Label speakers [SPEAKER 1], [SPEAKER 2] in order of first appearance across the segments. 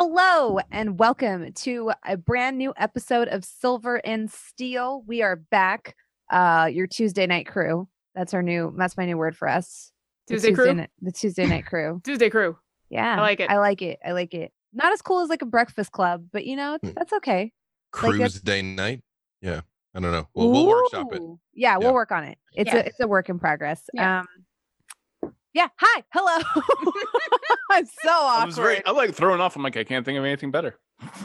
[SPEAKER 1] Hello, and welcome to a brand new episode of Silver and Steel. We are back. Uh, your Tuesday night crew. That's our new. That's my new word for us. The
[SPEAKER 2] Tuesday crew?
[SPEAKER 1] ni- the Tuesday night crew.
[SPEAKER 2] Tuesday crew.
[SPEAKER 1] Yeah,
[SPEAKER 2] I like it.
[SPEAKER 1] I like it. I like it. Not as cool as like a Breakfast Club, but you know
[SPEAKER 3] Mm.
[SPEAKER 1] that's okay. Like a-
[SPEAKER 3] cruise day night. Yeah, I don't know. We'll, we'll workshop it.
[SPEAKER 1] Ooh. Yeah, we'll
[SPEAKER 3] Yeah.
[SPEAKER 1] work on it. It's
[SPEAKER 2] Yeah.
[SPEAKER 1] a it's a work in progress.
[SPEAKER 2] Yeah.
[SPEAKER 1] Um, yeah. Hi. Hello. I'm so awkward.
[SPEAKER 2] I was very-
[SPEAKER 4] I'm like thrown off. I'm like, I can't think of anything better.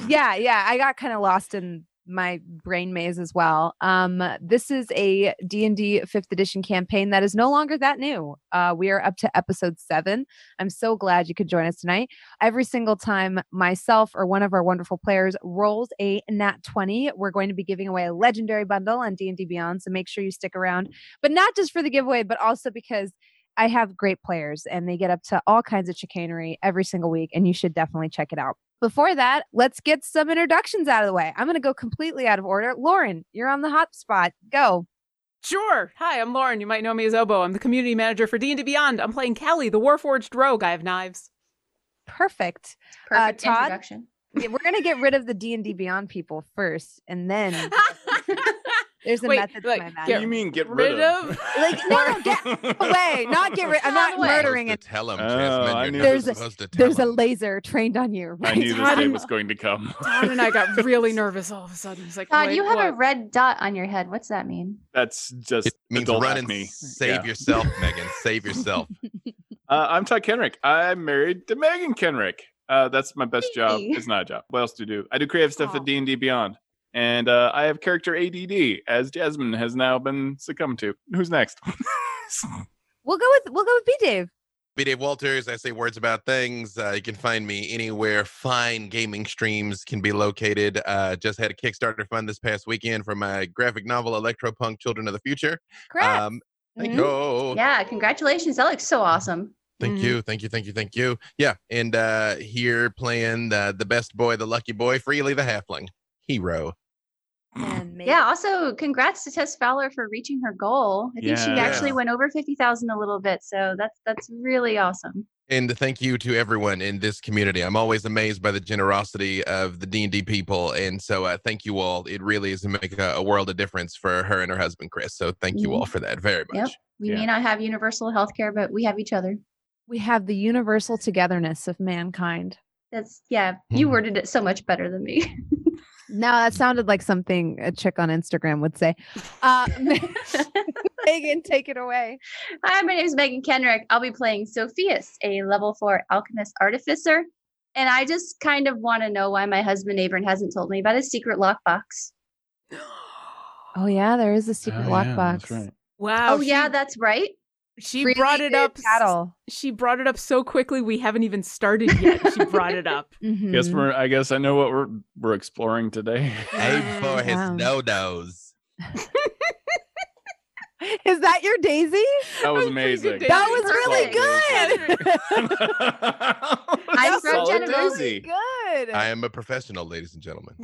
[SPEAKER 1] yeah yeah i got kind of lost in my brain maze as well um this is a d&d fifth edition campaign that is no longer that new uh we are up to episode seven i'm so glad you could join us tonight every single time myself or one of our wonderful players rolls a nat 20 we're going to be giving away a legendary bundle on d&d beyond so make sure you stick around but not just for the giveaway but also because i have great players and they get up to all kinds of chicanery every single week and you should definitely check it out before that, let's get some introductions out of the way. I'm going to go completely out of order. Lauren, you're on the hot spot. Go.
[SPEAKER 2] Sure. Hi, I'm Lauren. You might know me as Obo. I'm the community manager for D&D Beyond. I'm playing Callie, the Warforged Rogue. I have knives.
[SPEAKER 1] Perfect. Uh,
[SPEAKER 5] Perfect
[SPEAKER 1] Todd?
[SPEAKER 5] introduction.
[SPEAKER 1] Yeah, We're going to get rid of the D&D Beyond people first, and then there's a
[SPEAKER 2] Wait,
[SPEAKER 1] method
[SPEAKER 2] like,
[SPEAKER 1] to my
[SPEAKER 2] get
[SPEAKER 4] you
[SPEAKER 1] madness.
[SPEAKER 4] mean get
[SPEAKER 2] Rid
[SPEAKER 4] rid,
[SPEAKER 2] of?
[SPEAKER 1] Like, no, no, get away. Not get rid. I'm
[SPEAKER 5] Out
[SPEAKER 1] not
[SPEAKER 5] of the way.
[SPEAKER 1] murdering
[SPEAKER 3] Supposed
[SPEAKER 1] it.
[SPEAKER 3] to Tell him,
[SPEAKER 4] Oh,
[SPEAKER 3] Jasmine,
[SPEAKER 4] I
[SPEAKER 3] you're
[SPEAKER 4] knew
[SPEAKER 3] never
[SPEAKER 1] There's a-
[SPEAKER 3] supposed to tell
[SPEAKER 1] There's a
[SPEAKER 3] him.
[SPEAKER 1] laser trained on you.
[SPEAKER 4] I
[SPEAKER 1] Right?
[SPEAKER 4] knew this
[SPEAKER 2] Todd
[SPEAKER 4] day
[SPEAKER 2] and-
[SPEAKER 4] was going to come.
[SPEAKER 2] Todd and I got really nervous all of a sudden. It's like,
[SPEAKER 5] Todd,
[SPEAKER 2] wait,
[SPEAKER 5] you have a
[SPEAKER 2] what?
[SPEAKER 5] red dot on your head. What's that mean?
[SPEAKER 4] That's just
[SPEAKER 3] It means
[SPEAKER 4] adult
[SPEAKER 3] run and
[SPEAKER 4] acne.
[SPEAKER 3] save
[SPEAKER 4] Yeah.
[SPEAKER 3] yourself, Megan. Save yourself.
[SPEAKER 4] Uh, I'm Todd Kenrick. I'm married to Megan Kenrick. Uh, that's my best job.
[SPEAKER 5] Hey.
[SPEAKER 4] It's not a job. What else do you do? I do creative stuff
[SPEAKER 1] Aw.
[SPEAKER 4] at D&D Beyond. And uh, I have character ADD, as Jasmine has now been succumbed to. Who's next?
[SPEAKER 1] We'll go with we'll go with B Dave.
[SPEAKER 3] Be Dave Walters. I say words about things. Uh, you can find me anywhere fine gaming streams can be located. Uh, just had a Kickstarter fund this past weekend for my graphic novel, Electropunk Children of the Future.
[SPEAKER 4] Uh,
[SPEAKER 1] Correct.
[SPEAKER 3] Um, thank
[SPEAKER 1] Mhm.
[SPEAKER 3] you. Oh,
[SPEAKER 5] Yeah, congratulations. That looks so awesome.
[SPEAKER 3] Thank
[SPEAKER 2] Mhm.
[SPEAKER 3] you, thank you, thank you, thank you. Yeah, and uh here playing the the best boy, the lucky boy, freely the halfling hero.
[SPEAKER 1] and maybe-
[SPEAKER 5] Yeah, also congrats to Tess Fowler for reaching her goal. I think she
[SPEAKER 4] Yeah.
[SPEAKER 5] actually went over 50,000 a little bit, so that's that's really awesome.
[SPEAKER 3] And thank you to everyone in this community. I'm always amazed by the generosity of the D and D people, and so uh, thank you all. It really is make a, a world of difference for her and her husband Chris. So thank you all for that very
[SPEAKER 5] Yep.
[SPEAKER 3] much.
[SPEAKER 5] We
[SPEAKER 4] Yeah.
[SPEAKER 5] may not have universal health care, but we have each other.
[SPEAKER 1] we have the universal togetherness of mankind.
[SPEAKER 5] That's yeah, you
[SPEAKER 3] Mhm.
[SPEAKER 5] worded it so much better than me.
[SPEAKER 1] No, that sounded like something a chick on Instagram would say. Uh, Megan, take it away.
[SPEAKER 5] Hi, my name is Megan Kenrick. I'll be playing Sophias, a level four alchemist artificer. And I just kind of want to know why my husband Abram hasn't told me about his secret lockbox.
[SPEAKER 1] Oh yeah, there is a secret lockbox.
[SPEAKER 2] Wow.
[SPEAKER 5] Oh, yeah,
[SPEAKER 2] she-
[SPEAKER 5] that's right.
[SPEAKER 2] She
[SPEAKER 1] Freely
[SPEAKER 2] brought it
[SPEAKER 1] fed
[SPEAKER 2] up. s-
[SPEAKER 1] Cattle.
[SPEAKER 2] She brought it up so quickly we haven't even started yet. She brought it up.
[SPEAKER 4] Guess
[SPEAKER 1] Mhm.
[SPEAKER 4] we're, I guess I know what we're we're exploring today.
[SPEAKER 2] Mm.
[SPEAKER 3] Aim for his
[SPEAKER 1] Wow.
[SPEAKER 3] no nos.
[SPEAKER 1] Is that your Daisy?
[SPEAKER 4] That was
[SPEAKER 2] I'm pretty good
[SPEAKER 4] amazing.
[SPEAKER 1] That was
[SPEAKER 2] Daisy.
[SPEAKER 1] really
[SPEAKER 4] Perfect.
[SPEAKER 1] good.
[SPEAKER 4] I'm
[SPEAKER 5] from Genesee.
[SPEAKER 1] Good.
[SPEAKER 3] I am a professional, ladies and gentlemen.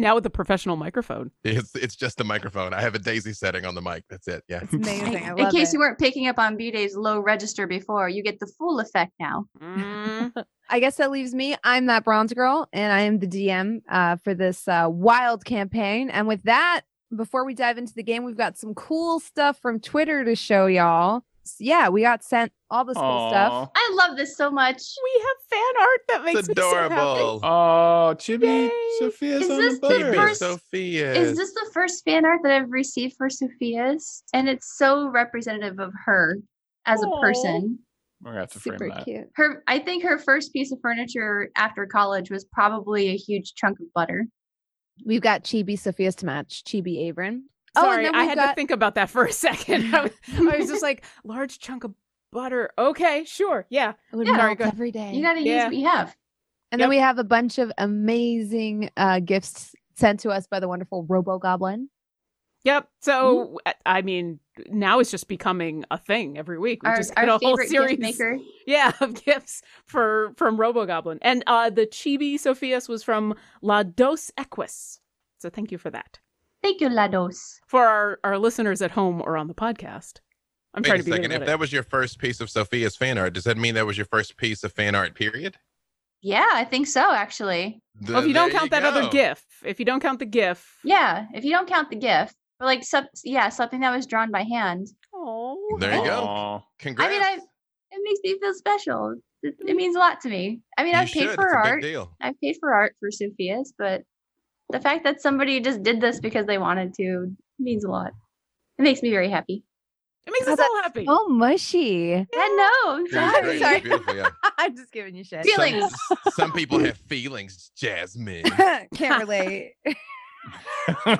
[SPEAKER 2] now with a professional microphone.
[SPEAKER 3] It's it's just a microphone. I have a daisy setting on the mic. That's it. Yeah.
[SPEAKER 1] It's amazing. I
[SPEAKER 5] In
[SPEAKER 1] love
[SPEAKER 5] case
[SPEAKER 1] it.
[SPEAKER 5] you weren't picking up on B Day's low register before, you get the full effect now.
[SPEAKER 1] I guess that leaves me. I'm that bronze girl, and I am the DM uh, for this uh, wild campaign. And with that, before we dive into the game, we've got some cool stuff from Twitter to show y'all. S- yeah, we got sent all this cool stuff.
[SPEAKER 4] Aw.
[SPEAKER 5] I love this so much.
[SPEAKER 2] We have fan art that makes
[SPEAKER 3] It's adorable.
[SPEAKER 4] Oh, Chibi,
[SPEAKER 2] Yay.
[SPEAKER 4] Sophia's
[SPEAKER 5] Is
[SPEAKER 4] on
[SPEAKER 5] this
[SPEAKER 4] the
[SPEAKER 5] the
[SPEAKER 4] butter.
[SPEAKER 3] Baby
[SPEAKER 5] first-
[SPEAKER 3] Sophia.
[SPEAKER 5] Is this the first fan art that I've received for Sophia's? And it's so representative of her as
[SPEAKER 2] Aw.
[SPEAKER 5] a person.
[SPEAKER 4] We're gonna have to
[SPEAKER 1] Super
[SPEAKER 4] frame that.
[SPEAKER 1] cute.
[SPEAKER 5] Her I think her first piece of furniture after college was probably a huge chunk of butter.
[SPEAKER 1] We've got Chibi Sophia's to match, Chibi Abram. Oh, and
[SPEAKER 2] Sorry,
[SPEAKER 1] then
[SPEAKER 2] I
[SPEAKER 1] we've
[SPEAKER 2] had
[SPEAKER 1] got-
[SPEAKER 2] to think about that for a second. I was, I was just like, large chunk of butter. Okay, sure, yeah.
[SPEAKER 1] It would
[SPEAKER 5] Yeah.
[SPEAKER 1] melt
[SPEAKER 2] Very good.
[SPEAKER 1] every day.
[SPEAKER 5] You gotta
[SPEAKER 2] Mm, Yeah.
[SPEAKER 5] use what you have.
[SPEAKER 1] and
[SPEAKER 2] Yep.
[SPEAKER 1] then we have a bunch of amazing uh, gifts sent to us by the wonderful Robo Goblin.
[SPEAKER 2] Yep.
[SPEAKER 5] Mm-hmm.
[SPEAKER 2] So, uh, I mean, now it's just becoming a thing every week. We
[SPEAKER 5] Our,
[SPEAKER 2] just get
[SPEAKER 5] our
[SPEAKER 2] a whole
[SPEAKER 5] favorite
[SPEAKER 2] series,
[SPEAKER 5] gift maker.
[SPEAKER 2] yeah, of gifts for from RoboGoblin, and uh, the Chibi Sophia's was from La Dos Equis. So, thank you for that.
[SPEAKER 5] Thank you, Lados.
[SPEAKER 2] for our, our listeners at home or on the podcast. I'm
[SPEAKER 3] Wait
[SPEAKER 2] trying
[SPEAKER 3] a
[SPEAKER 2] to be
[SPEAKER 3] second.
[SPEAKER 2] good
[SPEAKER 3] If
[SPEAKER 2] about it.
[SPEAKER 3] that was your first piece of Sophia's fan art, does that mean that was your first piece of fan art? Period.
[SPEAKER 5] Yeah, I think so, actually.
[SPEAKER 2] well, if you don't
[SPEAKER 3] There
[SPEAKER 2] count that other
[SPEAKER 3] go.
[SPEAKER 2] GIF, if you don't count the GIF,
[SPEAKER 5] Yeah, if you don't count the GIF, but like, some, yeah, something that was drawn by hand.
[SPEAKER 2] Oh,
[SPEAKER 3] There you go.
[SPEAKER 4] Aw.
[SPEAKER 3] Congrats.
[SPEAKER 5] I mean, It makes me feel special. It, it means a lot to me. I mean,
[SPEAKER 3] Mm. You
[SPEAKER 5] I've paid
[SPEAKER 3] should.
[SPEAKER 5] for
[SPEAKER 3] it's A
[SPEAKER 5] art.
[SPEAKER 3] big deal.
[SPEAKER 5] I've paid for art for Sophia's, but the fact that somebody just did this because they wanted to means a lot. It makes me very happy.
[SPEAKER 2] It makes
[SPEAKER 1] Oh,
[SPEAKER 2] us all happy.
[SPEAKER 1] Oh, mushy.
[SPEAKER 5] Yeah, no,
[SPEAKER 3] It was
[SPEAKER 1] I'm
[SPEAKER 3] great. It was
[SPEAKER 1] sorry.
[SPEAKER 3] beautiful, yeah.
[SPEAKER 1] I'm just giving you shit.
[SPEAKER 3] Some-
[SPEAKER 5] Feelings.
[SPEAKER 3] Some, people have feelings, Jasmine.
[SPEAKER 1] Can't relate.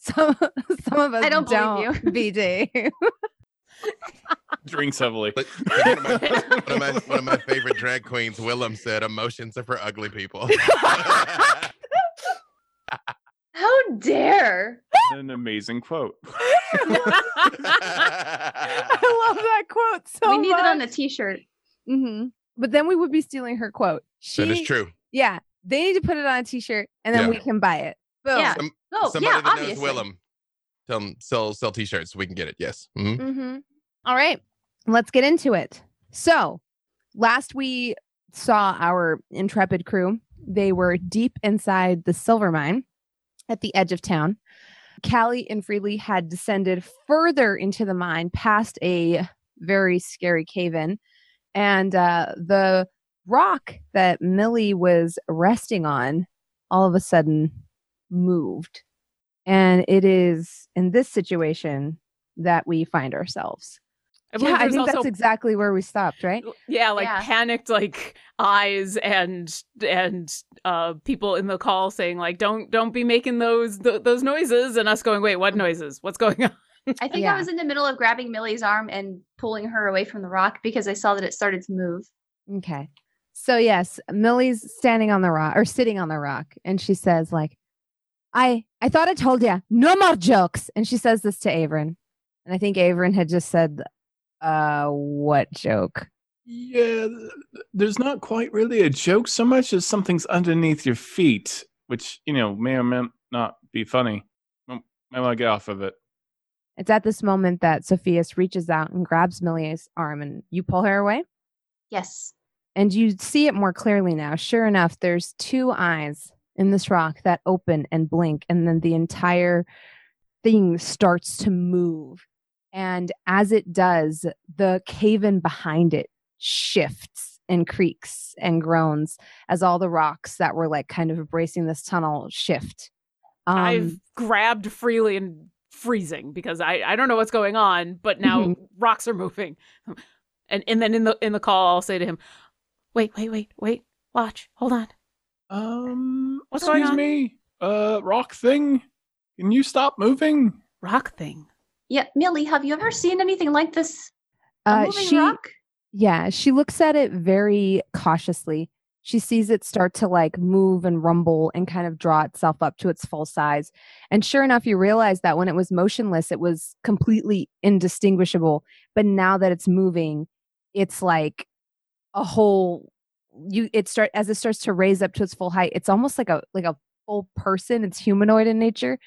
[SPEAKER 1] Some some of us
[SPEAKER 5] I don't believe
[SPEAKER 1] BD.
[SPEAKER 4] Drinks heavily.
[SPEAKER 3] But one, of my, one of my- one of my favorite drag queens, Willem, said, "Emotions are for ugly people."
[SPEAKER 5] How dare!
[SPEAKER 4] An amazing quote.
[SPEAKER 1] I love that quote so
[SPEAKER 5] we need
[SPEAKER 1] much.
[SPEAKER 5] it on mm-hmm. a t-shirt.
[SPEAKER 1] hmm But then we would be stealing her quote. She,
[SPEAKER 3] That is true.
[SPEAKER 1] Yeah, they need to put it on a T-shirt, and then
[SPEAKER 3] Yeah.
[SPEAKER 1] we can buy it. Boom.
[SPEAKER 5] Yeah.
[SPEAKER 3] Some-
[SPEAKER 5] Oh,
[SPEAKER 3] Somebody
[SPEAKER 5] yeah,
[SPEAKER 3] that knows
[SPEAKER 5] obviously.
[SPEAKER 3] Willem, tell him sell sell t-shirts. We can get it. Yes. Mhm.
[SPEAKER 1] Mm-hmm. All right, let's get into it. So, last we saw our intrepid crew, they were deep inside the silver mine at the edge of town. Callie and Freely had descended further into the mine past a very scary cave in, and uh, the rock that Millie was resting on all of a sudden moved. And it is in this situation that we find ourselves.
[SPEAKER 2] I believe
[SPEAKER 1] yeah, I
[SPEAKER 2] there's
[SPEAKER 1] think that's
[SPEAKER 2] also-
[SPEAKER 1] exactly where we stopped, right?
[SPEAKER 2] yeah, like
[SPEAKER 5] Yeah.
[SPEAKER 2] panicked, like eyes and and uh people in the call saying like, "Don't don't be making those th- those noises," and us going, "Wait, what noises? What's going on?"
[SPEAKER 5] I think
[SPEAKER 1] Yeah.
[SPEAKER 5] I was in the middle of grabbing Millie's arm and pulling her away from the rock because I saw that it started to move.
[SPEAKER 1] Okay. So yes, Millie's standing on the rock or sitting on the rock, and she says, "Like, I I thought I told ya, no more jokes." And she says this to Averin, and I think Averin had just said, "Uh, what joke?"
[SPEAKER 4] Yeah, th- there's not quite really a joke so much as something's underneath your feet, which, you know, may or may not be funny. I might get off of it.
[SPEAKER 1] It's at this moment that Sophia's reaches out and grabs Millie's arm, and you pull her away.
[SPEAKER 5] Yes.
[SPEAKER 1] And you see it more clearly now. Sure enough, there's two eyes in this rock that open and blink, and then the entire thing starts to move. And as it does, the cave in behind it shifts and creaks and groans as all the rocks that were like kind of embracing this tunnel shift. Um,
[SPEAKER 2] I've grabbed freely and freezing because I I don't know what's going on, but now rocks are moving, and and then in the in the call, I'll say to him, "Wait, wait, wait, wait, watch, hold on."
[SPEAKER 4] Um,
[SPEAKER 2] What's
[SPEAKER 4] excuse
[SPEAKER 2] going on?
[SPEAKER 4] me, uh, rock thing, can you stop moving?
[SPEAKER 2] Rock thing.
[SPEAKER 5] Yeah, Millie, have you ever seen anything like this? A
[SPEAKER 1] uh,
[SPEAKER 5] moving
[SPEAKER 1] she-
[SPEAKER 5] rock?
[SPEAKER 1] Yeah, she looks at it very cautiously. She sees it start to like move and rumble and kind of draw itself up to its full size. And sure enough, you realize that when it was motionless, it was completely indistinguishable. But now that it's moving, it's like a whole you it start as it starts to raise up to its full height, it's almost like a like a full person. It's humanoid in nature.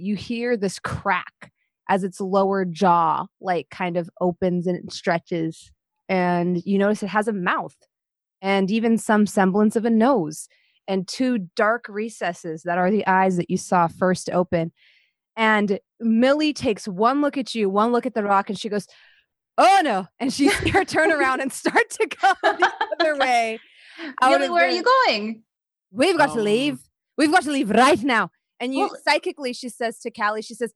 [SPEAKER 1] You hear this crack as its lower jaw like kind of opens and it stretches and you notice it has a mouth and even some semblance of a nose and two dark recesses that are the eyes that you saw first open and millie takes one look at you one look at the rock and she goes oh no and she's her turn around and start to go the other way out
[SPEAKER 5] Millie,
[SPEAKER 1] of
[SPEAKER 5] where are
[SPEAKER 1] the-
[SPEAKER 5] you going?
[SPEAKER 1] we've got to
[SPEAKER 4] Um,
[SPEAKER 1] leave we've got to leave right now and you
[SPEAKER 5] Well-
[SPEAKER 1] psychically she says to callie she says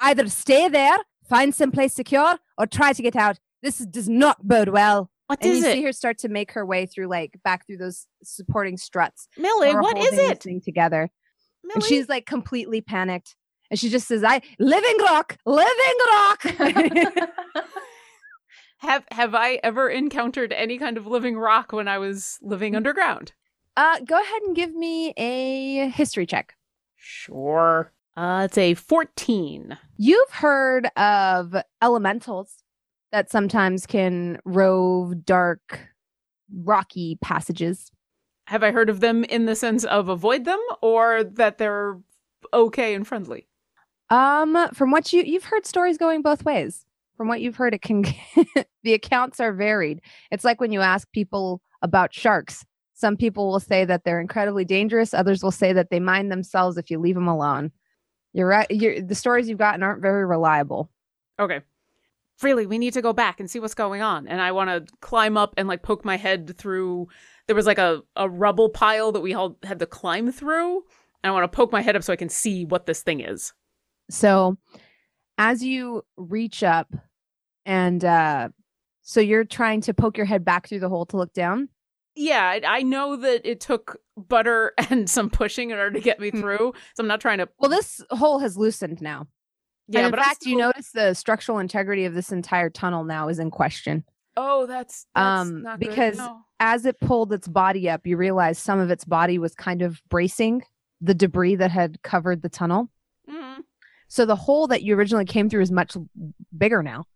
[SPEAKER 1] either stay there find someplace secure or try to get out this does not bode well
[SPEAKER 2] What
[SPEAKER 1] and
[SPEAKER 2] is
[SPEAKER 1] you
[SPEAKER 2] it,
[SPEAKER 1] see her start to make her way through like back through those supporting struts
[SPEAKER 2] Millie?
[SPEAKER 1] that were
[SPEAKER 2] What is
[SPEAKER 1] holding this
[SPEAKER 2] it,
[SPEAKER 1] thing together
[SPEAKER 2] Millie?
[SPEAKER 1] and she's like completely panicked and she just says i living rock living rock
[SPEAKER 2] Have have I ever encountered any kind of living rock when I was
[SPEAKER 1] Mm.
[SPEAKER 2] living underground?
[SPEAKER 1] uh go ahead and give me a history check
[SPEAKER 2] Sure. Uh, it's a 14.
[SPEAKER 1] you've heard of elementals that sometimes can rove dark rocky passages
[SPEAKER 2] Have I heard of them in the sense of avoid them or that they're okay and friendly?
[SPEAKER 1] um from what you you've heard stories going both ways From what you've heard, it can the accounts are varied. It's like when you ask people about sharks. Some people will say that they're incredibly dangerous. Others will say that they mind themselves if you leave them alone. You're right. You're, the stories you've gotten aren't very reliable.
[SPEAKER 2] Okay. Freely, we need to go back and see what's going on. And I want to climb up and like poke my head through. There was like a, a rubble pile that we all had to climb through. And I want to poke my head up so I can see what this thing is.
[SPEAKER 1] So, as you reach up, and uh, so you're trying to poke your head back through the hole to look down.
[SPEAKER 2] Yeah, I, I know that it took butter and some pushing in order to get me
[SPEAKER 1] Hmm.
[SPEAKER 2] through. So I'm not trying to.
[SPEAKER 1] Well, this hole has loosened now.
[SPEAKER 2] Yeah,
[SPEAKER 1] and in
[SPEAKER 2] but I'm
[SPEAKER 1] fact, you
[SPEAKER 2] still-
[SPEAKER 1] notice the structural integrity of this entire tunnel now is in question.
[SPEAKER 2] Oh, that's, that's
[SPEAKER 1] Um,
[SPEAKER 2] not good.
[SPEAKER 1] because
[SPEAKER 2] No.
[SPEAKER 1] As it pulled its body up, you realize some of its body was kind of bracing the debris that had covered the tunnel.
[SPEAKER 2] Mm.
[SPEAKER 1] So the hole that you originally came through is much l- bigger now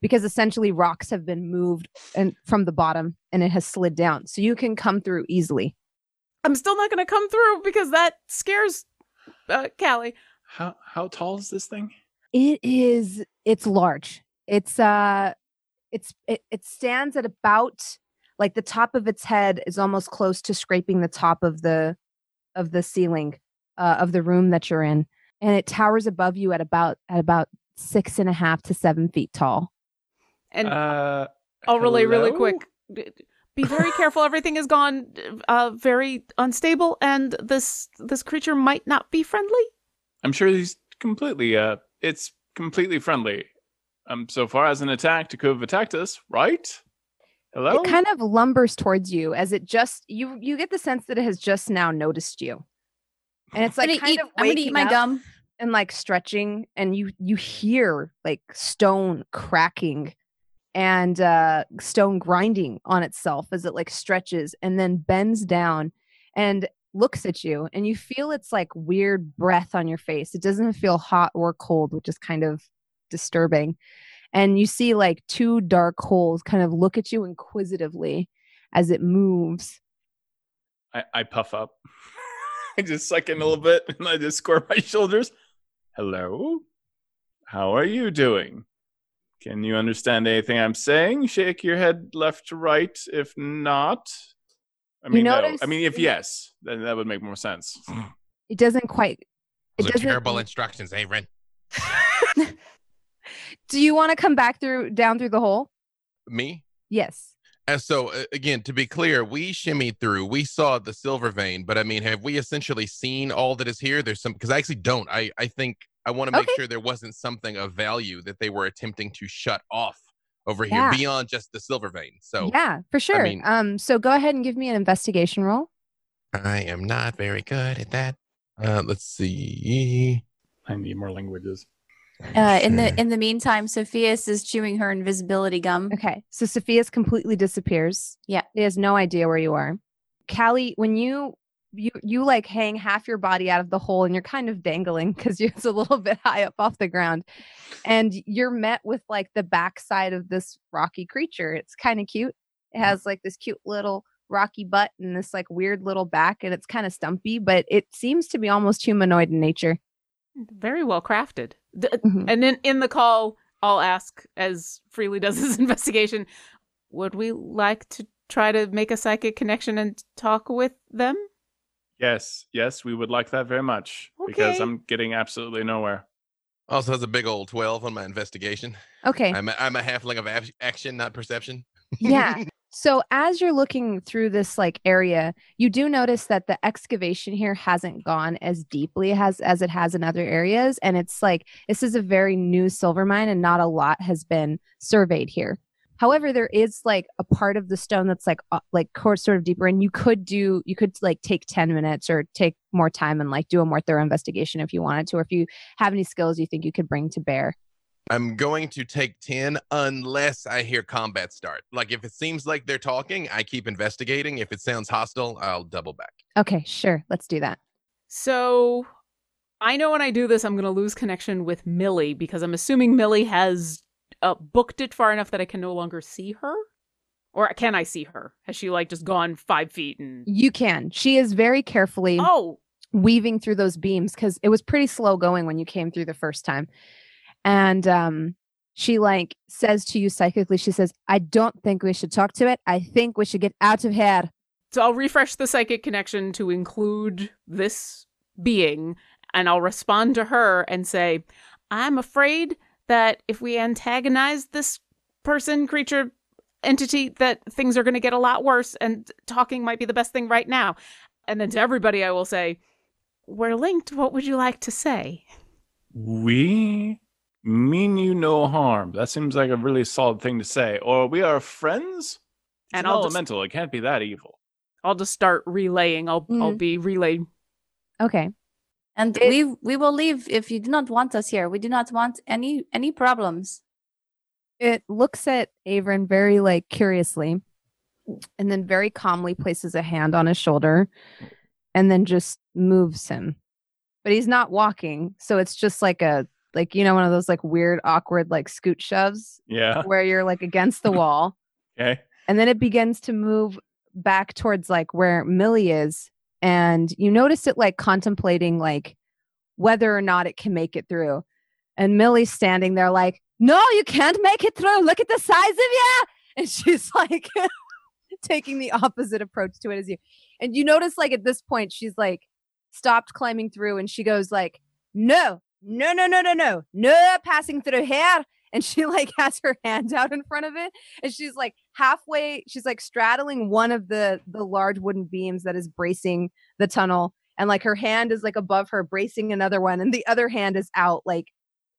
[SPEAKER 1] because essentially rocks have been moved and from the bottom and it has slid down. So you can come through easily.
[SPEAKER 2] I'm still not going to come through because that scares uh, Callie.
[SPEAKER 4] How how tall is this thing?
[SPEAKER 1] It is it's large. It's uh it's it, it stands at about like the top of its head is almost close to scraping the top of the of the ceiling uh, of the room that you're in. And it towers above you at about at about six and a half to seven feet tall.
[SPEAKER 2] And
[SPEAKER 4] uh,
[SPEAKER 2] I'll relay really
[SPEAKER 4] hello?
[SPEAKER 2] quick. D- d- Be very careful. Everything has gone uh, very unstable, and this this creature might not be friendly.
[SPEAKER 4] I'm sure he's completely uh it's completely friendly. Um so far as an attack to could have attacked us, right? Hello?
[SPEAKER 1] It kind of lumbers towards you as it just you you get the sense that it has just now noticed you. And it's like
[SPEAKER 5] I'm gonna
[SPEAKER 1] kind
[SPEAKER 5] eat,
[SPEAKER 1] of
[SPEAKER 5] I'm gonna
[SPEAKER 1] waking
[SPEAKER 5] eat my
[SPEAKER 1] up
[SPEAKER 5] gum.
[SPEAKER 1] and like stretching and you you hear like stone cracking and uh stone grinding on itself as it like stretches and then bends down and looks at you and you feel its like weird breath on your face. It doesn't feel hot or cold, which is kind of disturbing. And you see like two dark holes kind of look at you inquisitively as it moves.
[SPEAKER 4] I, I puff up. I just suck in a little bit and I just square my shoulders. Hello? How are you doing? Can you understand anything I'm saying? Shake your head left to right. If not, I
[SPEAKER 1] You
[SPEAKER 4] mean, no.
[SPEAKER 1] notice-
[SPEAKER 4] I mean, if yes, then that would make more sense.
[SPEAKER 1] It doesn't quite it
[SPEAKER 3] Those are
[SPEAKER 1] doesn't
[SPEAKER 3] terrible instructions, Averin.
[SPEAKER 1] Do you want to come back through down through the hole?
[SPEAKER 3] Me?
[SPEAKER 1] Yes.
[SPEAKER 3] Uh, so uh, again, to be clear, we shimmied through. We saw the silver vein, but I mean, have we essentially seen all that is here? There's some because I actually don't. I I think I want to make
[SPEAKER 1] Okay.
[SPEAKER 3] sure there wasn't something of value that they were attempting to shut off over here
[SPEAKER 1] Yeah.
[SPEAKER 3] beyond just the silver vein. So
[SPEAKER 1] yeah, for sure.
[SPEAKER 3] mean-
[SPEAKER 1] um, so go ahead and give me an investigation roll.
[SPEAKER 3] I am not very good at that. Uh, let's see.
[SPEAKER 4] I need more languages.
[SPEAKER 5] Uh, in the
[SPEAKER 3] Sure.
[SPEAKER 5] in the meantime, Sophia's is chewing her invisibility gum.
[SPEAKER 3] Mm-hmm.
[SPEAKER 1] Okay. So Sophia's completely disappears.
[SPEAKER 5] Yeah.
[SPEAKER 1] He has no idea where you are. Callie, when you you you like hang half your body out of the hole and you're kind of dangling because you're it's a little bit high up off the ground. And you're met with like the backside of this rocky creature. It's kind of cute. It
[SPEAKER 3] Mm-hmm.
[SPEAKER 1] has like this cute little rocky butt and this like weird little back, and it's kind of stumpy, but it seems to be almost humanoid in nature.
[SPEAKER 2] Very well crafted. D-
[SPEAKER 3] Mm-hmm.
[SPEAKER 1] Mhm.
[SPEAKER 2] And then in the call, I'll ask, as Freely does his investigation, would we like to try to make a psychic connection and talk with them?
[SPEAKER 4] Yes, yes, we would like that very much because
[SPEAKER 2] Okay.
[SPEAKER 4] I'm getting absolutely nowhere.
[SPEAKER 3] Also has a big old twelve on my investigation.
[SPEAKER 1] Okay.
[SPEAKER 3] I'm a, I'm a halfling of ab- action, not perception.
[SPEAKER 1] Yeah. So as you're looking through this like area, you do notice that the excavation here hasn't gone as deeply as as it has in other areas and it's like this is a very new silver mine and not a lot has been surveyed here. However, there is like a part of the stone that's like uh, like cor- sort of deeper and you could do you could like take 10 minutes or take more time and like do a more thorough investigation if you wanted to or if you have any skills you think you could bring to bear.
[SPEAKER 3] I'm going to take 10 unless I hear combat start. Like if it seems like they're talking, I keep investigating. If it sounds hostile, I'll double back.
[SPEAKER 1] Okay, sure. Let's do that.
[SPEAKER 2] So I know when I do this, I'm going to lose connection with Millie because I'm assuming Millie has uh, booked it far enough that I can no longer see her. Or can I see her? Has she like just gone five feet and.
[SPEAKER 1] You can. She is very carefully
[SPEAKER 2] Oh,
[SPEAKER 1] weaving through those beams because it was pretty slow going when you came through the first time. And um, she like says to you psychically, she says, I don't think we should talk to it. I think we should get out of here.
[SPEAKER 2] So I'll refresh the psychic connection to include this being, and I'll respond to her and say, I'm afraid that if we antagonize this person, creature, entity, that things are going to get a lot worse, and talking might be the best thing right now. And then to everybody, I will say, We're linked. What would you like to say?
[SPEAKER 4] We mean you no harm. That seems like a really solid thing to say. Or we are friends? It's
[SPEAKER 2] And
[SPEAKER 4] an
[SPEAKER 2] I'll just,
[SPEAKER 4] elemental. It can't be that evil.
[SPEAKER 2] I'll just start relaying. I'll, I'll
[SPEAKER 5] Mhm.
[SPEAKER 2] be relayed.
[SPEAKER 1] Okay.
[SPEAKER 5] And
[SPEAKER 1] It-
[SPEAKER 5] we we will leave if you do not want us here. We do not want any any problems.
[SPEAKER 1] It looks at Averin very like curiously and then very calmly places a hand on his shoulder and then just moves him. But he's not walking, so it's just like a like you know one of those like weird awkward like scoot shoves
[SPEAKER 4] Yeah.
[SPEAKER 1] where you're like against the wall
[SPEAKER 4] Okay.
[SPEAKER 1] and then it begins to move back towards like where Millie is and you notice it like contemplating like whether or not it can make it through and Millie's standing there like no you can't make it through look at the size of you and she's like taking the opposite approach to it as you and you notice like at this point she's like stopped climbing through and she goes like no no no no no no no passing through here and she like has her hand out in front of it and she's like halfway she's like straddling one of the the large wooden beams that is bracing the tunnel and like her hand is like above her bracing another one and the other hand is out like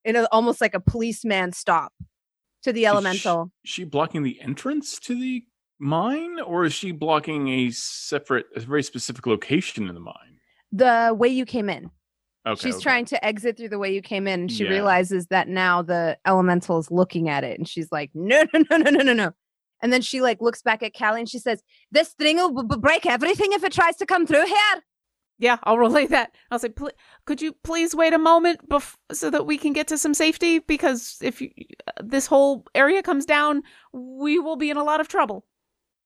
[SPEAKER 1] in a, almost like a policeman stop to the elemental
[SPEAKER 4] Is she blocking the entrance to the mine, or is she blocking a separate, a very specific location in the mine?
[SPEAKER 1] the way you came in
[SPEAKER 4] Okay.
[SPEAKER 1] she's
[SPEAKER 4] okay.
[SPEAKER 1] trying to exit through the way you came in and she
[SPEAKER 4] Yeah.
[SPEAKER 1] realizes that now the elemental is looking at it and she's like no no no no no no no and then she like looks back at callie and she says this thing will b- b- break everything if it tries to come through here
[SPEAKER 2] Yeah, I'll relay that. I'll say, "Pl- could you please wait a moment bef- so that we can get to some safety? Because if you- uh, this whole area comes down, we will be in a lot of trouble.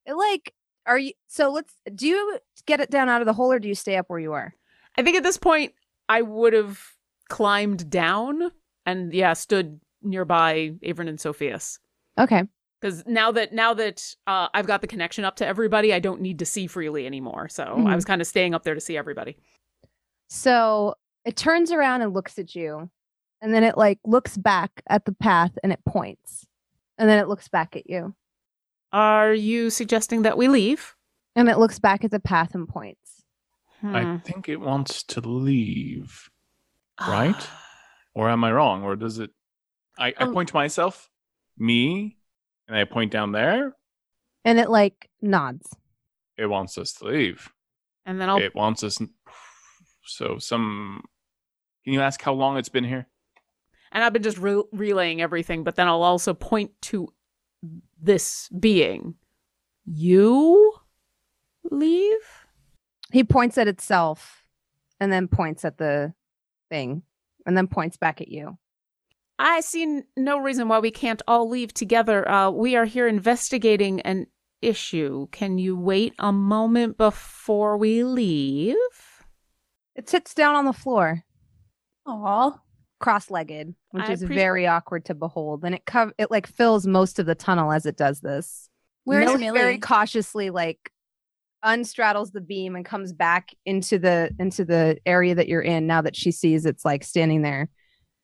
[SPEAKER 1] It, like are you so let's do you get it down out of the hole or do you stay up where you are
[SPEAKER 2] I think at this point, I would have climbed down and yeah, stood nearby Avern and Sophia's.
[SPEAKER 1] okay
[SPEAKER 2] Because now that now that uh, I've got the connection up to everybody, I don't need to see freely anymore. So
[SPEAKER 1] Mhm.
[SPEAKER 4] Hmm.
[SPEAKER 2] I was kind of staying up there to see everybody.
[SPEAKER 1] so it turns around and looks at you and then it like looks back at the path and it points and then it looks back at you
[SPEAKER 2] Are you suggesting that we leave?
[SPEAKER 1] and it looks back at the path and points
[SPEAKER 2] Hmm.
[SPEAKER 4] I think it wants to leave, right? or am I wrong? Or does it? I, I
[SPEAKER 2] Oh.
[SPEAKER 5] Um,
[SPEAKER 4] point to myself, me, and I point down there.
[SPEAKER 1] and it like nods
[SPEAKER 4] It wants us to leave.
[SPEAKER 2] and then I'll
[SPEAKER 4] It wants us. n- So some. Can you ask how long it's been here?
[SPEAKER 2] and I've been just re- relaying everything, but then I'll also point to this being. You leave?
[SPEAKER 1] he points at itself and then points at the thing and then points back at you
[SPEAKER 2] I see n- no reason why we can't all leave together. Uh, we are here investigating an issue. Can you wait a moment before we leave?
[SPEAKER 1] it sits down on the floor
[SPEAKER 5] Aw.
[SPEAKER 1] cross-legged which
[SPEAKER 2] I
[SPEAKER 1] is
[SPEAKER 2] appreciate-
[SPEAKER 1] very awkward to behold and it cov- it like fills most of the tunnel as it does this
[SPEAKER 5] Where's
[SPEAKER 1] Millie
[SPEAKER 5] Millie?
[SPEAKER 1] very cautiously like unstraddles the beam and comes back into the into the area that you're in now that she sees it's like standing there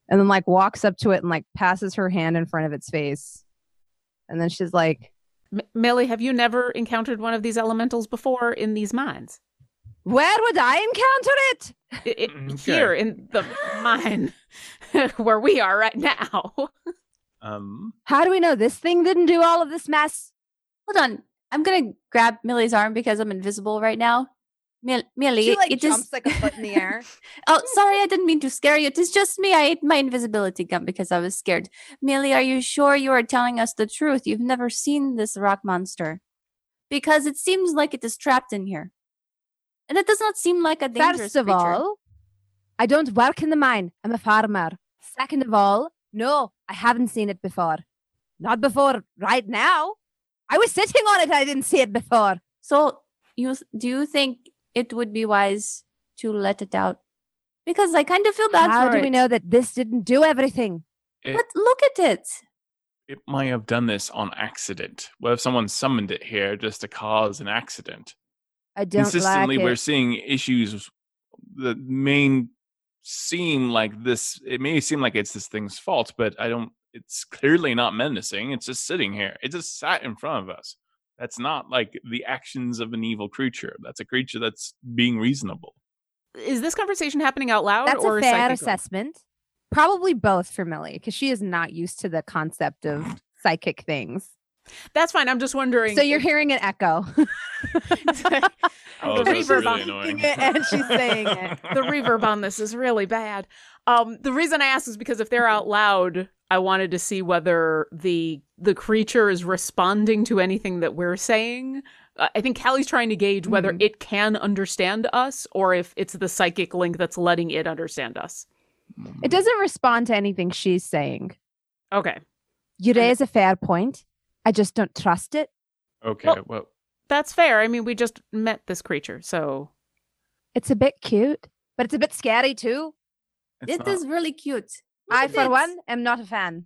[SPEAKER 1] and then like walks up to it and like passes her hand in front of its face and then she's like
[SPEAKER 2] M- Millie, have you never encountered one of these elementals before in these mines?
[SPEAKER 1] where would i encounter it
[SPEAKER 2] I- I-
[SPEAKER 4] Okay.
[SPEAKER 2] Here in the mine where we are right now.
[SPEAKER 4] Um.
[SPEAKER 1] How do we know this thing didn't do all of this mess?
[SPEAKER 5] Hold on. I'm gonna grab Millie's arm because I'm invisible right now. Mil- Millie,
[SPEAKER 1] She like
[SPEAKER 5] it
[SPEAKER 1] jumps
[SPEAKER 5] is.
[SPEAKER 1] like a foot in the air.
[SPEAKER 5] oh, sorry, I didn't mean to scare you. It is just me. I ate my invisibility gum because I was scared. Millie, are you sure you are telling us the truth? You've never seen this rock monster, because it seems like it is trapped in here, and it does not seem like a dangerous
[SPEAKER 1] First of
[SPEAKER 5] creature.
[SPEAKER 1] all, I don't work in the mine. I'm a farmer. Second of all, no, I haven't seen it before. Not before right now. I was sitting on it. I didn't see it before.
[SPEAKER 5] So, you th- do you think it would be wise to let it out? Because I kind of feel bad
[SPEAKER 1] How
[SPEAKER 5] for
[SPEAKER 1] do
[SPEAKER 5] it.
[SPEAKER 1] we know that this didn't do everything?
[SPEAKER 4] It-
[SPEAKER 5] But look at it.
[SPEAKER 4] it might have done this on accident. What if someone summoned it here just to cause an accident?
[SPEAKER 1] I don't
[SPEAKER 4] Consistently,
[SPEAKER 1] like
[SPEAKER 4] we're
[SPEAKER 1] it.
[SPEAKER 4] seeing issues that main seem like this. It may seem like it's this thing's fault, but I don't. It's clearly not menacing. It's just sitting here. It just sat in front of us. That's not like the actions of an evil creature. That's a creature that's being reasonable.
[SPEAKER 2] Is this conversation happening out loud
[SPEAKER 1] That's
[SPEAKER 2] or
[SPEAKER 1] a fair
[SPEAKER 2] psychically?
[SPEAKER 1] assessment. Probably both for Millie because she is not used to the concept of psychic things.
[SPEAKER 2] That's fine. I'm just wondering.
[SPEAKER 1] So you're hearing an echo.
[SPEAKER 2] the
[SPEAKER 4] Oh,
[SPEAKER 1] The
[SPEAKER 4] that's
[SPEAKER 1] reverb
[SPEAKER 4] really
[SPEAKER 1] on-
[SPEAKER 4] annoying.
[SPEAKER 1] it and she's saying it.
[SPEAKER 2] reverb on this is really bad. Um, the reason I asked is because if they're out loud, I wanted to see whether the the creature is responding to anything that we're saying. Uh, I think Callie's trying to gauge whether
[SPEAKER 1] Mhm.
[SPEAKER 2] it can understand us or if it's the psychic link that's letting it understand us.
[SPEAKER 1] It doesn't respond to anything she's saying.
[SPEAKER 2] Okay,
[SPEAKER 1] You raise a fair point. I just don't trust it.
[SPEAKER 4] Okay.
[SPEAKER 2] Well-
[SPEAKER 4] well
[SPEAKER 2] that's fair. I mean, we just met this creature, so
[SPEAKER 1] It's a bit cute, but it's a bit scary too.
[SPEAKER 4] it's
[SPEAKER 5] It
[SPEAKER 4] not-
[SPEAKER 5] is really cute. Look
[SPEAKER 1] I,
[SPEAKER 5] at
[SPEAKER 1] for
[SPEAKER 5] it.
[SPEAKER 1] one, am not a fan.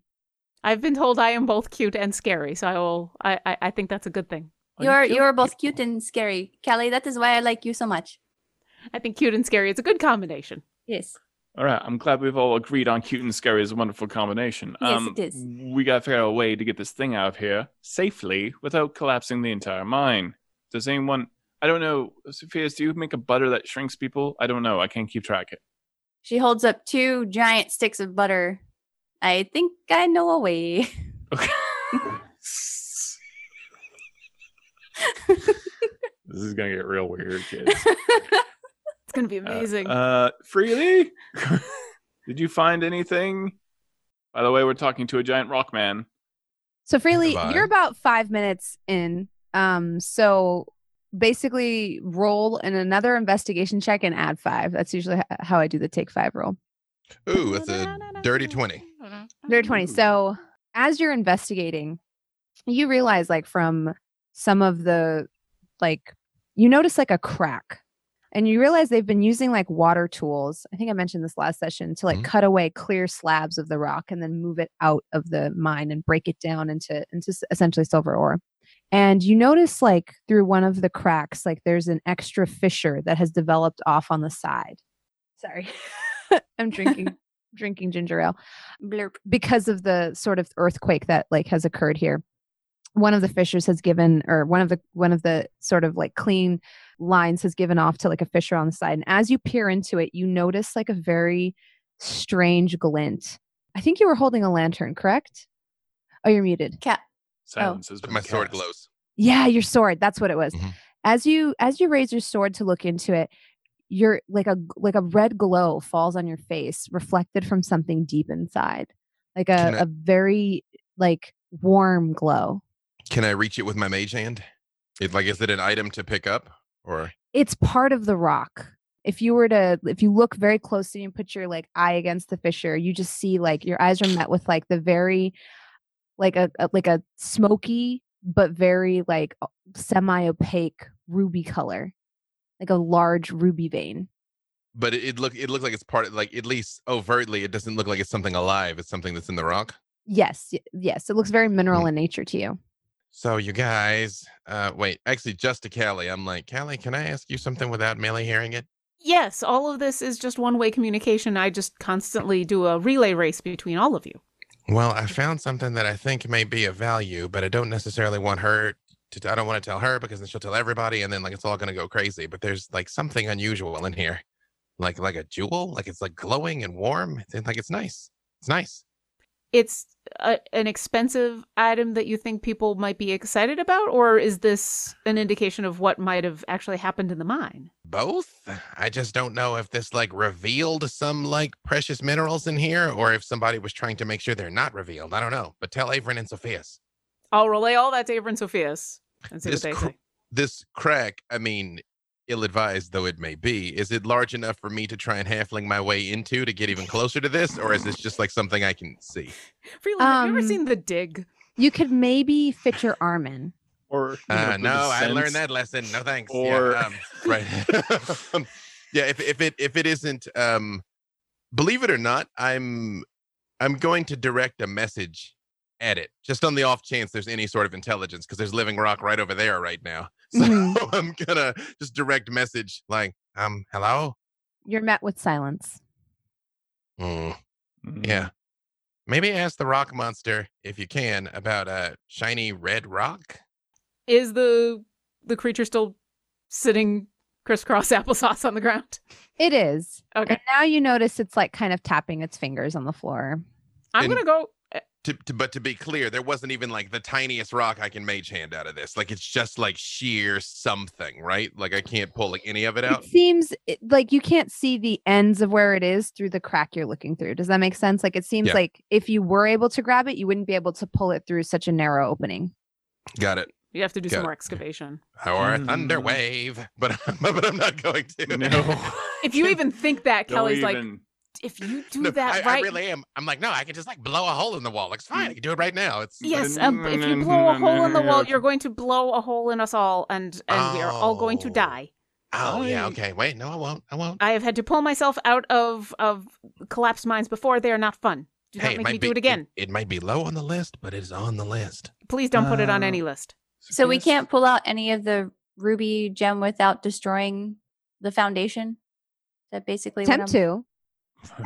[SPEAKER 2] I've been told I am both cute and scary, so I will. I I, I think that's a good thing.
[SPEAKER 4] Are you
[SPEAKER 5] You're
[SPEAKER 4] kidding?
[SPEAKER 5] you're both cute and scary, Kelly. That is why I like you so much.
[SPEAKER 2] I think cute and scary is a good combination.
[SPEAKER 5] Yes.
[SPEAKER 4] All right, I'm glad we've all agreed on cute and scary is a wonderful combination. Um,
[SPEAKER 5] Yes, it is.
[SPEAKER 4] We gotta figure out a way to get this thing out of here safely without collapsing the entire mine. Does anyone? I don't know, Sophia. Do you make a butter that shrinks people? I don't know. I can't keep track. It.
[SPEAKER 5] She holds up two giant sticks of butter. I think I know a way.
[SPEAKER 4] Okay. this is gonna get real weird, kids.
[SPEAKER 2] It's gonna be
[SPEAKER 4] Uh,
[SPEAKER 2] amazing.
[SPEAKER 4] Uh, freely. Did you find anything? By the way, we're talking to a giant rock man.
[SPEAKER 1] So Freely,
[SPEAKER 3] Goodbye.
[SPEAKER 1] you're about five minutes in. Um, so basically, roll in another investigation check and add five. That's usually h- how I do the take five roll.
[SPEAKER 3] Ooh, it's a dirty 20.
[SPEAKER 1] They're 20.
[SPEAKER 4] Ooh.
[SPEAKER 1] So as you're investigating, you realize like from some of the like you notice like a crack and you realize they've been using like water tools. I think I mentioned this last session to like
[SPEAKER 3] Mhm.
[SPEAKER 1] cut away clear slabs of the rock and then move it out of the mine and break it down into into s- essentially silver ore. And you notice like through one of the cracks like there's an extra fissure that has developed off on the side. Sorry. I'm drinking drinking ginger ale
[SPEAKER 5] Blurp.
[SPEAKER 1] because of the sort of earthquake that like has occurred here one of the fissures has given or one of the one of the sort of like clean lines has given off to like a fissure on the side and as you peer into it you notice like a very strange glint i think you were holding a lantern correct oh you're muted
[SPEAKER 4] Silence has been
[SPEAKER 3] My sword
[SPEAKER 4] cast.
[SPEAKER 3] glows.
[SPEAKER 1] yeah your sword that's what it was
[SPEAKER 3] Mhm.
[SPEAKER 1] as you as you raise your sword to look into it you're like a g- like a red glow falls on your face reflected from something deep inside like
[SPEAKER 3] Can
[SPEAKER 1] a,
[SPEAKER 3] I-
[SPEAKER 1] a very like warm glow
[SPEAKER 3] Can I reach it with my mage hand? It, like, is it an item to pick up? Or
[SPEAKER 1] it's part of the rock if you were to if you look very closely and put your like eye against the fissure you just see like your eyes are met with like the very like a, a like a smoky but very like semi opaque ruby color like a large ruby vein
[SPEAKER 3] but it, it look it looks like it's part of like at least overtly it doesn't look like it's something alive. It's something that's in the rock.
[SPEAKER 1] yes y- yes it looks very mineral in nature to you
[SPEAKER 3] So you guys, uh wait, actually just to Callie. I'm like, Callie, can I ask you something without Millie hearing it?
[SPEAKER 2] Yes, all of this is just one way communication. I just constantly do a relay race between all of you.
[SPEAKER 3] Well, I found something that I think may be of value, but I don't necessarily want her to I don't want to tell her because then she'll tell everybody and then like it's all gonna go crazy. But there's like something unusual in here. Like like a jewel, like it's like glowing and warm. It's like it's nice. It's nice.
[SPEAKER 2] It's a, an expensive item that you think people might be excited about, or is this an indication of what might have actually happened in the mine?
[SPEAKER 3] both. I just don't know if this like revealed some like precious minerals in here or if somebody was trying to make sure they're not revealed. I don't know. But tell Averin and Sophia's.
[SPEAKER 2] I'll relay all that to Avery and Sophia's and see
[SPEAKER 3] This
[SPEAKER 2] what they
[SPEAKER 3] cr-
[SPEAKER 2] say.
[SPEAKER 3] This crack, I mean, ill advised though it may be, is it large enough for me to try and halfling my way into to get even closer to this? Or is this just like something I can see?
[SPEAKER 2] Freeland, have you ever
[SPEAKER 1] Um,
[SPEAKER 2] seen The Dig?
[SPEAKER 1] you could maybe fit your arm in
[SPEAKER 4] Or you know,
[SPEAKER 3] Uh,
[SPEAKER 4] does
[SPEAKER 3] no,
[SPEAKER 4] it
[SPEAKER 3] I
[SPEAKER 4] sense-
[SPEAKER 3] learned that lesson. No thanks.
[SPEAKER 4] Or-
[SPEAKER 3] yeah, um, right. Um, yeah, if if it if it isn't um believe it or not, I'm I'm going to direct a message at it, just on the off chance there's any sort of intelligence, because there's Living Rock right over there right now. So
[SPEAKER 4] Mm-hmm.
[SPEAKER 1] Mhm.
[SPEAKER 3] I'm gonna just direct message like, um, hello?
[SPEAKER 1] You're met with silence.
[SPEAKER 3] Mm, yeah. Maybe ask the rock monster, if you can, about uh shiny red rock.
[SPEAKER 2] Is the the creature still sitting crisscross applesauce on the ground?
[SPEAKER 1] It is.
[SPEAKER 2] Okay.
[SPEAKER 1] And now you notice it's like kind of tapping its fingers on the floor.
[SPEAKER 2] I'm
[SPEAKER 3] And-
[SPEAKER 2] gonna go. eh,
[SPEAKER 3] To, to, but to be clear, there wasn't even like the tiniest rock I can mage hand out of this. Like it's just like sheer something, right? Like I can't pull like any of it out.
[SPEAKER 1] It seems it, like you can't see the ends of where it is through the crack you're looking through. Does that make sense? Like it seems
[SPEAKER 3] Yeah.
[SPEAKER 1] like if you were able to grab it, you wouldn't be able to pull it through such a narrow opening.
[SPEAKER 3] Got it.
[SPEAKER 2] You have to do
[SPEAKER 3] Got
[SPEAKER 2] some
[SPEAKER 3] it.
[SPEAKER 2] more excavation.
[SPEAKER 3] Or a thunder
[SPEAKER 4] Mm.
[SPEAKER 3] wave, but but I'm not going to.
[SPEAKER 4] No.
[SPEAKER 2] If you even think that,
[SPEAKER 4] Don't
[SPEAKER 2] Kelly's like,
[SPEAKER 4] even-
[SPEAKER 2] if you do
[SPEAKER 3] No,
[SPEAKER 2] that
[SPEAKER 3] I,
[SPEAKER 2] right,
[SPEAKER 3] I really am. I'm like, no, I can just like blow a hole in the wall. Like, it's fine. I can do it right now. It's
[SPEAKER 2] yes, um, if you blow a hole in the wall, you're going to blow a hole in us all, and and we are all going to
[SPEAKER 3] Oh.
[SPEAKER 2] die.
[SPEAKER 3] oh yeah,
[SPEAKER 4] I-
[SPEAKER 3] okay. Wait, no, I won't. I won't.
[SPEAKER 2] I have had to pull myself out of of collapsed mines before. They are not fun. Do not
[SPEAKER 3] it
[SPEAKER 2] make
[SPEAKER 3] might
[SPEAKER 2] me
[SPEAKER 3] be-
[SPEAKER 2] do it again.
[SPEAKER 3] It, might be low on the list, but it's on the list.
[SPEAKER 2] Please don't put it on
[SPEAKER 4] Uh,
[SPEAKER 2] any list.
[SPEAKER 5] So we
[SPEAKER 4] Yes.
[SPEAKER 5] can't pull out any of the ruby gem without destroying the foundation. That basically what
[SPEAKER 1] Attempt
[SPEAKER 5] I'm-
[SPEAKER 1] to.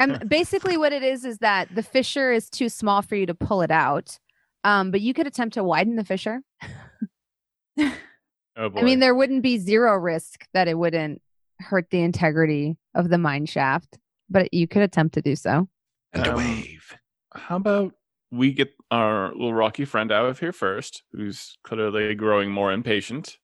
[SPEAKER 1] Um, basically, what it is is that the fissure is too small for you to pull it out. Um, but you could attempt to widen the fissure.
[SPEAKER 4] Oh,
[SPEAKER 1] I mean,
[SPEAKER 4] boy.
[SPEAKER 1] there wouldn't be zero risk that it wouldn't hurt the integrity of the mine shaft, but you could attempt to do so.
[SPEAKER 3] Thunder
[SPEAKER 4] Um,
[SPEAKER 3] wave.
[SPEAKER 4] How about we get our little rocky friend out of here first, who's clearly growing more impatient,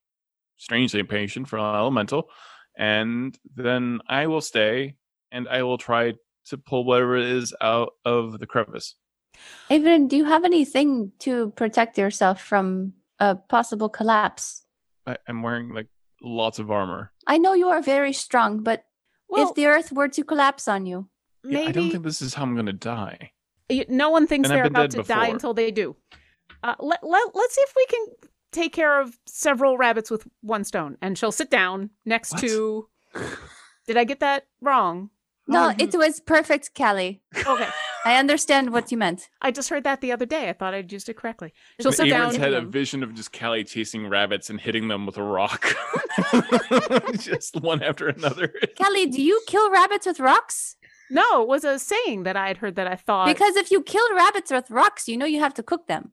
[SPEAKER 4] strangely impatient for an elemental, and then I will stay and I will try to pull whatever it is out of the crevice.
[SPEAKER 5] Avon, do you have anything to protect yourself from a possible collapse?
[SPEAKER 4] I, I'm wearing like lots of armor.
[SPEAKER 5] I know you are very strong, but
[SPEAKER 2] Well,
[SPEAKER 5] if the earth were to collapse on you,
[SPEAKER 4] Yeah, I don't
[SPEAKER 2] maybe
[SPEAKER 4] think this is how I'm gonna die.
[SPEAKER 2] y- no one thinks
[SPEAKER 4] And I've
[SPEAKER 2] they're
[SPEAKER 4] been
[SPEAKER 2] about to
[SPEAKER 4] dead
[SPEAKER 2] die
[SPEAKER 4] before.
[SPEAKER 2] until they do. Uh, let let let's see if we can take care of several rabbits with one stone. And she'll sit down next
[SPEAKER 4] What?
[SPEAKER 2] to. Did I get that wrong?
[SPEAKER 5] no,
[SPEAKER 4] Oh,
[SPEAKER 5] it was perfect, Callie.
[SPEAKER 2] Okay,
[SPEAKER 5] I understand what you meant.
[SPEAKER 2] I just heard that the other day. I thought I'd used it correctly. She'll
[SPEAKER 4] But
[SPEAKER 2] sit
[SPEAKER 4] Aaron's
[SPEAKER 2] down.
[SPEAKER 4] had a vision of just Callie chasing rabbits and hitting them with a rock, just one after another.
[SPEAKER 5] Callie, do you kill rabbits with rocks?
[SPEAKER 2] No, it was a saying that I had heard that I thought.
[SPEAKER 5] Because if you kill rabbits with rocks, you know you have to cook them.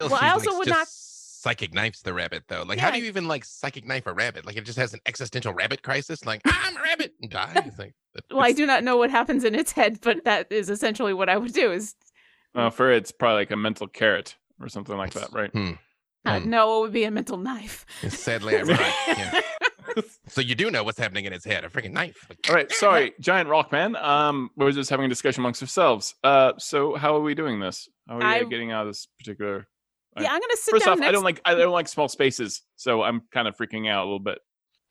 [SPEAKER 3] Well,
[SPEAKER 2] I also would not-
[SPEAKER 3] psychic knifes the rabbit though. Like,
[SPEAKER 2] Yeah,
[SPEAKER 3] how do you even like psychic knife a rabbit? Like, it just has an existential rabbit crisis. Like, I'm a rabbit and dies. Like,
[SPEAKER 2] well, I do not know what happens in its head, but that is essentially what I would do. Is
[SPEAKER 4] Uh, for it's probably like a mental carrot or something like that, right?
[SPEAKER 3] Hmm.
[SPEAKER 2] uh,
[SPEAKER 3] Hmm.
[SPEAKER 2] no, it would be a mental knife.
[SPEAKER 3] Sadly, I'm right. Yeah. So you do know what's happening in his head? A freaking knife. Like,
[SPEAKER 4] All right, sorry, Giant Rock Man. Um, we we're just having a discussion amongst ourselves. Uh, so how are we doing this? How are
[SPEAKER 2] I-
[SPEAKER 4] we uh, getting out of this particular?
[SPEAKER 2] Yeah, I'm gonna sit
[SPEAKER 4] First
[SPEAKER 2] down
[SPEAKER 4] off,
[SPEAKER 2] next.
[SPEAKER 4] I don't like I don't like small spaces, so I'm kind of freaking out a little bit.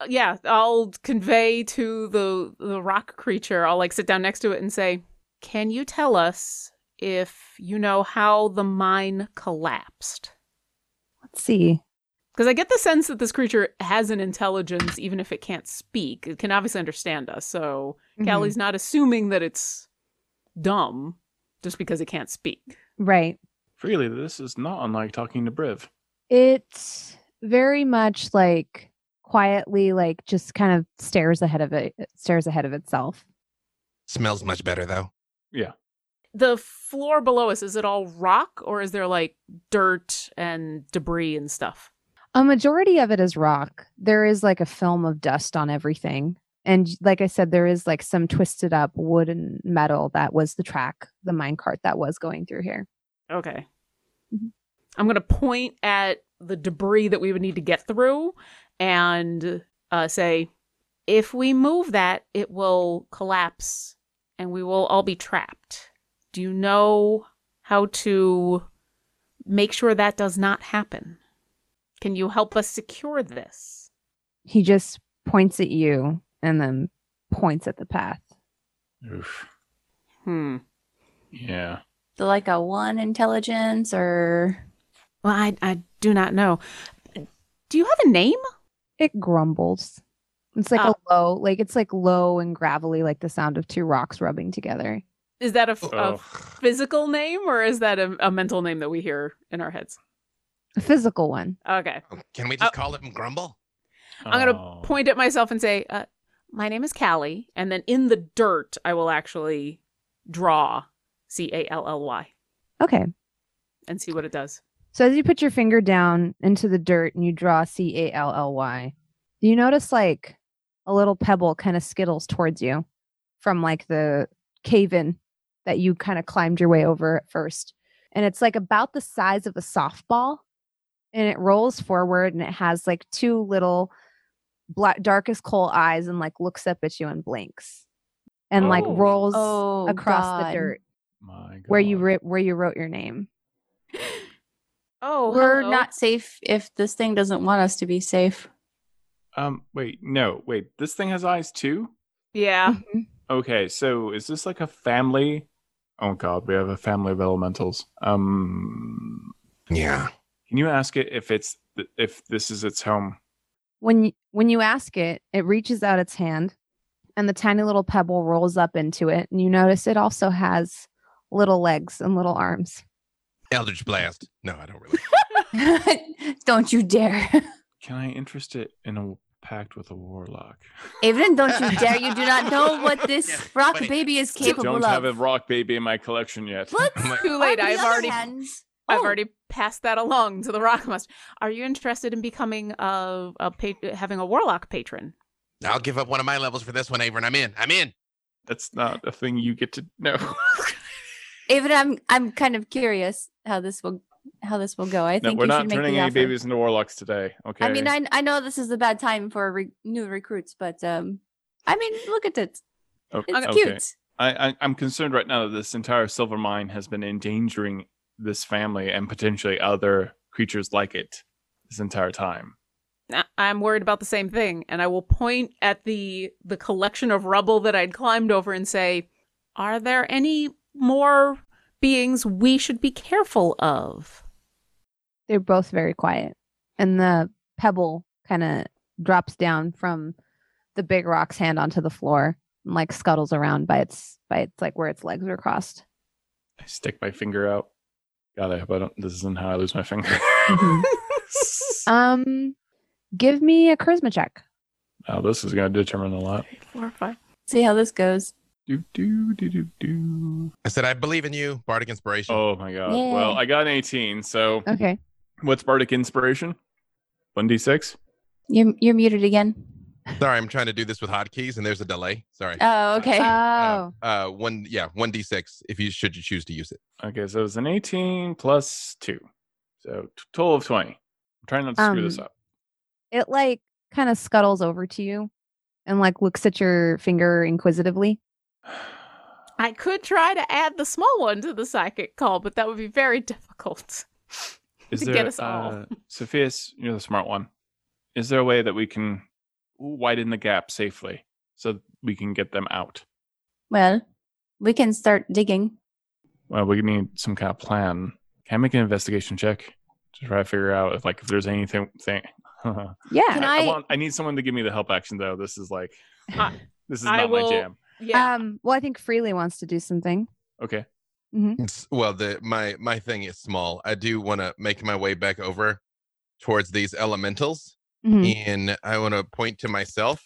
[SPEAKER 2] yeah, I'll convey to the the rock creature. I'll like sit down next to it and say, "Can you tell us if you know how the mine collapsed?"
[SPEAKER 1] Let's see.
[SPEAKER 2] Because I get the sense that this creature has an intelligence, even if it can't speak. It can obviously understand us. So
[SPEAKER 1] Mhm.
[SPEAKER 2] Callie's not assuming that it's dumb just because it can't speak.
[SPEAKER 1] Right.
[SPEAKER 4] Really, this is not unlike talking to Briv.
[SPEAKER 1] It very much like quietly, like just kind of stares ahead of it, stares ahead of itself.
[SPEAKER 3] Smells much better though.
[SPEAKER 2] The floor below us, is it all rock or is there like dirt and debris and stuff?
[SPEAKER 1] A majority of it is rock. There is like a film of dust on everything. And like I said, there is like some twisted up wood and metal that was the track, the minecart that was going through here.
[SPEAKER 2] Okay.
[SPEAKER 1] Mhm.
[SPEAKER 2] I'm going to point at the debris that we would need to get through and uh, say, if we move that, it will collapse and we will all be trapped. Do you know how to make sure that does not happen? Can you help us secure this?
[SPEAKER 1] He just points at you and then points at the path.
[SPEAKER 4] Oof.
[SPEAKER 2] Hmm.
[SPEAKER 4] Yeah.
[SPEAKER 5] So like a one intelligence or
[SPEAKER 2] Well, I, I do not know. Do you have a name?
[SPEAKER 1] It grumbles. It's like a low, like it's like low and gravelly, like the sound of two rocks rubbing together.
[SPEAKER 2] Is that a, f- a
[SPEAKER 4] Oh.
[SPEAKER 2] physical name or is that a, a mental name that we hear in our heads?
[SPEAKER 1] A physical one.
[SPEAKER 2] Okay.
[SPEAKER 3] Can we just
[SPEAKER 2] Oh.
[SPEAKER 3] call him Grumble?
[SPEAKER 2] I'm going
[SPEAKER 4] Oh.
[SPEAKER 2] to point at myself and say, uh, My name is Callie. And then in the dirt, I will actually draw C A L L Y
[SPEAKER 1] Okay.
[SPEAKER 2] and see what it does.
[SPEAKER 1] So as you put your finger down into the dirt and you draw C A L L Y, you notice like a little pebble kind of skittles towards you from like the cave in that you kind of climbed your way over at first. And it's like about the size of a softball and it rolls forward and it has like two little black darkest coal eyes and like looks up at you and blinks and like
[SPEAKER 4] Oh.
[SPEAKER 1] rolls
[SPEAKER 5] Oh,
[SPEAKER 1] across the
[SPEAKER 5] God.
[SPEAKER 1] dirt
[SPEAKER 4] My
[SPEAKER 1] where you
[SPEAKER 4] God.
[SPEAKER 1] writ where you wrote your name.
[SPEAKER 2] Oh,
[SPEAKER 5] We're
[SPEAKER 2] hello.
[SPEAKER 5] not safe if this thing doesn't want us to be safe.
[SPEAKER 4] Um, wait, no, wait. This thing has eyes too.
[SPEAKER 2] Yeah.
[SPEAKER 4] Okay, so is this like a family? Oh God, we have a family of elementals. Um,
[SPEAKER 3] Yeah.
[SPEAKER 4] can you ask it if it's if this is its home?
[SPEAKER 1] when y- when you ask it it reaches out its hand and the tiny little pebble rolls up into it and you notice it also has little legs and little arms
[SPEAKER 3] Eldritch Blast. No, I don't really.
[SPEAKER 5] don't you dare.
[SPEAKER 4] Can I interest it in a pact with a warlock?
[SPEAKER 5] Aiden, don't you dare. You do not know what this
[SPEAKER 3] Yeah,
[SPEAKER 5] rock
[SPEAKER 3] wait.
[SPEAKER 5] baby is
[SPEAKER 3] Still
[SPEAKER 5] capable
[SPEAKER 4] Don't
[SPEAKER 5] of.
[SPEAKER 4] have a rock baby in my collection yet.
[SPEAKER 5] Let's-
[SPEAKER 3] I'm like,
[SPEAKER 2] Too late.
[SPEAKER 5] On the
[SPEAKER 2] I've
[SPEAKER 5] other
[SPEAKER 2] already
[SPEAKER 5] hand-
[SPEAKER 2] I've
[SPEAKER 5] Oh,
[SPEAKER 2] already passed that along to the Rockmaster. Are you interested in becoming a, a pa- having a warlock patron?
[SPEAKER 3] I'll give up one of my levels for this one, Avern. I'm in. I'm in.
[SPEAKER 4] That's not a thing you get to know.
[SPEAKER 5] Aiden, I'm I'm kind of curious how this will how this will go. I
[SPEAKER 4] no,
[SPEAKER 5] think
[SPEAKER 4] we're
[SPEAKER 5] you
[SPEAKER 4] not
[SPEAKER 5] should make
[SPEAKER 4] turning
[SPEAKER 5] the
[SPEAKER 4] any
[SPEAKER 5] offer.
[SPEAKER 4] babies into warlocks today. Okay.
[SPEAKER 5] I mean, I I know this is a bad time for re- new recruits, but um, I mean, look at it.
[SPEAKER 4] O-
[SPEAKER 5] It's
[SPEAKER 4] Oh, okay.
[SPEAKER 5] cute.
[SPEAKER 4] I, I I'm concerned right now that this entire silver mine has been endangering this family and potentially other creatures like it this entire time.
[SPEAKER 2] I- I'm worried about the same thing, and I will point at the the collection of rubble that I'd climbed over and say, "Are there any more beings we should be careful of?"
[SPEAKER 1] they're both very quiet and the pebble kind of drops down from the big rock's hand onto the floor and like scuttles around by its by its like where its legs are crossed
[SPEAKER 4] I stick my finger out. God, I hope I don't. This isn't how I lose my finger.
[SPEAKER 1] um give me a charisma check
[SPEAKER 4] now this is going to determine a lot.
[SPEAKER 2] Four, five.
[SPEAKER 5] See how this goes.
[SPEAKER 4] Do do do do do.
[SPEAKER 3] I said, I believe in you. Bardic Inspiration.
[SPEAKER 4] Oh my god.
[SPEAKER 1] Yay.
[SPEAKER 4] Well, I got an 18. So
[SPEAKER 1] okay
[SPEAKER 4] what's bardic inspiration? 1d6.
[SPEAKER 5] You're you're muted again.
[SPEAKER 3] Sorry, I'm trying to do this with hotkeys, and there's a delay. Sorry.
[SPEAKER 5] Oh, okay.
[SPEAKER 1] oh
[SPEAKER 3] Uh, uh, one, yeah, one d6. If you should you choose to use it.
[SPEAKER 4] Okay, so it's an 18 plus two, so t- total of 20. I'm trying not to screw this
[SPEAKER 1] Um,
[SPEAKER 4] up.
[SPEAKER 1] it like kind of scuttles over to you and like looks at your finger inquisitively.
[SPEAKER 2] I could try to add the small one to the psychic call, but that would be very difficult.
[SPEAKER 4] Is
[SPEAKER 2] to
[SPEAKER 4] there,
[SPEAKER 2] get us all.
[SPEAKER 4] uh, Sophia's, you're the smart one. Is there a way that we can widen the gap safely so we can get them out?
[SPEAKER 5] Well, we can start digging.
[SPEAKER 4] Well, we need some kind of plan. Can I make an investigation check to try to figure out if, like, if there's anything? Thing. I,
[SPEAKER 1] Yeah.
[SPEAKER 5] Can
[SPEAKER 4] I,
[SPEAKER 5] I-
[SPEAKER 4] want, I need someone to give me the help action, though. This is like,
[SPEAKER 2] I-
[SPEAKER 4] this is
[SPEAKER 2] I
[SPEAKER 4] not
[SPEAKER 2] will-
[SPEAKER 4] my jam.
[SPEAKER 2] Yeah.
[SPEAKER 1] Um, well, I think Freely wants to do something.
[SPEAKER 4] Okay.
[SPEAKER 3] It's- well, the my my thing is small. I do want to make my way back over towards these elementals,
[SPEAKER 1] Mhm,
[SPEAKER 3] and I want to point to myself,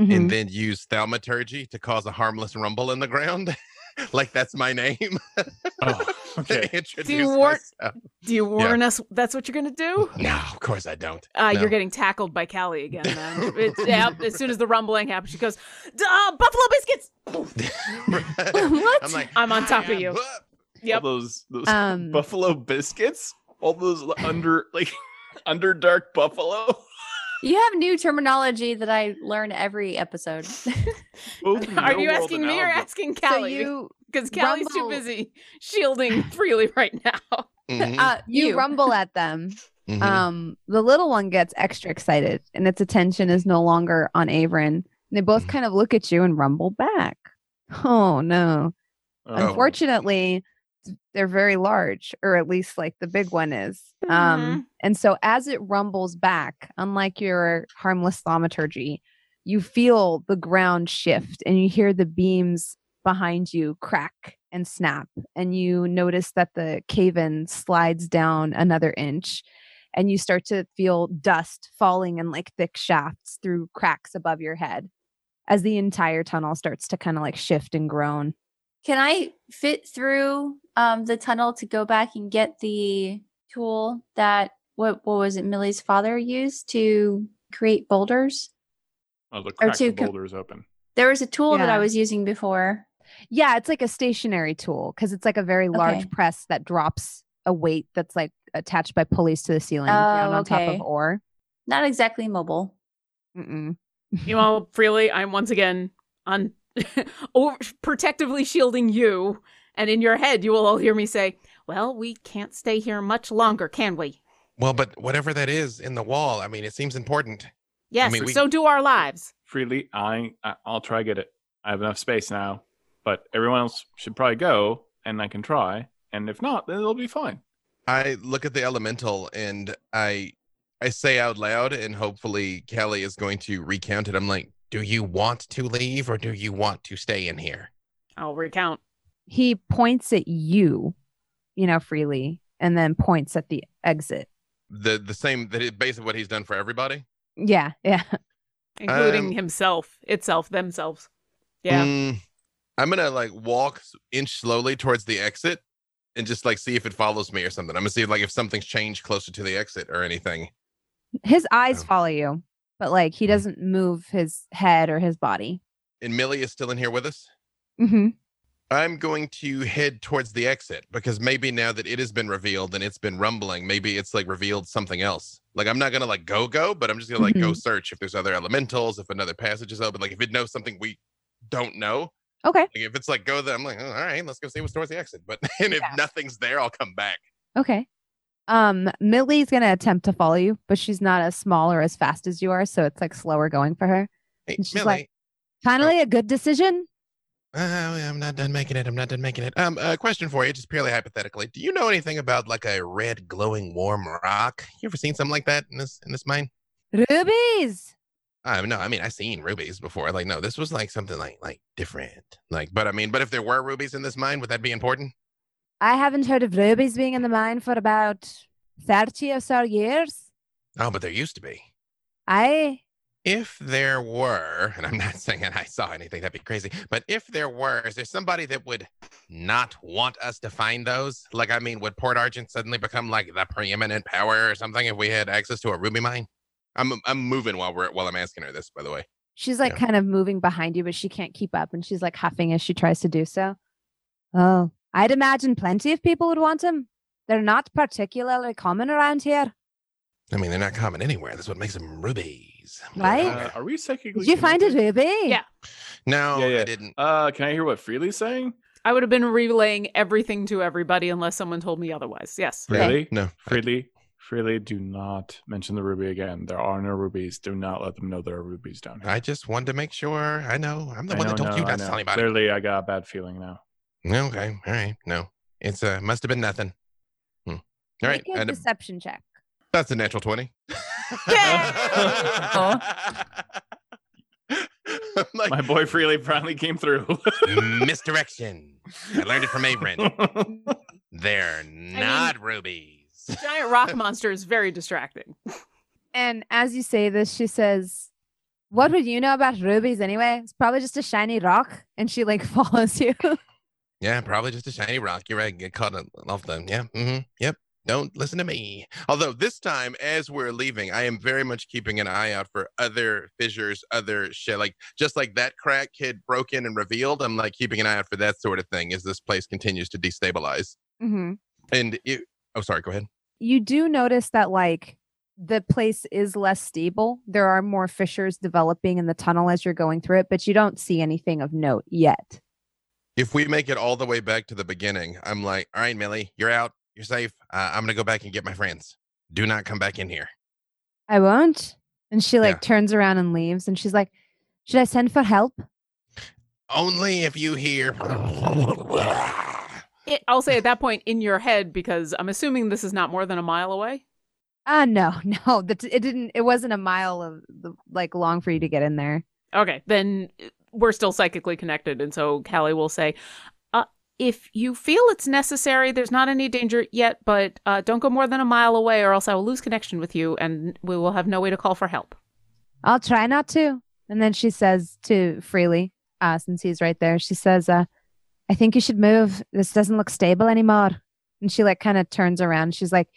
[SPEAKER 1] mhm.
[SPEAKER 3] and then use thaumaturgy to cause a harmless rumble in the ground. like that's my name.
[SPEAKER 4] Oh, okay.
[SPEAKER 3] to introduce
[SPEAKER 2] warn-
[SPEAKER 3] myself.
[SPEAKER 2] do you warn us that's what you're going to do?
[SPEAKER 3] No, of course I don't.
[SPEAKER 2] Uh,
[SPEAKER 3] No.
[SPEAKER 2] You're getting tackled by Callie again, man. It- yep, as soon as the rumbling happens, she goes, "Duh, Buffalo Biscuits!
[SPEAKER 5] What?
[SPEAKER 3] I'm like,
[SPEAKER 2] I'm on
[SPEAKER 3] "Hi,
[SPEAKER 2] top of you."
[SPEAKER 3] Buff."
[SPEAKER 2] Yep.
[SPEAKER 4] All those, those
[SPEAKER 1] Um,
[SPEAKER 4] buffalo biscuits, all those l- under like underdark buffalo.
[SPEAKER 5] You have new terminology that I learn every episode.
[SPEAKER 4] Both
[SPEAKER 2] Are
[SPEAKER 4] real
[SPEAKER 2] you
[SPEAKER 4] world
[SPEAKER 2] asking
[SPEAKER 4] and
[SPEAKER 2] me or
[SPEAKER 4] algo-
[SPEAKER 2] asking
[SPEAKER 1] so
[SPEAKER 2] Callie?
[SPEAKER 1] you
[SPEAKER 2] Because Callie's too
[SPEAKER 1] Rumble-
[SPEAKER 2] busy shielding freely right now.
[SPEAKER 3] Mhm,
[SPEAKER 5] uh,
[SPEAKER 1] you, rumble at them.
[SPEAKER 3] mhm.
[SPEAKER 1] Um, the little one gets extra excited, and its attention is no longer on Averin. They both
[SPEAKER 3] Mhm.
[SPEAKER 1] kind of look at you and rumble back. Oh no!
[SPEAKER 4] Oh.
[SPEAKER 1] Unfortunately, they're very large, or at least like the big one is. Um, and so as it rumbles back, unlike your harmless thaumaturgy, you feel the ground shift and you hear the beams behind you crack and snap, and you notice that the cave in slides down another inch, and you start to feel dust falling in like thick shafts through cracks above your head as the entire tunnel starts to kind of like shift and groan.
[SPEAKER 5] Can I fit through um, the tunnel to go back and get the tool that what what was it Millie's father used to create boulders?
[SPEAKER 4] Oh, the crack the
[SPEAKER 5] two com-
[SPEAKER 4] boulders open.
[SPEAKER 5] There was a tool that
[SPEAKER 1] Yeah.
[SPEAKER 5] I was using before.
[SPEAKER 1] Yeah, it's like a stationary tool because it's like a very large
[SPEAKER 5] Okay.
[SPEAKER 1] press that drops a weight that's like attached by pulleys to the ceiling down
[SPEAKER 5] Oh,
[SPEAKER 1] on top
[SPEAKER 5] okay.
[SPEAKER 1] of ore.
[SPEAKER 5] Not exactly mobile.
[SPEAKER 1] Mm-mm.
[SPEAKER 2] You all freely. I'm once again on over, protectively shielding you, and in your head, you will all hear me say, "Well, we can't stay here much longer, can we?"
[SPEAKER 3] Well, but whatever that is in the wall, I mean, it seems important.
[SPEAKER 2] Yes.
[SPEAKER 3] mean, we-
[SPEAKER 2] so do our lives.
[SPEAKER 4] Freely, I I- I'll try get it. I have enough space now, but everyone else should probably go, and I can try. And if not, then it'll be fine.
[SPEAKER 3] I look at the elemental and I I say out loud and hopefully Kelly is going to recount it. I'm like, do you want to leave or do you want to stay in here?
[SPEAKER 2] I'll recount.
[SPEAKER 1] He points at you, you know, freely, and then points at the exit.
[SPEAKER 3] The the same that is basically what he's done for everybody.
[SPEAKER 1] Yeah, yeah.
[SPEAKER 2] including
[SPEAKER 3] Um,
[SPEAKER 2] himself, itself, themselves. Yeah.
[SPEAKER 3] Mm, I'm gonna like walk s- inch slowly towards the exit and just like see if it follows me or something. I'm gonna see like if something's changed closer to the exit or anything.
[SPEAKER 1] His eyes
[SPEAKER 3] Oh.
[SPEAKER 1] follow you, but like he doesn't move his head or his body.
[SPEAKER 3] And Millie is still in here with us.
[SPEAKER 1] hmm
[SPEAKER 5] Mm-hmm.
[SPEAKER 3] I'm going to head towards the exit because maybe now that it has been revealed and it's been rumbling, maybe it's like revealed something else. Like I'm not gonna like go go, but I'm just gonna like
[SPEAKER 1] Mm-hmm.
[SPEAKER 3] go search if there's other elementals, if another passage is open, like if it knows something we don't know.
[SPEAKER 1] Okay.
[SPEAKER 3] Like if it's like go there, I'm like, oh, all right, let's go see what's towards the exit. But and if
[SPEAKER 1] Yeah.
[SPEAKER 3] nothing's there, I'll come back.
[SPEAKER 1] Okay. Um, Millie's gonna attempt to follow you, but she's not as small or as fast as you are, so it's like slower going for her.
[SPEAKER 3] Hey,
[SPEAKER 1] And she's
[SPEAKER 3] Millie,
[SPEAKER 1] like- Finally, a good decision.
[SPEAKER 3] Uh, I'm not done making it. I'm not done making it. Um, a question for you, just purely hypothetically. Do you know anything about like a red glowing warm rock? You ever seen something like that in this in this mine?
[SPEAKER 1] Rubies.
[SPEAKER 3] Uh, no, I mean I seen rubies before. Like no, this was like something like like different. Like, but I mean, but if there were rubies in this mine, would that be important?
[SPEAKER 1] I haven't heard of rubies being in the mine for about thirty or so years.
[SPEAKER 3] Oh, but there used to be.
[SPEAKER 1] I
[SPEAKER 3] If there were, and I'm not saying that I saw anything, that'd be crazy. But if there were, is there somebody that would not want us to find those? Like, I mean, would Port Argent suddenly become like the preeminent power or something if we had access to a ruby mine? I'm I'm moving while we're while I'm asking her this, by the way.
[SPEAKER 1] She's like
[SPEAKER 3] Yeah.
[SPEAKER 1] kind of moving behind you, but she can't keep up and she's like huffing as she tries to do so. Oh, I'd imagine plenty of people would want them. They're not particularly common around here.
[SPEAKER 3] I mean, they're not common anywhere. That's what makes them rubies.
[SPEAKER 1] Right?
[SPEAKER 4] Uh, are we psychically?
[SPEAKER 1] Did you find a
[SPEAKER 4] connected?
[SPEAKER 1] ruby?
[SPEAKER 2] Yeah.
[SPEAKER 3] No,
[SPEAKER 4] Yeah, yeah.
[SPEAKER 3] I didn't.
[SPEAKER 4] Uh, can I hear what Freely's saying?
[SPEAKER 2] I would have been relaying everything to everybody unless someone told me otherwise. Yes.
[SPEAKER 1] Okay.
[SPEAKER 4] Really?
[SPEAKER 3] No.
[SPEAKER 4] Freely, freely, do not mention the ruby again. There are no rubies. Do not let them know there are rubies down here.
[SPEAKER 3] I just wanted to make sure. I know. I'm the
[SPEAKER 4] I
[SPEAKER 3] one that
[SPEAKER 4] know,
[SPEAKER 3] told
[SPEAKER 4] no,
[SPEAKER 3] you
[SPEAKER 4] I
[SPEAKER 3] not to
[SPEAKER 4] know.
[SPEAKER 3] tell anybody.
[SPEAKER 4] Clearly, I got a bad feeling now.
[SPEAKER 3] Okay. All right. No. It's uh must have been nothing. Hmm. All right.
[SPEAKER 1] Make a
[SPEAKER 3] and, uh,
[SPEAKER 1] deception check.
[SPEAKER 3] that's a natural 20. I'm like,
[SPEAKER 4] My boy Freely finally came through.
[SPEAKER 3] misdirection. I learned it from Averin. They're not rubies.
[SPEAKER 2] Giant rock monster is very distracting.
[SPEAKER 1] And as you say this, she says, What would you know about rubies anyway? It's probably just a shiny rock. And she like follows you.
[SPEAKER 3] Yeah, probably just a shiny rock. You're right. Get caught off them. Yeah. hmm Yep. Don't listen to me. Although this time, as we're leaving, I am very much keeping an eye out for other fissures, other shit. Like just like that crack had broken and revealed. I'm like keeping an eye out for that sort of thing as this place continues to destabilize.
[SPEAKER 1] mm-hmm.
[SPEAKER 3] And it, oh, sorry. Go ahead.
[SPEAKER 1] You do notice that like the place is less stable. There are more fissures developing in the tunnel as you're going through it, but you don't see anything of note yet.
[SPEAKER 3] If we make it all the way back to the beginning, I'm like, all right, Millie, you're out. You're safe. Uh, I'm gonna go back and get my friends. Do not come back in here.
[SPEAKER 1] I won't. And she like
[SPEAKER 3] Yeah.
[SPEAKER 1] turns around and leaves and she's like, Should I send for help?
[SPEAKER 3] Only if you hear.
[SPEAKER 2] It, I'll say at that point in your head because I'm assuming this is not more than a mile away.
[SPEAKER 1] Uh no, no. That it didn't it wasn't a mile of the, like long for you to get in there.
[SPEAKER 2] Okay, then we're still psychically connected, and so Callie will say, uh, If you feel it's necessary, there's not any danger yet, but uh, don't go more than a mile away or else I will lose connection with you and we will have no way to call for help.
[SPEAKER 1] I'll try not to. And then she says to Freely, uh, since he's right there, she says, uh, I think you should move. This doesn't look stable anymore. And she like kind of turns around. She's like,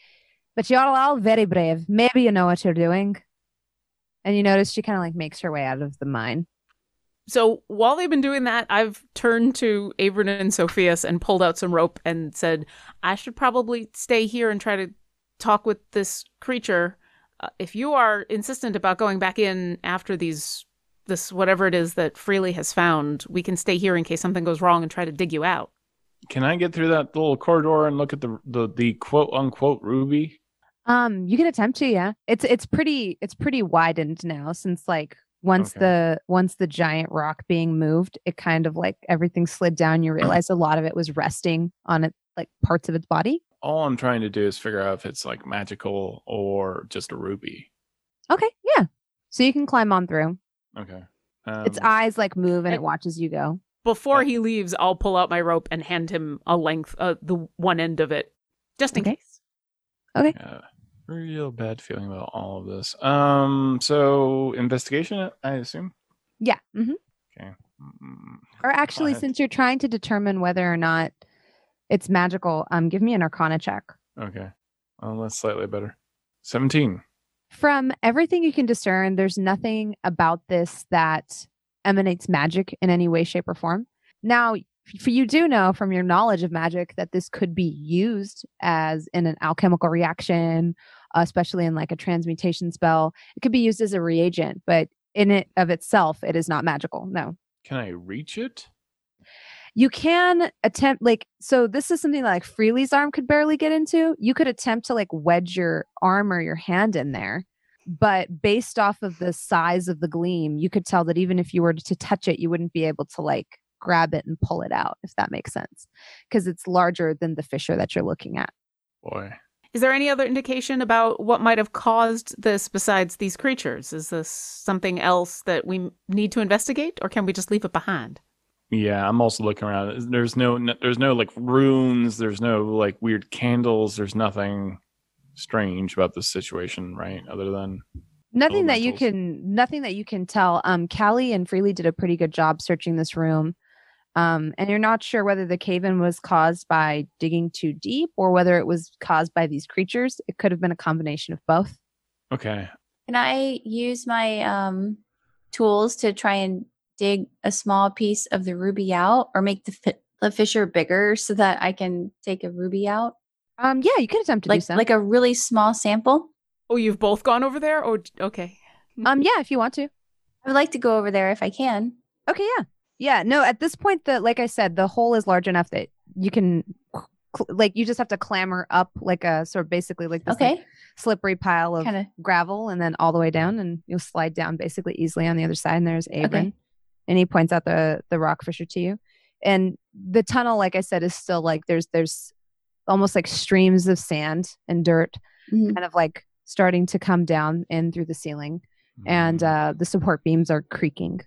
[SPEAKER 1] but you're all very brave. Maybe you know what you're doing. And you notice she kind of like makes her way out of the mine.
[SPEAKER 2] So while they've been doing that, I've turned to Avern and Sophias and pulled out some rope and said, I should probably stay here and try to talk with this creature. Uh, if you are insistent about going back in after these, this whatever it is that Freely has found, we can stay here in case something goes wrong and try to dig you out.
[SPEAKER 4] Can I get through that little corridor and look at the the, the quote unquote ruby?
[SPEAKER 1] Um, you can attempt to, yeah. It's it's pretty it's pretty widened now since like once
[SPEAKER 4] Okay.
[SPEAKER 1] the once the giant rock being moved, it kind of like everything slid down. You realize a lot of it was resting on it like parts of its body.
[SPEAKER 4] All I'm trying to do is figure out if it's like magical or just a ruby.
[SPEAKER 1] Okay, yeah. So you can climb on through.
[SPEAKER 4] Okay. Um,
[SPEAKER 1] its eyes like move and it
[SPEAKER 2] I-
[SPEAKER 1] watches you go.
[SPEAKER 2] Before
[SPEAKER 4] Yeah.
[SPEAKER 2] he leaves, I'll pull out my rope and hand him a length, uh, the one end of it, just in
[SPEAKER 1] Okay.
[SPEAKER 2] case.
[SPEAKER 4] yeah, real bad feeling about all of this. Um. So investigation, I assume.
[SPEAKER 1] Yeah. hmm
[SPEAKER 4] Mm,
[SPEAKER 1] Or actually,
[SPEAKER 4] Got it.
[SPEAKER 1] since you're trying to determine whether or not it's magical, um, give me an Arcana check.
[SPEAKER 4] Okay. Well, that's slightly better. Seventeen.
[SPEAKER 1] From everything you can discern, there's nothing about this that emanates magic in any way, shape, or form. Now, f- you do know from your knowledge of magic that this could be used as in an alchemical reaction, uh, especially in like a transmutation spell. It could be used as a reagent, but in it of itself, it is not magical. No.
[SPEAKER 4] Can I reach it?
[SPEAKER 1] you can attempt like so this is something that, like freely's arm could barely get into you could attempt to like wedge your arm or your hand in there but based off of the size of the gleam you could tell that even if you were to touch it you wouldn't be able to like grab it and pull it out if that makes sense because it's larger than the fissure that you're looking at
[SPEAKER 4] Boy.
[SPEAKER 2] Is there any other indication about what might have caused this besides these creatures? Is this something else that we m- need to investigate, or can we just leave it behind?
[SPEAKER 4] Yeah, I'm also looking around. There's no, n there's no like runes. There's no like weird candles. There's nothing strange about this situation, right? Other than
[SPEAKER 1] nothing that you
[SPEAKER 4] Elementals.
[SPEAKER 1] can nothing that you can tell um callie and freely did a pretty good job searching this room um and you're not sure whether the cave-in was caused by digging too deep or whether it was caused by these creatures it could have been a combination of both
[SPEAKER 4] okay,
[SPEAKER 5] Can I use my um, tools to try and dig a small piece of the ruby out or make the, fi- the fissure bigger so that I can take a ruby out?
[SPEAKER 1] um yeah you could attempt to do
[SPEAKER 5] Like,
[SPEAKER 1] so
[SPEAKER 5] like a really small sample?
[SPEAKER 2] Oh, you've both gone over there? Or, okay.
[SPEAKER 1] um yeah if you want to
[SPEAKER 5] I would like to go over there if I can.
[SPEAKER 1] okay yeah yeah no at this point the like i said the hole is large enough that you can cl- cl- like you just have to clamber up like a sort of basically like this like,
[SPEAKER 5] Okay.
[SPEAKER 1] slippery pile of
[SPEAKER 5] Kind of.
[SPEAKER 1] gravel and then all the way down and you'll slide down basically easily on the other side and there's Abram.
[SPEAKER 5] Okay.
[SPEAKER 1] And he points out the the rock fisher to you. And the tunnel, like I said, is still like there's there's almost like streams of sand and dirt
[SPEAKER 5] Mm-hmm.
[SPEAKER 1] kind of like starting to come down in through the ceiling. And
[SPEAKER 4] Mm.
[SPEAKER 1] uh the support beams are creaking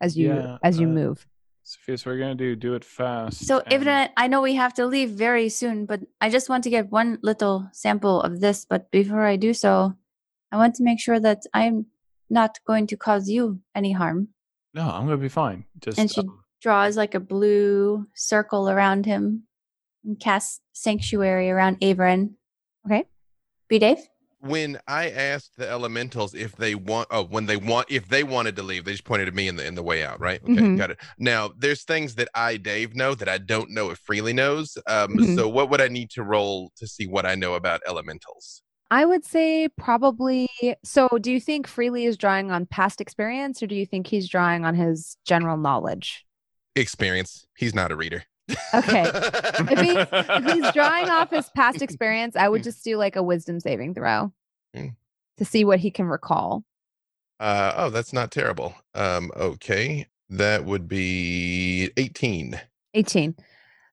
[SPEAKER 1] as you
[SPEAKER 4] Yeah,
[SPEAKER 1] as you
[SPEAKER 4] uh,
[SPEAKER 1] move.
[SPEAKER 4] Sophia's, what are you gonna do? Do it fast.
[SPEAKER 5] So,
[SPEAKER 4] and-
[SPEAKER 5] Ivna, I know we have to leave very soon, but I just want to get one little sample of this. But before I do so, I want to make sure that I'm not going to cause you any harm.
[SPEAKER 4] no, I'm gonna be fine. Just
[SPEAKER 5] And she-
[SPEAKER 4] um,
[SPEAKER 5] Draws like a blue circle around him and casts sanctuary around Averin.
[SPEAKER 1] Okay.
[SPEAKER 5] Be Dave?
[SPEAKER 3] when I asked the elementals if they want, oh, when they want, if they wanted to leave, they just pointed at me in the in the way out, right? Okay,
[SPEAKER 1] Mhm.
[SPEAKER 3] got it. Now, there's things that I, Dave, know that I don't know if Freely knows. Um,
[SPEAKER 1] Mhm.
[SPEAKER 3] So, what would I need to roll to see what I know about elementals?
[SPEAKER 1] I would say probably so do you think Freely is drawing on past experience or do you think he's drawing on his general knowledge?
[SPEAKER 3] Experience. He's not a reader.
[SPEAKER 1] Okay. If he- if he's drawing off his past experience, I would just do like a wisdom saving throw
[SPEAKER 3] Mm.
[SPEAKER 1] to see what he can recall.
[SPEAKER 3] Uh, oh, that's not terrible. Um, okay, that would be 18.
[SPEAKER 1] 18.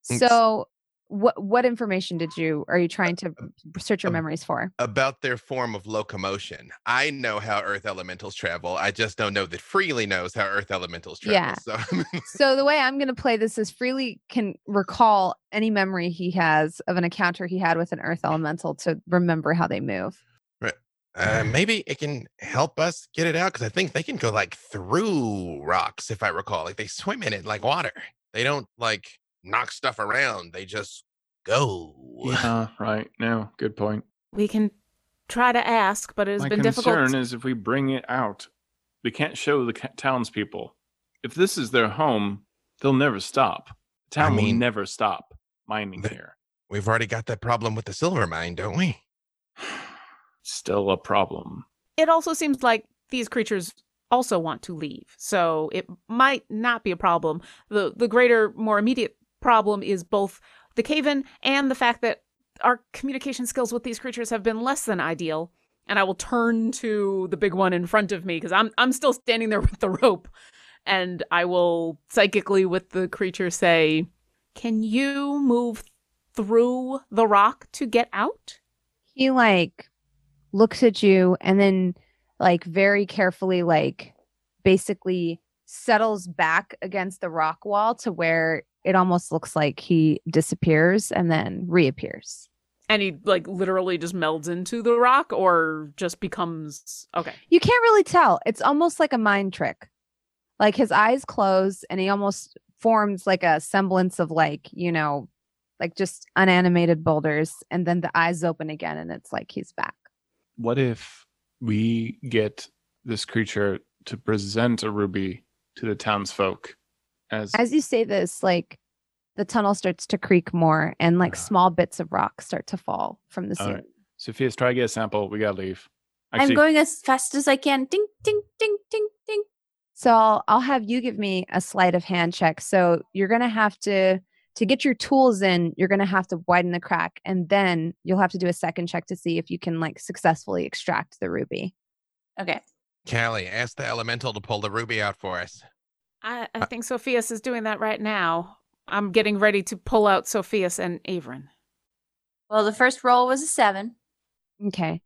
[SPEAKER 3] Thanks. Uh,
[SPEAKER 1] So what what information did you are you trying to search your
[SPEAKER 3] um,
[SPEAKER 1] memories for?
[SPEAKER 3] about their form of locomotion. I know how earth elementals travel. I just don't know that Freely knows how earth elementals travel.
[SPEAKER 1] Yeah.
[SPEAKER 3] So
[SPEAKER 1] So the way I'm going to play this is Freely can recall any memory he has of an encounter he had with an earth elemental to remember how they move.
[SPEAKER 3] uh, maybe it can help us get it out because I think they can go like through rocks, if I recall. Like they swim in it like water. They don't like knock stuff around. They just go.
[SPEAKER 4] Yeah, right. No, good point.
[SPEAKER 2] We can try to ask, but it has
[SPEAKER 4] My
[SPEAKER 2] been
[SPEAKER 4] concern
[SPEAKER 2] difficult.
[SPEAKER 4] is if we bring it out, we can't show the ca- townspeople. If this is their home, they'll never stop. The
[SPEAKER 3] I
[SPEAKER 4] town
[SPEAKER 3] mean-
[SPEAKER 4] will never stop mining
[SPEAKER 3] The-
[SPEAKER 4] here.
[SPEAKER 3] We've already got that problem with the silver mine, don't we?
[SPEAKER 4] Still a problem.
[SPEAKER 2] it also seems like these creatures also want to leave so it might not be a problem the the greater more immediate problem is both the cave-in and the fact that our communication skills with these creatures have been less than ideal and i will turn to the big one in front of me because i'm i'm still standing there with the rope and i will psychically with the creature say can you move through the rock to get out
[SPEAKER 1] He like looks at you and then like very carefully like basically settles back against the rock wall to where it almost looks like he disappears and then reappears.
[SPEAKER 2] and he like literally just melds into the rock or just becomes okay
[SPEAKER 1] You can't really tell. It's almost like a mind trick. Like his eyes close and he almost forms like a semblance of like, you know, like just unanimated boulders and then the eyes open again and it's like he's back.
[SPEAKER 4] What if we get this creature to present a ruby to the townsfolk as,
[SPEAKER 1] As you say this, like the tunnel starts to creak more and like
[SPEAKER 4] Ah.
[SPEAKER 1] small bits of rock start to fall from the
[SPEAKER 4] All
[SPEAKER 1] ceiling.
[SPEAKER 4] right. Sophia's try to get a sample. We gotta leave.
[SPEAKER 5] I'm going as fast as I can. Ding, ding, ding, ding, ding.
[SPEAKER 1] So I'll, I'll have you give me a sleight of hand check. So you're going to have to to get your tools in, you're going to have to widen the crack and then you'll have to do a second check to see if you can like successfully extract the ruby.
[SPEAKER 5] Okay.
[SPEAKER 3] Callie, ask the elemental to pull the ruby out for us.
[SPEAKER 2] i, I
[SPEAKER 3] Uh,
[SPEAKER 2] think sophias is doing that right now i'm getting ready to pull out sophias and Averin.
[SPEAKER 5] Well, the first roll was a seven.
[SPEAKER 1] Okay.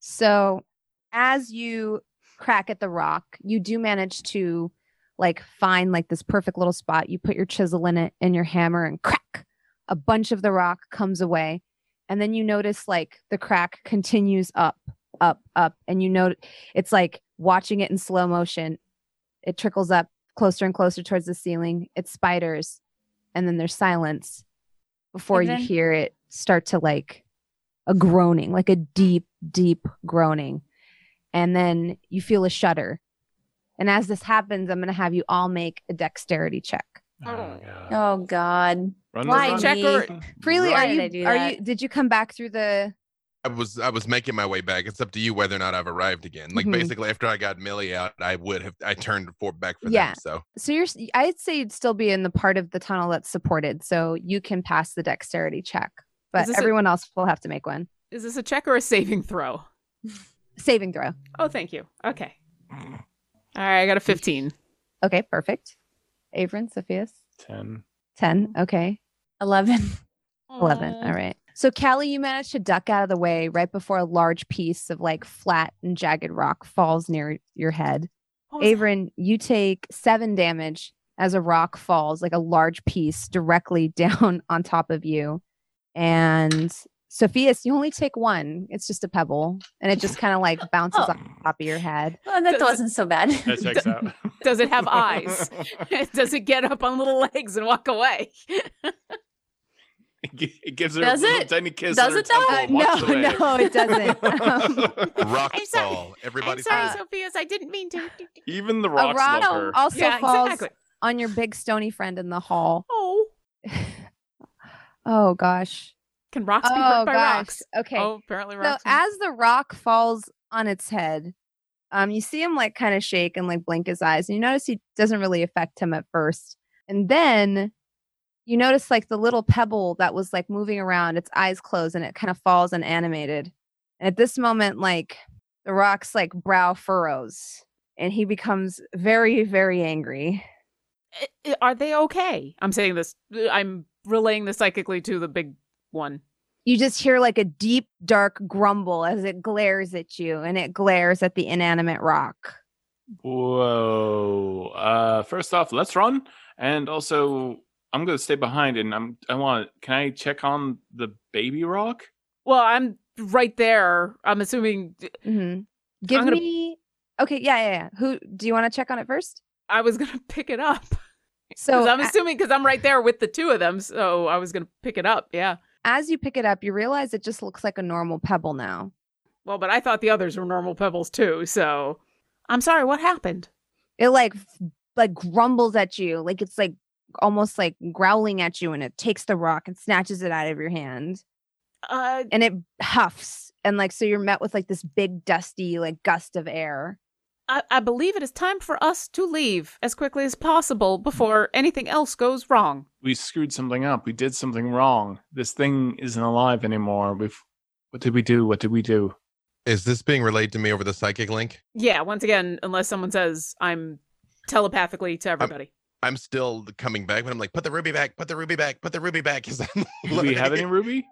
[SPEAKER 1] So as you crack at the rock, you do manage to like find like this perfect little spot. You put your chisel in it and your hammer and crack. A bunch of the rock comes away. And then you notice like the crack continues up, up, up. And you know it's like watching it in slow motion. It trickles up closer and closer towards the ceiling. It's spiders. And then there's silence before
[SPEAKER 5] then-
[SPEAKER 1] you hear it start to like a groaning, like a deep, deep groaning. And then you feel a shudder. And as this happens, I'm going to have you all make a dexterity check.
[SPEAKER 4] Oh, God.
[SPEAKER 5] Oh God.
[SPEAKER 4] Run,
[SPEAKER 5] Why,
[SPEAKER 4] run,
[SPEAKER 5] Jack, or-
[SPEAKER 4] run.
[SPEAKER 1] Freely, are
[SPEAKER 5] Why did
[SPEAKER 1] you
[SPEAKER 5] I do
[SPEAKER 1] are
[SPEAKER 5] that?
[SPEAKER 1] you did you come back through the
[SPEAKER 3] I was I was making my way back. It's up to you whether or not I've arrived again. Like
[SPEAKER 1] Mhm.
[SPEAKER 3] basically, after I got Millie out, I would have I turned for back for
[SPEAKER 1] Yeah.
[SPEAKER 3] them. So
[SPEAKER 1] so you're s- I'd say you'd still be in the part of the tunnel that's supported, so you can pass the dexterity check. But
[SPEAKER 2] this a-
[SPEAKER 1] everyone else will have to make one.
[SPEAKER 2] is this a check or a saving throw
[SPEAKER 1] Saving throw.
[SPEAKER 2] oh thank you okay all right i got a 15
[SPEAKER 1] Okay, perfect. Averin, Sophia's
[SPEAKER 4] Ten.
[SPEAKER 2] Mm-hmm.
[SPEAKER 1] 10. Okay.
[SPEAKER 5] Eleven.
[SPEAKER 1] 11. All right. So, Callie, you managed to duck out of the way right before a large piece of like flat and jagged rock falls near your head.
[SPEAKER 2] Oh,
[SPEAKER 1] Averin, you take seven damage as a rock falls, like a large piece directly down on top of you. And Sophia's, you only take one. It's just a pebble and it just kind of like bounces
[SPEAKER 5] Oh.
[SPEAKER 1] on top of your head.
[SPEAKER 2] Does
[SPEAKER 5] Well, Oh, that
[SPEAKER 2] it-
[SPEAKER 5] wasn't so bad.
[SPEAKER 4] That checks out.
[SPEAKER 2] does it have eyes does it get up on little legs and walk away
[SPEAKER 4] It gi- It gives her
[SPEAKER 5] Does
[SPEAKER 4] a little
[SPEAKER 5] it?
[SPEAKER 4] tiny kiss.
[SPEAKER 5] Does
[SPEAKER 4] on her
[SPEAKER 5] it though?
[SPEAKER 4] temple
[SPEAKER 1] Uh,
[SPEAKER 4] and walks
[SPEAKER 1] no,
[SPEAKER 4] away.
[SPEAKER 1] no, it doesn't. Um,
[SPEAKER 3] rock
[SPEAKER 2] I'm sorry.
[SPEAKER 3] fall. Everybody's
[SPEAKER 2] i'm
[SPEAKER 3] fine.
[SPEAKER 2] sorry sophias i didn't mean to
[SPEAKER 4] Even the
[SPEAKER 1] a uh
[SPEAKER 4] rocks
[SPEAKER 1] rock
[SPEAKER 4] love her.
[SPEAKER 1] also
[SPEAKER 2] yeah
[SPEAKER 1] falls
[SPEAKER 2] exactly
[SPEAKER 1] on your big stony friend in the hall.
[SPEAKER 2] oh
[SPEAKER 1] Oh, gosh.
[SPEAKER 2] can rocks be hurt by rocks
[SPEAKER 1] Oh, Okay.
[SPEAKER 2] oh apparently
[SPEAKER 1] so
[SPEAKER 2] rocks are-
[SPEAKER 1] as the rock falls on its head, um, you see him like kind of shake and like blink his eyes, and you notice he doesn't really affect him at first. And then you notice like the little pebble that was like moving around, its eyes closed, and it kind of falls unanimated. And at this moment, like the rock's like brow furrows, and he becomes very, very angry.
[SPEAKER 2] eh, I- I- are they okay? I'm saying this. I'm relaying this psychically to the big one.
[SPEAKER 1] You just hear like a deep, dark grumble as it glares at you and it glares at the inanimate rock.
[SPEAKER 4] Whoa. Uh, first off, let's run. And also, I'm going to stay behind and I'm, I want, can I check on the baby rock?
[SPEAKER 2] Well, I'm right there. I'm assuming
[SPEAKER 1] hmm Give
[SPEAKER 2] gonna-
[SPEAKER 1] me. Okay, yeah, yeah, yeah. Who do you want to check on it first?
[SPEAKER 2] I was gonna pick it up.
[SPEAKER 1] So
[SPEAKER 2] Because I'm
[SPEAKER 1] a-
[SPEAKER 2] assuming because I'm right there with the two of them, so I was gonna pick it up. Yeah.
[SPEAKER 1] as you pick it up, you realize it just looks like a normal pebble now.
[SPEAKER 2] Well, but I thought the others were normal pebbles too. So I'm sorry. What happened?
[SPEAKER 1] It like f- like grumbles at you, like it's like almost like growling at you, and it takes the rock and snatches it out of your hand,
[SPEAKER 2] Uh,
[SPEAKER 1] and it huffs, and like so you're met with like this big dusty like gust of air.
[SPEAKER 2] I, I believe it is time for us to leave as quickly as possible before anything else goes wrong.
[SPEAKER 4] We screwed something up. We did something wrong. This thing isn't alive anymore. We've, what did we do? What did we do?
[SPEAKER 3] Is this being relayed to me over the psychic link?
[SPEAKER 2] Yeah. Once again, unless someone says I'm telepathically to everybody.
[SPEAKER 3] I'm still coming back, but I'm like, put the ruby back, put the ruby back, put the ruby back. 'cause I'm
[SPEAKER 4] Do we have any
[SPEAKER 3] loading.
[SPEAKER 4] ruby?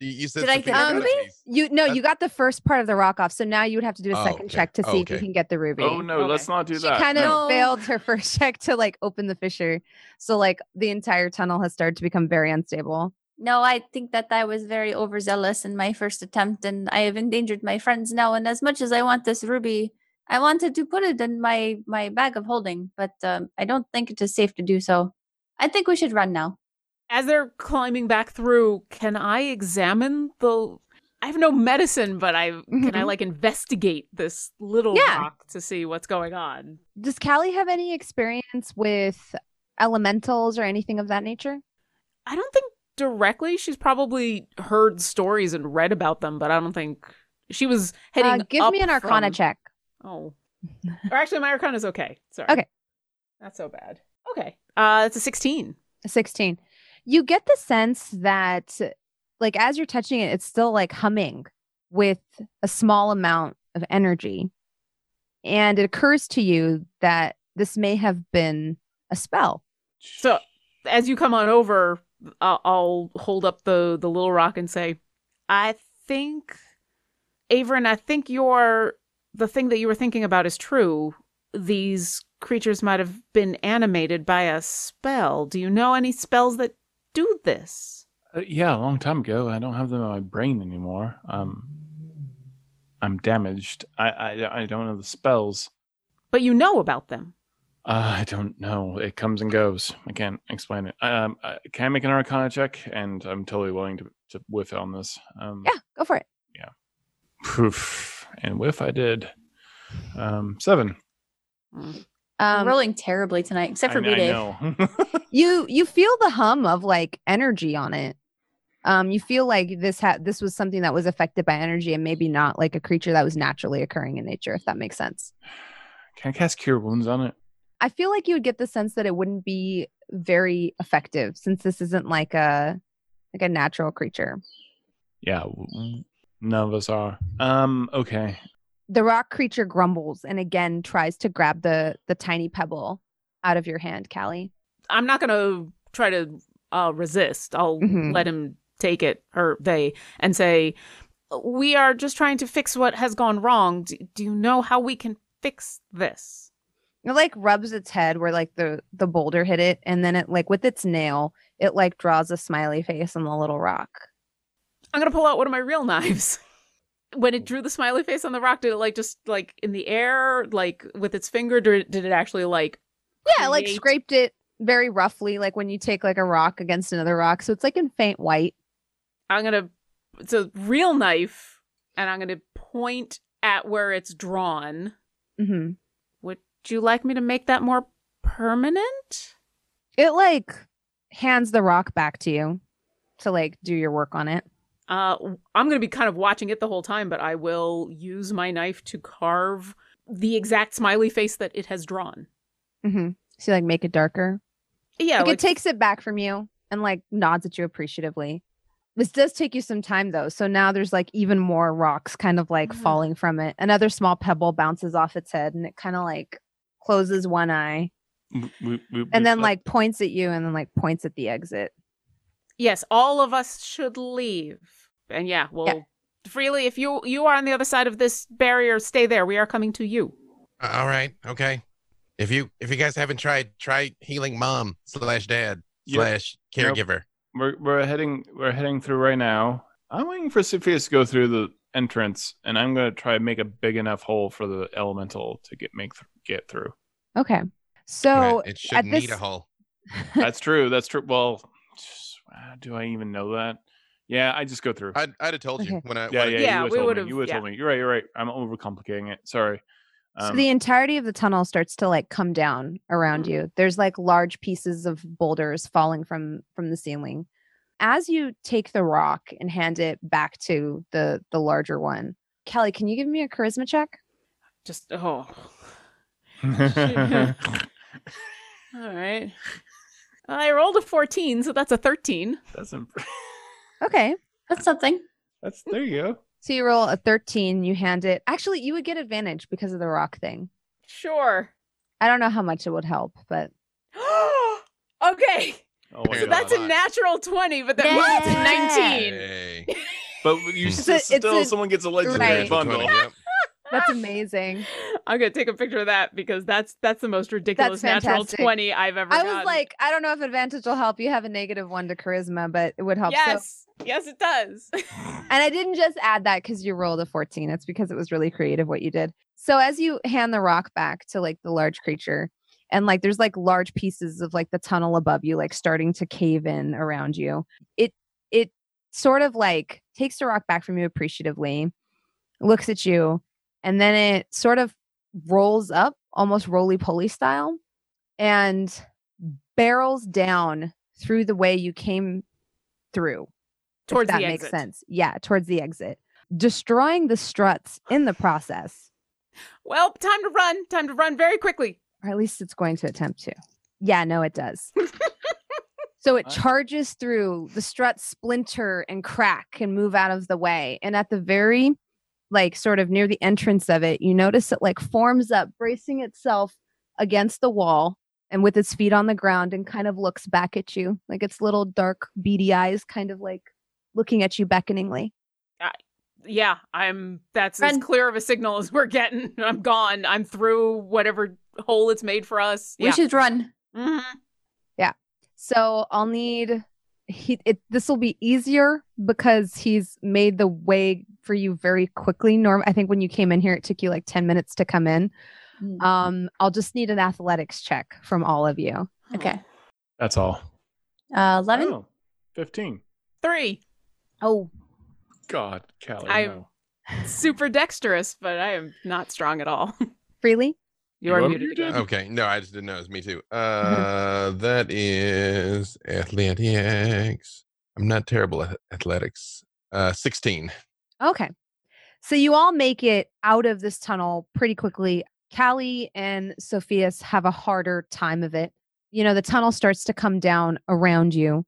[SPEAKER 3] You, you said
[SPEAKER 5] Did I
[SPEAKER 3] something
[SPEAKER 5] get
[SPEAKER 3] about
[SPEAKER 1] ruby?
[SPEAKER 3] these.
[SPEAKER 1] You no,
[SPEAKER 3] Uh,
[SPEAKER 1] you got the first part of the rock off, so now you would have to do a
[SPEAKER 3] Oh,
[SPEAKER 1] second
[SPEAKER 3] okay.
[SPEAKER 1] check to see
[SPEAKER 3] Oh,
[SPEAKER 1] if you
[SPEAKER 3] okay.
[SPEAKER 1] can get the ruby.
[SPEAKER 4] Oh, no,
[SPEAKER 2] Okay.
[SPEAKER 4] let's not do
[SPEAKER 1] she
[SPEAKER 4] that.
[SPEAKER 1] kind of
[SPEAKER 4] No.
[SPEAKER 5] No.
[SPEAKER 1] failed her first check to like open the fissure, so like the entire tunnel has started to become very unstable.
[SPEAKER 5] No, I think that I was very overzealous in my first attempt, and I have endangered my friends now. And as much as I want this ruby, I wanted to put it in my my bag of holding, but um, I don't think it is safe to do so. I think we should run now.
[SPEAKER 2] as they're climbing back through, can I examine the? I have no medicine, but I can I
[SPEAKER 1] Mhm.
[SPEAKER 2] like investigate this little
[SPEAKER 1] Yeah.
[SPEAKER 2] rock to see what's going on.
[SPEAKER 1] Does Callie have any experience with elementals or anything of that nature? Uh,
[SPEAKER 2] I don't think directly. She's probably heard stories and read about them, but I don't think she was
[SPEAKER 1] Uh,
[SPEAKER 2] heading.
[SPEAKER 1] give
[SPEAKER 2] up
[SPEAKER 1] me an arcana
[SPEAKER 2] from-
[SPEAKER 1] check.
[SPEAKER 2] Oh, or actually, my arcana's okay. Sorry.
[SPEAKER 1] Okay.
[SPEAKER 2] Not so bad. Okay. Uh, it's a sixteen.
[SPEAKER 1] 16. You get the sense that, like, as you're touching it, it's still like humming with a small amount of energy. And it occurs to you that this may have been a spell.
[SPEAKER 2] So as you come on over, I'll, I'll hold up the the little rock and say, "I think, Averin, I think your the thing that you were thinking about is true. These creatures might have been animated by a spell. Do you know any spells that do this?"
[SPEAKER 4] Uh, yeah, a long time ago. I don't have them in my brain anymore. Um, I'm damaged. I, I, I don't know the spells.
[SPEAKER 2] But you know about them.
[SPEAKER 4] Uh, I don't know. It comes and goes. I can't explain it. Um, I, can I make an Arcana check? And I'm totally willing to, to whiff on this. Um,
[SPEAKER 1] Yeah, go for it.
[SPEAKER 4] Poof. And whiff I did. Um, seven.
[SPEAKER 5] I'm
[SPEAKER 1] Um,
[SPEAKER 5] rolling terribly tonight, except for
[SPEAKER 4] I,
[SPEAKER 5] me,
[SPEAKER 4] I
[SPEAKER 5] Dave.
[SPEAKER 4] know.
[SPEAKER 1] you you feel the hum of like energy on it. Um, you feel like this ha- this was something that was affected by energy and maybe not like a creature that was naturally occurring in nature, if that makes sense.
[SPEAKER 4] can I cast Cure Wounds on it?
[SPEAKER 1] I feel like you would get the sense that it wouldn't be very effective since this isn't like a like a natural creature.
[SPEAKER 4] Yeah. w- w- None of us are. Um, okay.
[SPEAKER 1] The rock creature grumbles and again tries to grab the the tiny pebble out of your hand, Callie.
[SPEAKER 2] I'm not gonna try to uh, resist. I'll
[SPEAKER 1] Mhm.
[SPEAKER 2] let him take it or they and say, "We are just trying to fix what has gone wrong. Do, do you know how we can fix this?"
[SPEAKER 1] It like rubs its head where like the the boulder hit it, and then it like with its nail, it like draws a smiley face on the little rock.
[SPEAKER 2] I'm gonna pull out one of my real knives. When it drew the smiley face on the rock, did it like just like in the air, like with its finger? Did did it actually like?
[SPEAKER 1] Yeah, it, like
[SPEAKER 2] create-
[SPEAKER 1] scraped it very roughly, like when you take like a rock against another rock, so it's like in faint white.
[SPEAKER 2] I'm gonna it's a real knife, and I'm gonna point at where it's drawn.
[SPEAKER 1] Mm-hmm.
[SPEAKER 2] Would you like me to make that more permanent?
[SPEAKER 1] It like hands the rock back to you to like do your work on it.
[SPEAKER 2] Uh, I'm going to be kind of watching it the whole time, but I will use my knife to carve the exact smiley face that it has drawn.
[SPEAKER 1] Mm-hmm. So you, like make it darker.
[SPEAKER 2] Yeah,
[SPEAKER 1] like,
[SPEAKER 2] like,
[SPEAKER 1] it takes it back from you and like nods at you appreciatively. This does take you some time though, so now there's like even more rocks kind of like
[SPEAKER 2] Mhm.
[SPEAKER 1] falling from it. Another small pebble bounces off its head and it kind of like closes one eye
[SPEAKER 4] W- w- w-
[SPEAKER 1] and then
[SPEAKER 4] w- uh,
[SPEAKER 1] like points at you and then like points at the exit.
[SPEAKER 2] Yes, all of us should leave. And yeah, well, freely. If you you are on the other side of this barrier, stay there. We are coming to you.
[SPEAKER 3] Uh, All right. Okay. If you if you guys haven't tried, try healing mom slash dad
[SPEAKER 4] Yep.
[SPEAKER 3] slash
[SPEAKER 4] Nope.
[SPEAKER 3] caregiver.
[SPEAKER 4] We're we're heading we're heading through right now. I'm waiting for Cepheus to go through the entrance, and I'm gonna try and make a big enough hole for the elemental to get make th- get through.
[SPEAKER 1] Okay. So
[SPEAKER 3] Right, it should need a
[SPEAKER 1] this-
[SPEAKER 3] hole.
[SPEAKER 4] That's true. That's true. Well, uh, do I even know that? Yeah, I just go through.
[SPEAKER 3] I'd, I'd have told you
[SPEAKER 1] Okay.
[SPEAKER 3] when I
[SPEAKER 4] yeah,
[SPEAKER 3] when I-
[SPEAKER 4] yeah,
[SPEAKER 2] Yeah,
[SPEAKER 4] You would
[SPEAKER 2] we
[SPEAKER 4] have told me.
[SPEAKER 2] would've-
[SPEAKER 4] You would have told me. You're right. You're right. I'm overcomplicating it. Sorry. Um
[SPEAKER 1] so the entirety of the tunnel starts to like come down around you. There's like large pieces of boulders falling from from the ceiling. As you take the rock and hand it back to the the larger one, Kelly, can you give me a charisma check?
[SPEAKER 2] Just oh, all right. I rolled a fourteen, so that's a thirteen.
[SPEAKER 4] that's imp-
[SPEAKER 1] Okay.
[SPEAKER 5] That's something.
[SPEAKER 4] that's there you go.
[SPEAKER 1] So you roll a 13, you hand it. Actually, you would get advantage because of the rock thing.
[SPEAKER 2] Sure.
[SPEAKER 1] I don't know how much it would help, but
[SPEAKER 2] okay,
[SPEAKER 3] So
[SPEAKER 4] Oh my
[SPEAKER 2] so
[SPEAKER 3] Fair
[SPEAKER 4] god.
[SPEAKER 2] that's a
[SPEAKER 3] enough.
[SPEAKER 2] natural twenty, but that
[SPEAKER 5] Yay!
[SPEAKER 2] was a nineteen.
[SPEAKER 3] Hey.
[SPEAKER 4] but you
[SPEAKER 3] It's
[SPEAKER 1] a-
[SPEAKER 4] s-
[SPEAKER 1] it's
[SPEAKER 4] still
[SPEAKER 1] a-
[SPEAKER 4] someone gets a legendary
[SPEAKER 1] Right.
[SPEAKER 3] Natural 20,
[SPEAKER 4] bundle.
[SPEAKER 3] yep.
[SPEAKER 1] that's amazing.
[SPEAKER 2] I'm gonna take a picture of that because that's that's the most ridiculous natural
[SPEAKER 1] fantastic.
[SPEAKER 2] twenty I've ever.
[SPEAKER 1] I was
[SPEAKER 2] gotten.
[SPEAKER 1] like, I don't know if advantage will help. You have a negative one to charisma, but it would help. So
[SPEAKER 2] yes, yes, it does.
[SPEAKER 1] And I didn't just add that because you rolled a 14. It's because it was really creative what you did. So as you hand the rock back to like the large creature, and like there's like large pieces of like the tunnel above you, like starting to cave in around you. It it sort of like takes the rock back from you appreciatively, looks at you, and then it sort of rolls up almost roly poly style and barrels down through the way you came through if
[SPEAKER 2] Towards
[SPEAKER 1] that
[SPEAKER 2] the
[SPEAKER 1] makes
[SPEAKER 2] exit.
[SPEAKER 1] sense. Yeah, towards the exit, destroying the struts in the process,
[SPEAKER 2] Well, time to run. Time to run very quickly.
[SPEAKER 1] or at least it's going to attempt to. Yeah, no, it does. so it
[SPEAKER 4] Uh.
[SPEAKER 1] charges through the struts, splinter and crack, and move out of the way. And at the very, like, sort of near the entrance of it, you notice it like forms up, bracing itself against the wall. And with its feet on the ground, and kind of looks back at you, like its little dark, beady eyes, kind of like looking at you beckoningly.
[SPEAKER 2] Yeah, I'm. That's
[SPEAKER 5] Run.
[SPEAKER 2] as clear of a signal as we're getting. I'm gone. I'm through whatever hole it's made for us.
[SPEAKER 5] We
[SPEAKER 2] yeah.
[SPEAKER 5] should run.
[SPEAKER 2] Mhm.
[SPEAKER 1] So I'll need he it this will be easier because he's made the way for you very quickly. Norm I think when you came in here it took you like 10 minutes to come in. Um I'll just need an athletics check from all of you.
[SPEAKER 5] Uh, Okay.
[SPEAKER 4] That's all.
[SPEAKER 5] Uh, 11.
[SPEAKER 4] Oh, 15.
[SPEAKER 2] Mm-hmm. Three.
[SPEAKER 1] Oh,
[SPEAKER 4] God, Callie.
[SPEAKER 2] I-
[SPEAKER 4] no.
[SPEAKER 2] Super dexterous, but I am not strong at all.
[SPEAKER 1] freely?
[SPEAKER 2] You are
[SPEAKER 4] You're
[SPEAKER 2] muted.
[SPEAKER 4] muted.
[SPEAKER 2] again.
[SPEAKER 3] Okay. No, I just didn't know. It's me too. Uh, that is athletics. I'm not terrible at athletics. Uh, 16.
[SPEAKER 1] Okay. So you all make it out of this tunnel pretty quickly. Callie and Sophia's have a harder time of it. You know, the tunnel starts to come down around you.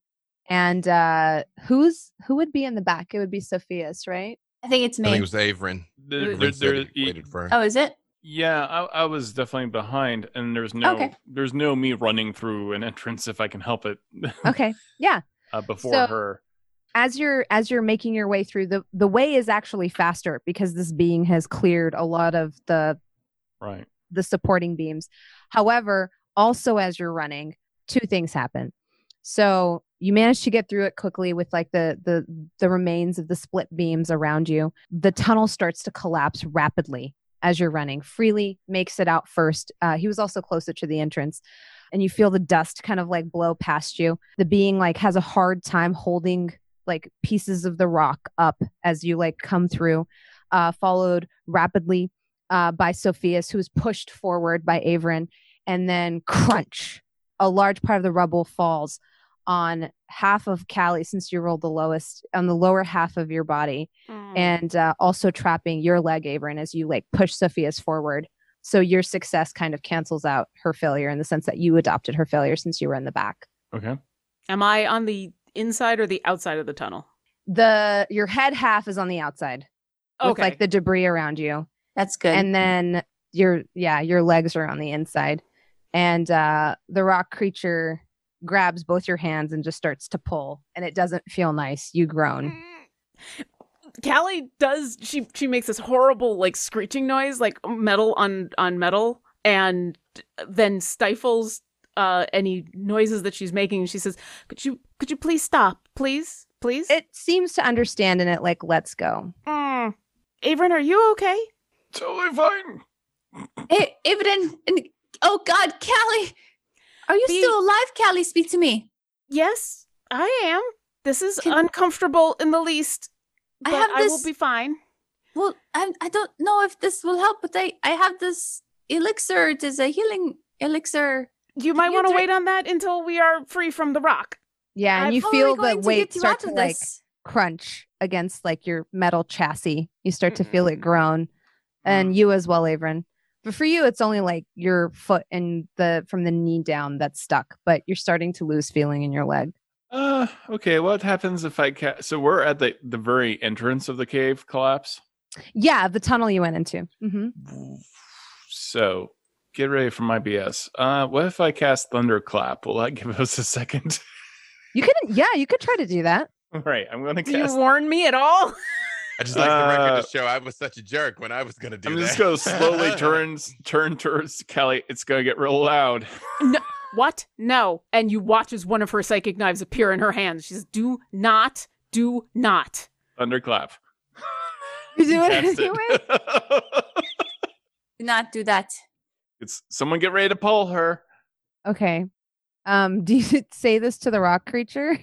[SPEAKER 1] And uh who's who would be in the back? It would be Sophia's, right?
[SPEAKER 5] I think it's
[SPEAKER 3] I think
[SPEAKER 5] me.
[SPEAKER 3] it was Averin.
[SPEAKER 4] There-
[SPEAKER 2] Wait.
[SPEAKER 4] there-
[SPEAKER 3] Averin said
[SPEAKER 4] there-
[SPEAKER 3] he waited for.
[SPEAKER 5] oh, is it?
[SPEAKER 4] yeah, I, I was definitely behind, and there's no,
[SPEAKER 5] Okay.
[SPEAKER 4] there's no me running through an entrance if I can help it.
[SPEAKER 1] Okay. Yeah.
[SPEAKER 4] uh, before
[SPEAKER 1] So-
[SPEAKER 4] her,
[SPEAKER 1] as you're as you're making your way through the the way is actually faster because this being has cleared a lot of the
[SPEAKER 4] right?
[SPEAKER 1] the supporting beams however also as you're running two things happen so you manage to get through it quickly with like the the the remains of the split beams around you the tunnel starts to collapse rapidly as you're running freely makes it out first uh, he was also closer to the entrance and you feel the dust kind of like blow past you the being like has a hard time holding like pieces of the rock up as you like come through uh, followed rapidly uh, by sophia's who is pushed forward by averin and then crunch a large part of the rubble falls on half of Callie, since you rolled the lowest on the lower half of your body,
[SPEAKER 2] Mm.
[SPEAKER 1] and uh, also trapping your leg, Averin, as you like push Sophia's forward. So your success kind of cancels out her failure in the sense that you adopted her failure since you were in the back.
[SPEAKER 4] Okay.
[SPEAKER 2] Am I on the inside or the outside of the tunnel?
[SPEAKER 1] The your head half is on the outside
[SPEAKER 2] Okay.
[SPEAKER 1] with like the debris around you,
[SPEAKER 5] That's good.
[SPEAKER 1] and then your yeah your legs are on the inside, and uh, the rock creature grabs both your hands and just starts to pull, and it doesn't feel nice. You groan.
[SPEAKER 2] Callie does she she makes this horrible like screeching noise like metal on on metal and then stifles uh any noises that she's making and she says could you could you please stop please please
[SPEAKER 1] It seems to understand, and it like lets go.
[SPEAKER 2] Mm. Avon are you okay
[SPEAKER 4] Totally fine.
[SPEAKER 5] Hey, Ibn, and, oh God, Callie, are you
[SPEAKER 2] Be-
[SPEAKER 5] still alive? Callie, speak to me.
[SPEAKER 2] yes I am this is
[SPEAKER 5] Can-
[SPEAKER 2] uncomfortable in the least
[SPEAKER 5] I
[SPEAKER 2] but
[SPEAKER 5] have
[SPEAKER 2] I will
[SPEAKER 5] this-
[SPEAKER 2] be fine
[SPEAKER 5] Well, I I don't know if this will help, but I I have this elixir. It is a healing elixir.
[SPEAKER 2] you might
[SPEAKER 5] you
[SPEAKER 2] want to
[SPEAKER 5] drink-
[SPEAKER 2] wait on that until we are free from the rock
[SPEAKER 1] Yeah, and
[SPEAKER 2] I'm
[SPEAKER 1] you
[SPEAKER 5] How are we
[SPEAKER 1] feel
[SPEAKER 5] going
[SPEAKER 1] the
[SPEAKER 5] to
[SPEAKER 1] weight
[SPEAKER 5] get you
[SPEAKER 1] start
[SPEAKER 5] out
[SPEAKER 1] to
[SPEAKER 5] of
[SPEAKER 1] like
[SPEAKER 5] this?
[SPEAKER 1] crunch against like your metal chassis. You start to
[SPEAKER 5] Mm-hmm.
[SPEAKER 1] feel it groan,
[SPEAKER 5] Mm.
[SPEAKER 4] Mm.
[SPEAKER 1] and you as well, Avrin. But for you, it's only like your foot and the from the knee down that's stuck, but you're starting to lose feeling in your leg.
[SPEAKER 4] Uh, okay. What happens if I ca- so we're at the the very entrance of the cave collapse?
[SPEAKER 1] Yeah, the tunnel you went into. hmm
[SPEAKER 4] So get ready for my BS. Uh, what if I cast thunderclap? Will that give us a second?
[SPEAKER 1] You could, yeah, you could try to do that.
[SPEAKER 4] All right, I'm gonna
[SPEAKER 2] do
[SPEAKER 4] cast.
[SPEAKER 2] you warn me at all
[SPEAKER 3] I just like the record
[SPEAKER 4] Uh,
[SPEAKER 3] to show I was such a jerk when I was going to do
[SPEAKER 4] I'm
[SPEAKER 3] that.
[SPEAKER 4] just gonna slowly turn turn towards Kelly. It's gonna get real loud.
[SPEAKER 2] What? No. And you watch as one of her psychic knives appear in her hand. She says, Do not, do not.
[SPEAKER 4] Thunderclap.
[SPEAKER 1] You do it
[SPEAKER 4] Cast
[SPEAKER 5] Do not do that.
[SPEAKER 4] it's someone get ready to pull her.
[SPEAKER 1] Okay. Um, do you say this to the rock creature?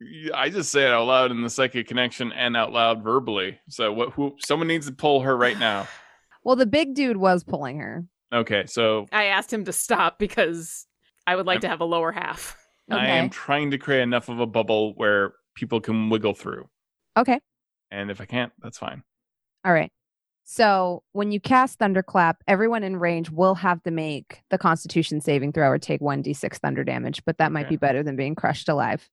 [SPEAKER 4] Yeah, I just say it out loud in the psychic connection and out loud verbally. So what? Who? Someone needs to pull her right now.
[SPEAKER 1] Well, the big dude was pulling her.
[SPEAKER 4] Okay, so
[SPEAKER 2] I asked him to stop because I would like
[SPEAKER 4] I'm-
[SPEAKER 2] to have a lower half.
[SPEAKER 4] I
[SPEAKER 1] Okay.
[SPEAKER 4] am trying to create enough of a bubble where people can wiggle through.
[SPEAKER 1] Okay.
[SPEAKER 4] And if I can't, that's fine.
[SPEAKER 1] All right. So when you cast Thunderclap, everyone in range will have to make the Constitution saving throw or take 1d6 thunder damage, but that might be
[SPEAKER 4] Okay.
[SPEAKER 1] better than being crushed alive.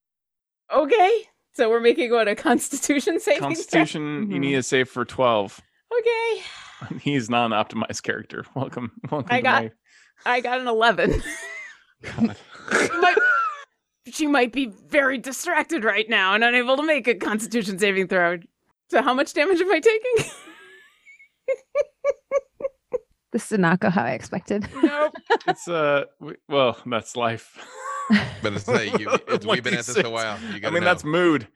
[SPEAKER 2] Okay. So we're making what a constitution saving. throw?
[SPEAKER 4] Constitution, you
[SPEAKER 1] Mhm.
[SPEAKER 4] need to save for twelve.
[SPEAKER 2] Okay.
[SPEAKER 4] He's not an optimized character. Welcome, welcome.
[SPEAKER 2] I
[SPEAKER 4] to
[SPEAKER 2] got-
[SPEAKER 4] my-
[SPEAKER 2] I got an 11.
[SPEAKER 3] Oh
[SPEAKER 2] she might be very distracted right now and unable to make a constitution saving throw. So how much damage am I taking?
[SPEAKER 1] This did not go how I expected.
[SPEAKER 2] nope.
[SPEAKER 4] it's uh, we, well, that's life.
[SPEAKER 3] But it's like you, it's, we've been at this a
[SPEAKER 4] 1d6.
[SPEAKER 3] while. You
[SPEAKER 4] I
[SPEAKER 3] gotta
[SPEAKER 4] mean,
[SPEAKER 3] know.
[SPEAKER 4] that's mood.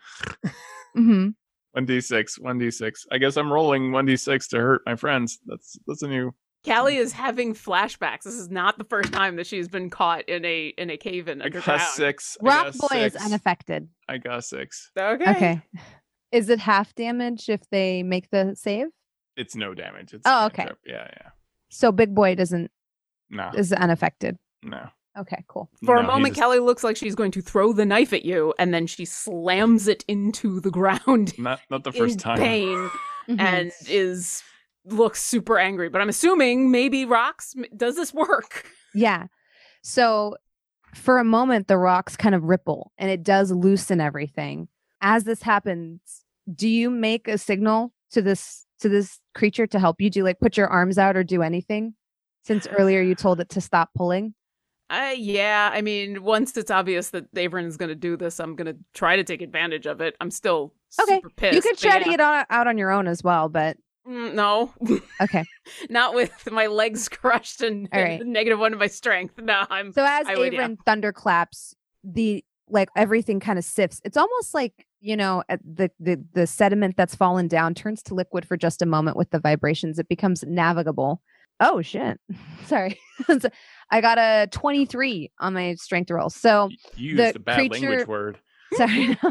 [SPEAKER 1] hmm
[SPEAKER 4] One d six, one d six. I guess I'm rolling one d six to hurt my friends. That's that's a new.
[SPEAKER 2] Callie is having flashbacks. This is not the first time that she's been caught in a in a cave in
[SPEAKER 4] I
[SPEAKER 2] underground.
[SPEAKER 4] got six. I
[SPEAKER 1] Rock
[SPEAKER 4] got
[SPEAKER 1] Boy
[SPEAKER 4] six.
[SPEAKER 1] is unaffected.
[SPEAKER 4] I got six.
[SPEAKER 2] Okay.
[SPEAKER 1] Okay. Is it half damage if they make the save?
[SPEAKER 4] It's no damage. It's
[SPEAKER 1] Oh,
[SPEAKER 4] cantrip.
[SPEAKER 1] okay.
[SPEAKER 4] Yeah, yeah.
[SPEAKER 1] So Big Boy doesn't
[SPEAKER 4] No,
[SPEAKER 1] is unaffected.
[SPEAKER 4] no.
[SPEAKER 1] Okay, cool.
[SPEAKER 2] For a
[SPEAKER 4] No,
[SPEAKER 2] moment,
[SPEAKER 4] he's-
[SPEAKER 2] Kelly looks like she's going to throw the knife at you, and then she slams it into the ground
[SPEAKER 4] not not the
[SPEAKER 2] in
[SPEAKER 4] first time.
[SPEAKER 2] pain
[SPEAKER 1] Mhm.
[SPEAKER 2] and is looks super angry. But I'm assuming maybe rocks. m- Does this work?
[SPEAKER 1] Yeah. So for a moment, the rocks kind of ripple and it does loosen everything. As this happens, do you make a signal to this to this creature to help you? Do you like put your arms out or do anything? Since earlier you told it to stop pulling.
[SPEAKER 2] Uh, yeah. I mean, once it's obvious that Averin is going to do this, I'm going to try to take advantage of it. I'm still
[SPEAKER 1] Okay.
[SPEAKER 2] super pissed.
[SPEAKER 1] you could
[SPEAKER 2] but
[SPEAKER 1] try to
[SPEAKER 2] yeah.
[SPEAKER 1] get on, out on your own as well, but
[SPEAKER 2] Mm, no,
[SPEAKER 1] okay.
[SPEAKER 2] not with my legs crushed and,
[SPEAKER 1] All
[SPEAKER 2] and
[SPEAKER 1] right.
[SPEAKER 2] negative one of my strength. No, I'm.
[SPEAKER 1] So as
[SPEAKER 2] I would, yeah.
[SPEAKER 1] Averin thunderclaps, the like everything kind of sifts. It's almost like you know at the, the the sediment that's fallen down turns to liquid for just a moment with the vibrations. It becomes navigable. Oh shit! Sorry, So, I got a twenty three on my strength roll. So
[SPEAKER 4] Y- You
[SPEAKER 1] the
[SPEAKER 4] used a bad
[SPEAKER 1] creature-
[SPEAKER 4] language word.
[SPEAKER 1] sorry.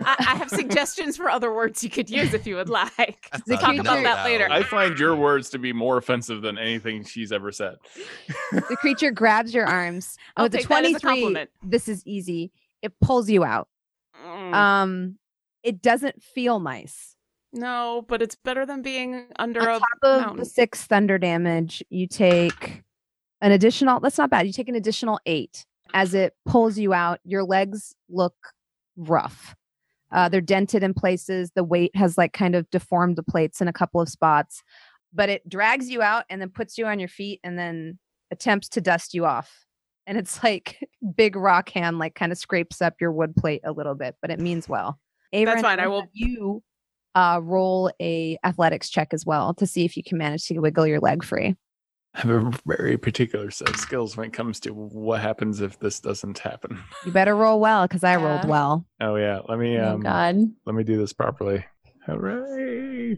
[SPEAKER 2] I, I have suggestions for other words you could use if you would like.
[SPEAKER 1] the
[SPEAKER 2] talk about
[SPEAKER 1] creature-
[SPEAKER 2] that later.
[SPEAKER 4] I find your words to be more offensive than anything she's ever said.
[SPEAKER 1] the creature grabs your arms.
[SPEAKER 2] I'll
[SPEAKER 1] Oh, the
[SPEAKER 2] take that as
[SPEAKER 1] twenty
[SPEAKER 2] a
[SPEAKER 1] three.
[SPEAKER 2] compliment.
[SPEAKER 1] This is easy. It pulls you out.
[SPEAKER 2] Mm.
[SPEAKER 1] Um, it doesn't feel nice.
[SPEAKER 2] no, but it's better than being under
[SPEAKER 1] on
[SPEAKER 2] a.
[SPEAKER 1] top of
[SPEAKER 2] mountain.
[SPEAKER 1] the six thunder damage, you take an additional. That's not bad. You take an additional eight as it pulls you out. Your legs look rough. Uh, they're dented in places. The weight has like kind of deformed the plates in a couple of spots, but it drags you out and then puts you on your feet and then attempts to dust you off. and it's like big rock hand like kind of scrapes up your wood plate a little bit, but it means well. Avery,
[SPEAKER 2] fine, I will-
[SPEAKER 1] You uh, roll a athletics check as well to see if you can manage to wiggle your leg free.
[SPEAKER 4] I have a very particular set of skills when it comes to what happens if this doesn't happen.
[SPEAKER 1] You better roll well because I rolled
[SPEAKER 5] Yeah.
[SPEAKER 1] well.
[SPEAKER 4] Oh yeah, let me
[SPEAKER 5] oh
[SPEAKER 4] um,
[SPEAKER 5] God.
[SPEAKER 4] let me do this properly. Hooray!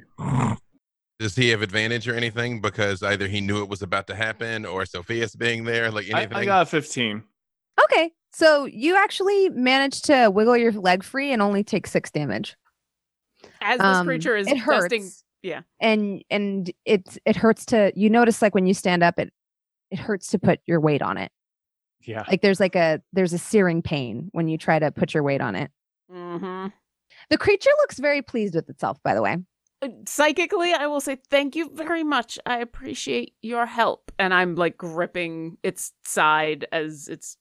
[SPEAKER 3] Does he have advantage or anything? Because either he knew it was about to happen or Sophia's being there, like
[SPEAKER 4] I,
[SPEAKER 3] anything.
[SPEAKER 4] I got a fifteen.
[SPEAKER 1] Okay. So you actually managed to wiggle your leg free and only take six damage.
[SPEAKER 2] As this
[SPEAKER 1] Um,
[SPEAKER 2] creature is
[SPEAKER 1] it hurts.
[SPEAKER 2] dusting, yeah.
[SPEAKER 1] And and it's it hurts to you notice like when you stand up it it hurts to put your weight on it.
[SPEAKER 4] Yeah,
[SPEAKER 1] Like there's like a there's a searing pain when you try to put your weight on it.
[SPEAKER 2] hmm
[SPEAKER 1] The creature looks very pleased with itself, by the way.
[SPEAKER 2] psychically i will say thank you very much i appreciate your help and i'm like gripping its side as it's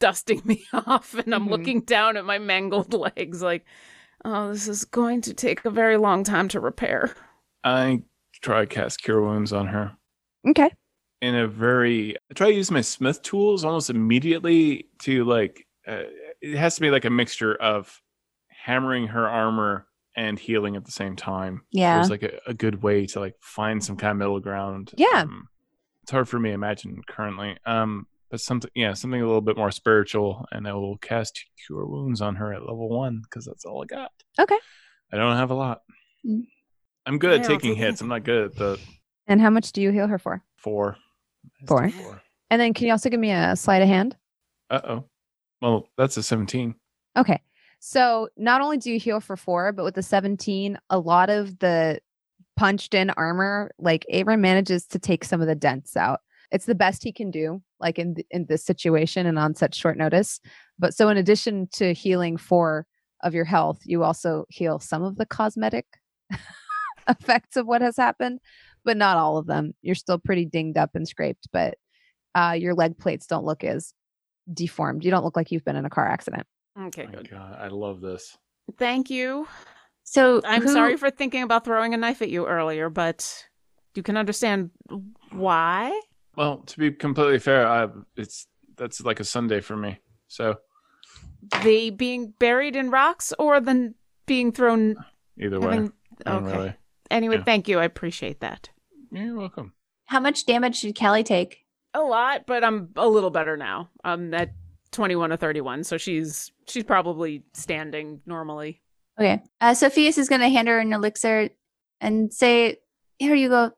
[SPEAKER 2] dusting me off and i'm
[SPEAKER 1] Mhm.
[SPEAKER 2] looking down at my mangled legs like oh this is going to take a very long time to repair
[SPEAKER 4] I try cast cure wounds on her
[SPEAKER 1] Okay.
[SPEAKER 4] in a very. I try to use my smith tools almost immediately to like. Uh, it has to be like a mixture of hammering her armor and healing at the same time.
[SPEAKER 5] Yeah.
[SPEAKER 4] there's like a, a good way to like find some kind of middle ground.
[SPEAKER 1] Yeah.
[SPEAKER 4] Um, it's hard for me to imagine currently. Um, but something, yeah, something a little bit more spiritual, and I will cast Cure Wounds on her at level one because that's all I got.
[SPEAKER 1] Okay.
[SPEAKER 4] I don't have a lot.
[SPEAKER 5] Mm.
[SPEAKER 4] I'm good
[SPEAKER 2] Yeah,
[SPEAKER 4] at
[SPEAKER 2] I'll
[SPEAKER 4] taking
[SPEAKER 2] take
[SPEAKER 4] hits. I'm not good at the
[SPEAKER 1] And how much do you heal her for?
[SPEAKER 4] four.
[SPEAKER 1] Four. And then can you also give me a sleight of hand?
[SPEAKER 4] Uh oh. Well, that's a 17.
[SPEAKER 1] Okay. So not only do you heal for four, but with the 17, a lot of the punched in armor, like Abram manages to take some of the dents out. It's the best he can do, like in th- in this situation and on such short notice. But so in addition to healing four of your health, you also heal some of the cosmetic effects of what has happened, but not all of them. You're still pretty dinged up and scraped, but uh, your leg plates don't look as deformed. You don't look like you've been in a car accident.
[SPEAKER 2] okay
[SPEAKER 4] My
[SPEAKER 2] good
[SPEAKER 4] God, I love this.
[SPEAKER 2] thank you
[SPEAKER 5] So
[SPEAKER 2] i'm
[SPEAKER 5] who-
[SPEAKER 2] sorry for thinking about throwing a knife at you earlier but you can understand why
[SPEAKER 4] Well, to be completely fair, I, it's that's like a Sunday for me. So
[SPEAKER 2] the being buried in rocks or the being thrown
[SPEAKER 4] either way,
[SPEAKER 2] having
[SPEAKER 4] I don't
[SPEAKER 2] okay
[SPEAKER 4] really-
[SPEAKER 2] Anyway,
[SPEAKER 4] Yeah.
[SPEAKER 2] thank you. I appreciate that.
[SPEAKER 4] You're welcome.
[SPEAKER 5] How much damage did Callie take?
[SPEAKER 2] A lot, but I'm a little better now. I'm at 21 or 31, so she's she's probably standing normally.
[SPEAKER 5] Okay. Uh, Sophia's is going to hand her an elixir and say, Here you go.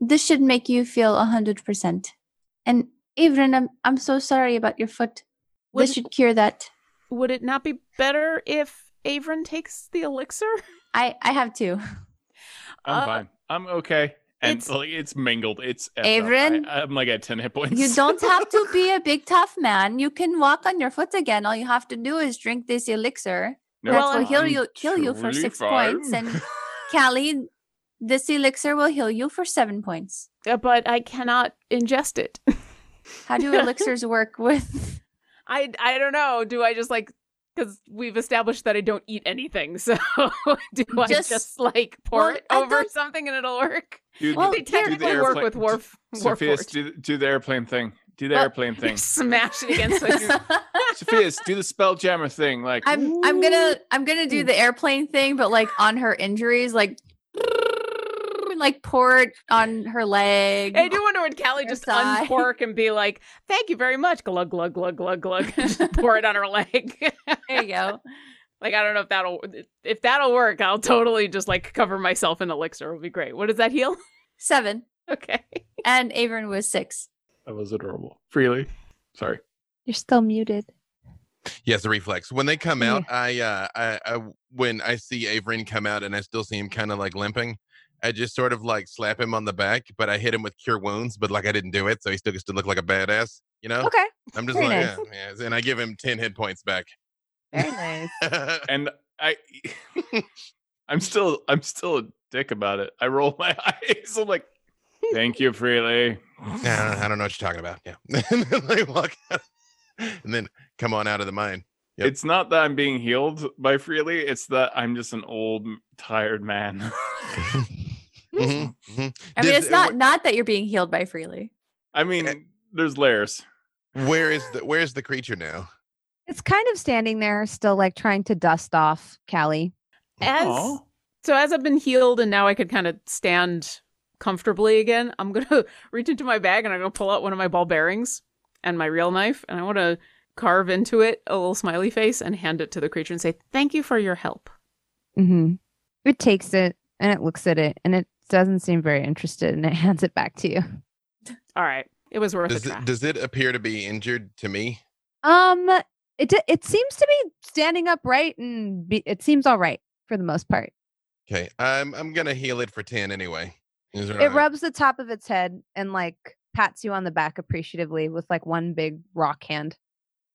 [SPEAKER 5] This should make you feel 100%. And Avrin, I'm, I'm so sorry about your foot.
[SPEAKER 2] Would,
[SPEAKER 5] this should cure that.
[SPEAKER 2] would it not be better if Avren takes the elixir?
[SPEAKER 5] I, I have two.
[SPEAKER 4] I'm
[SPEAKER 2] Uh,
[SPEAKER 4] fine. I'm okay. And
[SPEAKER 2] it's-
[SPEAKER 4] it's, like it's mingled. It's effed up.
[SPEAKER 5] Averin?
[SPEAKER 4] I, am like at ten hit points.
[SPEAKER 5] You don't have to be a big tough man. You can walk on your foot again. All you have to do is drink this elixir.
[SPEAKER 2] Well,
[SPEAKER 5] That will heal
[SPEAKER 4] I'm
[SPEAKER 5] you, heal you for
[SPEAKER 4] totally
[SPEAKER 5] six
[SPEAKER 4] fine.
[SPEAKER 5] points. And Callie, this elixir will heal you for seven points.
[SPEAKER 2] Uh, But I cannot ingest it.
[SPEAKER 5] How do elixirs work with?
[SPEAKER 2] I I don't know. Do I just like because we've established that I don't eat anything, so do I
[SPEAKER 5] Just-
[SPEAKER 2] just, like pour
[SPEAKER 5] well,
[SPEAKER 2] it
[SPEAKER 5] I
[SPEAKER 2] over
[SPEAKER 5] don't-
[SPEAKER 2] something and it'll work?
[SPEAKER 4] Do the-
[SPEAKER 5] Well,
[SPEAKER 2] they
[SPEAKER 4] do the
[SPEAKER 2] technically work
[SPEAKER 4] airplane-
[SPEAKER 2] with Warf.
[SPEAKER 4] Sophia's
[SPEAKER 2] Warforged.
[SPEAKER 4] do, do the airplane thing. Do the
[SPEAKER 5] Well-
[SPEAKER 4] airplane thing.
[SPEAKER 2] Smash it against like
[SPEAKER 4] Sophia's do the spelljammer thing. Like
[SPEAKER 5] I'm I'm gonna I'm gonna do the airplane thing, but like on her injuries, like and, like pour it on her leg.
[SPEAKER 2] I do wonder would Callie just
[SPEAKER 5] Sigh.
[SPEAKER 2] uncork and be like, "Thank you very much," glug glug glug glug glug, and just pour it on her leg.
[SPEAKER 5] There you go.
[SPEAKER 2] like I don't know if that'll if that'll work. I'll totally just like cover myself in elixir. It'll be great. What does that heal?
[SPEAKER 5] Seven.
[SPEAKER 2] Okay.
[SPEAKER 5] And Avern was six.
[SPEAKER 4] that was adorable. Freely. Sorry.
[SPEAKER 1] You're still muted.
[SPEAKER 3] Yes, a reflex. When they come out, I, uh, I, I, when I see Averin come out and I still see him kind of like limping, I just sort of like slap him on the back, but I hit him with cure wounds, but like I didn't do it, so he still gets to look like a badass, you know?
[SPEAKER 1] Okay.
[SPEAKER 3] I'm just
[SPEAKER 1] very
[SPEAKER 3] like, "Oh,
[SPEAKER 1] nice.
[SPEAKER 3] yeah, yeah, and I give him ten hit points back.
[SPEAKER 1] Very nice.
[SPEAKER 4] And I I'm still I'm still a dick about it. I roll my eyes. I'm like, thank you, Freely.
[SPEAKER 3] Nah, I don't- I don't know what you're talking about. Yeah, and then they walk out, and then come on out of the mine. Yep.
[SPEAKER 4] It's not that I'm being healed by Freely, it's that I'm just an old tired man.
[SPEAKER 3] Mhm, mhm.
[SPEAKER 5] I mean,
[SPEAKER 3] Did-
[SPEAKER 5] it's not
[SPEAKER 3] what-
[SPEAKER 5] not that you're being healed by freely.
[SPEAKER 4] I mean, there's layers.
[SPEAKER 3] Where is the Where's the creature now?
[SPEAKER 1] It's kind of standing there, still like trying to dust off Callie.
[SPEAKER 2] As
[SPEAKER 4] Aw.
[SPEAKER 2] so, as I've been healed and now I could kind of stand comfortably again, I'm gonna reach into my bag and I'm gonna pull out one of my ball bearings and my real knife, and I want to carve into it a little smiley face and hand it to the creature and say, "Thank you for your help."
[SPEAKER 1] Mm-hmm. It takes it and it looks at it and it doesn't seem very interested and it hands it back to you.
[SPEAKER 2] All right, it was worth
[SPEAKER 3] Does
[SPEAKER 2] a try.
[SPEAKER 3] it, does it appear to be injured to me?
[SPEAKER 1] Um, it d- it seems to be standing upright and be, it seems all right for the most part.
[SPEAKER 3] Okay, I'm I'm gonna heal it for ten anyway. Is
[SPEAKER 1] It
[SPEAKER 3] alright?
[SPEAKER 1] rubs the top of its head and like pats you on the back appreciatively with like one big rock hand.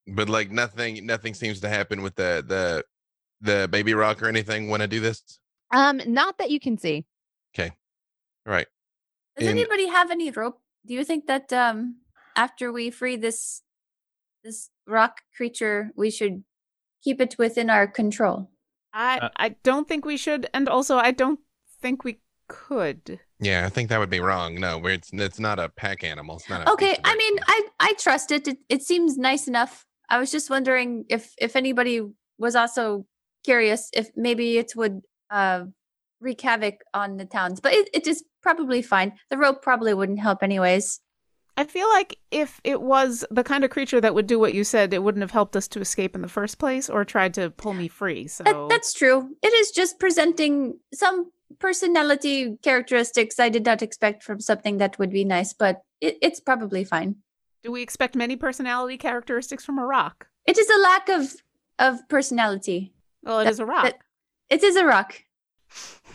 [SPEAKER 3] but like nothing nothing seems to happen with the the the baby rock or anything when I do this.
[SPEAKER 1] Um, not that you can see.
[SPEAKER 3] All right.
[SPEAKER 5] Does
[SPEAKER 3] And-
[SPEAKER 5] anybody have any rope? Do you think that um after we free this this rock creature, we should keep it within our control?
[SPEAKER 2] I
[SPEAKER 4] Uh,
[SPEAKER 2] I don't think we should, and also I don't think we could.
[SPEAKER 3] Yeah, I think that would be wrong. No, we're, it's it's not a pack animal. It's not. A
[SPEAKER 5] Okay,
[SPEAKER 3] beast of
[SPEAKER 5] I
[SPEAKER 3] burden.
[SPEAKER 5] mean, I I trust it. it. It seems nice enough. I was just wondering if if anybody was also curious if maybe it would uh wreak havoc on the towns, but it, it is probably fine. The rope probably wouldn't help anyways.
[SPEAKER 2] I feel like if it was the kind of creature that would do what you said, it wouldn't have helped us to escape in the first place or tried to pull me free. So
[SPEAKER 5] That, that's true. It is just presenting some personality characteristics I did not expect from something that would be nice, but it, it's probably fine.
[SPEAKER 2] do we expect many personality characteristics from a rock?
[SPEAKER 5] It is a lack of of personality.
[SPEAKER 2] Well, it
[SPEAKER 5] That-
[SPEAKER 2] is a rock.
[SPEAKER 5] that- It is a rock.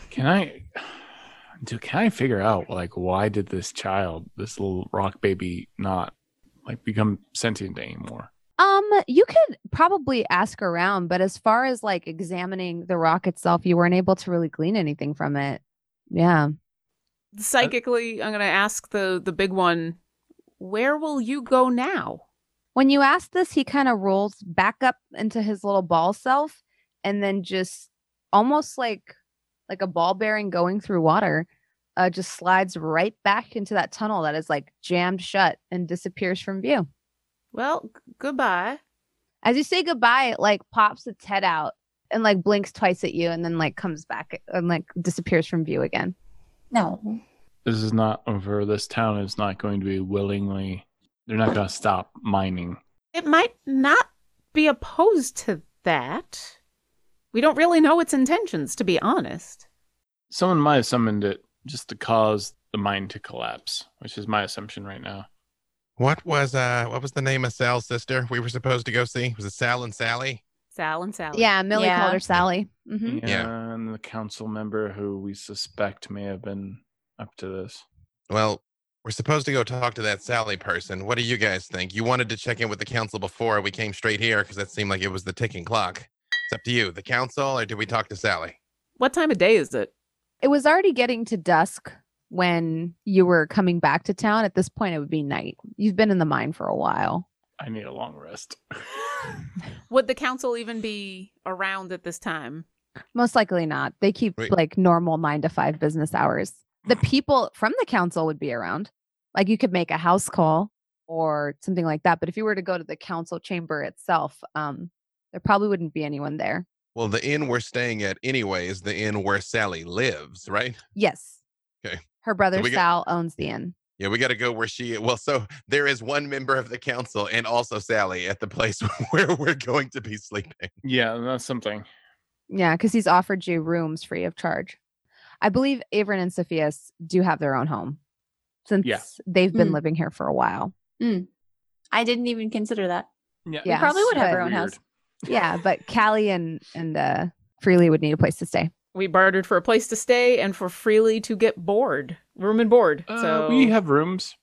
[SPEAKER 4] Can I do can I figure out like why did this child, this little rock baby not like become sentient anymore?
[SPEAKER 1] Um, you could probably ask around, but as far as like examining the rock itself, you weren't able to really glean anything from it. Yeah.
[SPEAKER 2] Psychically, I'm going to ask the the big one, where will you go now?
[SPEAKER 1] When you ask this, he kind of rolls back up into his little ball self and then just almost like like a ball bearing going through water, uh, just slides right back into that tunnel that is like jammed shut and disappears from view.
[SPEAKER 2] Well, g- goodbye.
[SPEAKER 1] As you say goodbye, it like pops its head out and like blinks twice at you and then like comes back and like disappears from view again.
[SPEAKER 5] No.
[SPEAKER 4] This is not over. This town is not going to be willingly they're not gonna stop mining.
[SPEAKER 2] It might not be opposed to that. We don't really know its intentions, to be honest.
[SPEAKER 4] Someone might have summoned it just to cause the mine to collapse, which is my assumption right now.
[SPEAKER 3] what was uh what was the name of Sal's sister we were supposed to go see? Was it Sal and Sally?
[SPEAKER 2] Sal and Sally.
[SPEAKER 1] Yeah, Millie
[SPEAKER 5] Yeah.
[SPEAKER 1] called her Sally.
[SPEAKER 3] Mm.
[SPEAKER 1] hmm
[SPEAKER 3] Yeah.
[SPEAKER 4] Mm-hmm. And the council member who we suspect may have been up to this.
[SPEAKER 3] Well, we're supposed to go talk to that Sally person. What do you guys think? You wanted to check in with the council before we came straight here because that seemed like it was the ticking clock. It's up to you, the council, or do we talk to Sally?
[SPEAKER 2] What time of day is it?
[SPEAKER 1] It was already getting to dusk when you were coming back to town. At this point, it would be night. You've been in the mine for a while.
[SPEAKER 4] I need a long rest.
[SPEAKER 2] Would the council even be around at this time?
[SPEAKER 1] Most likely not. They keep
[SPEAKER 3] Wait.
[SPEAKER 1] like normal nine to five business hours. The people from the council would be around. Like you could make a house call or something like that. But if you were to go to the council chamber itself, um, there probably wouldn't be anyone there.
[SPEAKER 3] Well, the inn we're staying at anyway is the inn where Sally lives, right?
[SPEAKER 1] Yes.
[SPEAKER 3] Okay.
[SPEAKER 1] Her brother
[SPEAKER 3] we get-
[SPEAKER 1] Sal owns the inn.
[SPEAKER 3] Yeah, we got to go where she. Well, so there is one member of the council and also Sally at the place where we're going to be sleeping.
[SPEAKER 4] yeah, that's something.
[SPEAKER 1] Yeah, because he's offered you rooms free of charge. I believe Avern and Sophia's do have their own home since they've been
[SPEAKER 5] Mm.
[SPEAKER 1] living here for a while.
[SPEAKER 5] I didn't even consider that.
[SPEAKER 4] Yeah,
[SPEAKER 1] Yeah,
[SPEAKER 5] probably would have
[SPEAKER 1] so-
[SPEAKER 5] her own house.
[SPEAKER 1] Yeah, but Callie and and uh, Freely would need a place to stay.
[SPEAKER 2] We bartered for a place to stay and for Freely to get board, room and board.
[SPEAKER 4] Uh,
[SPEAKER 2] so
[SPEAKER 4] we have rooms.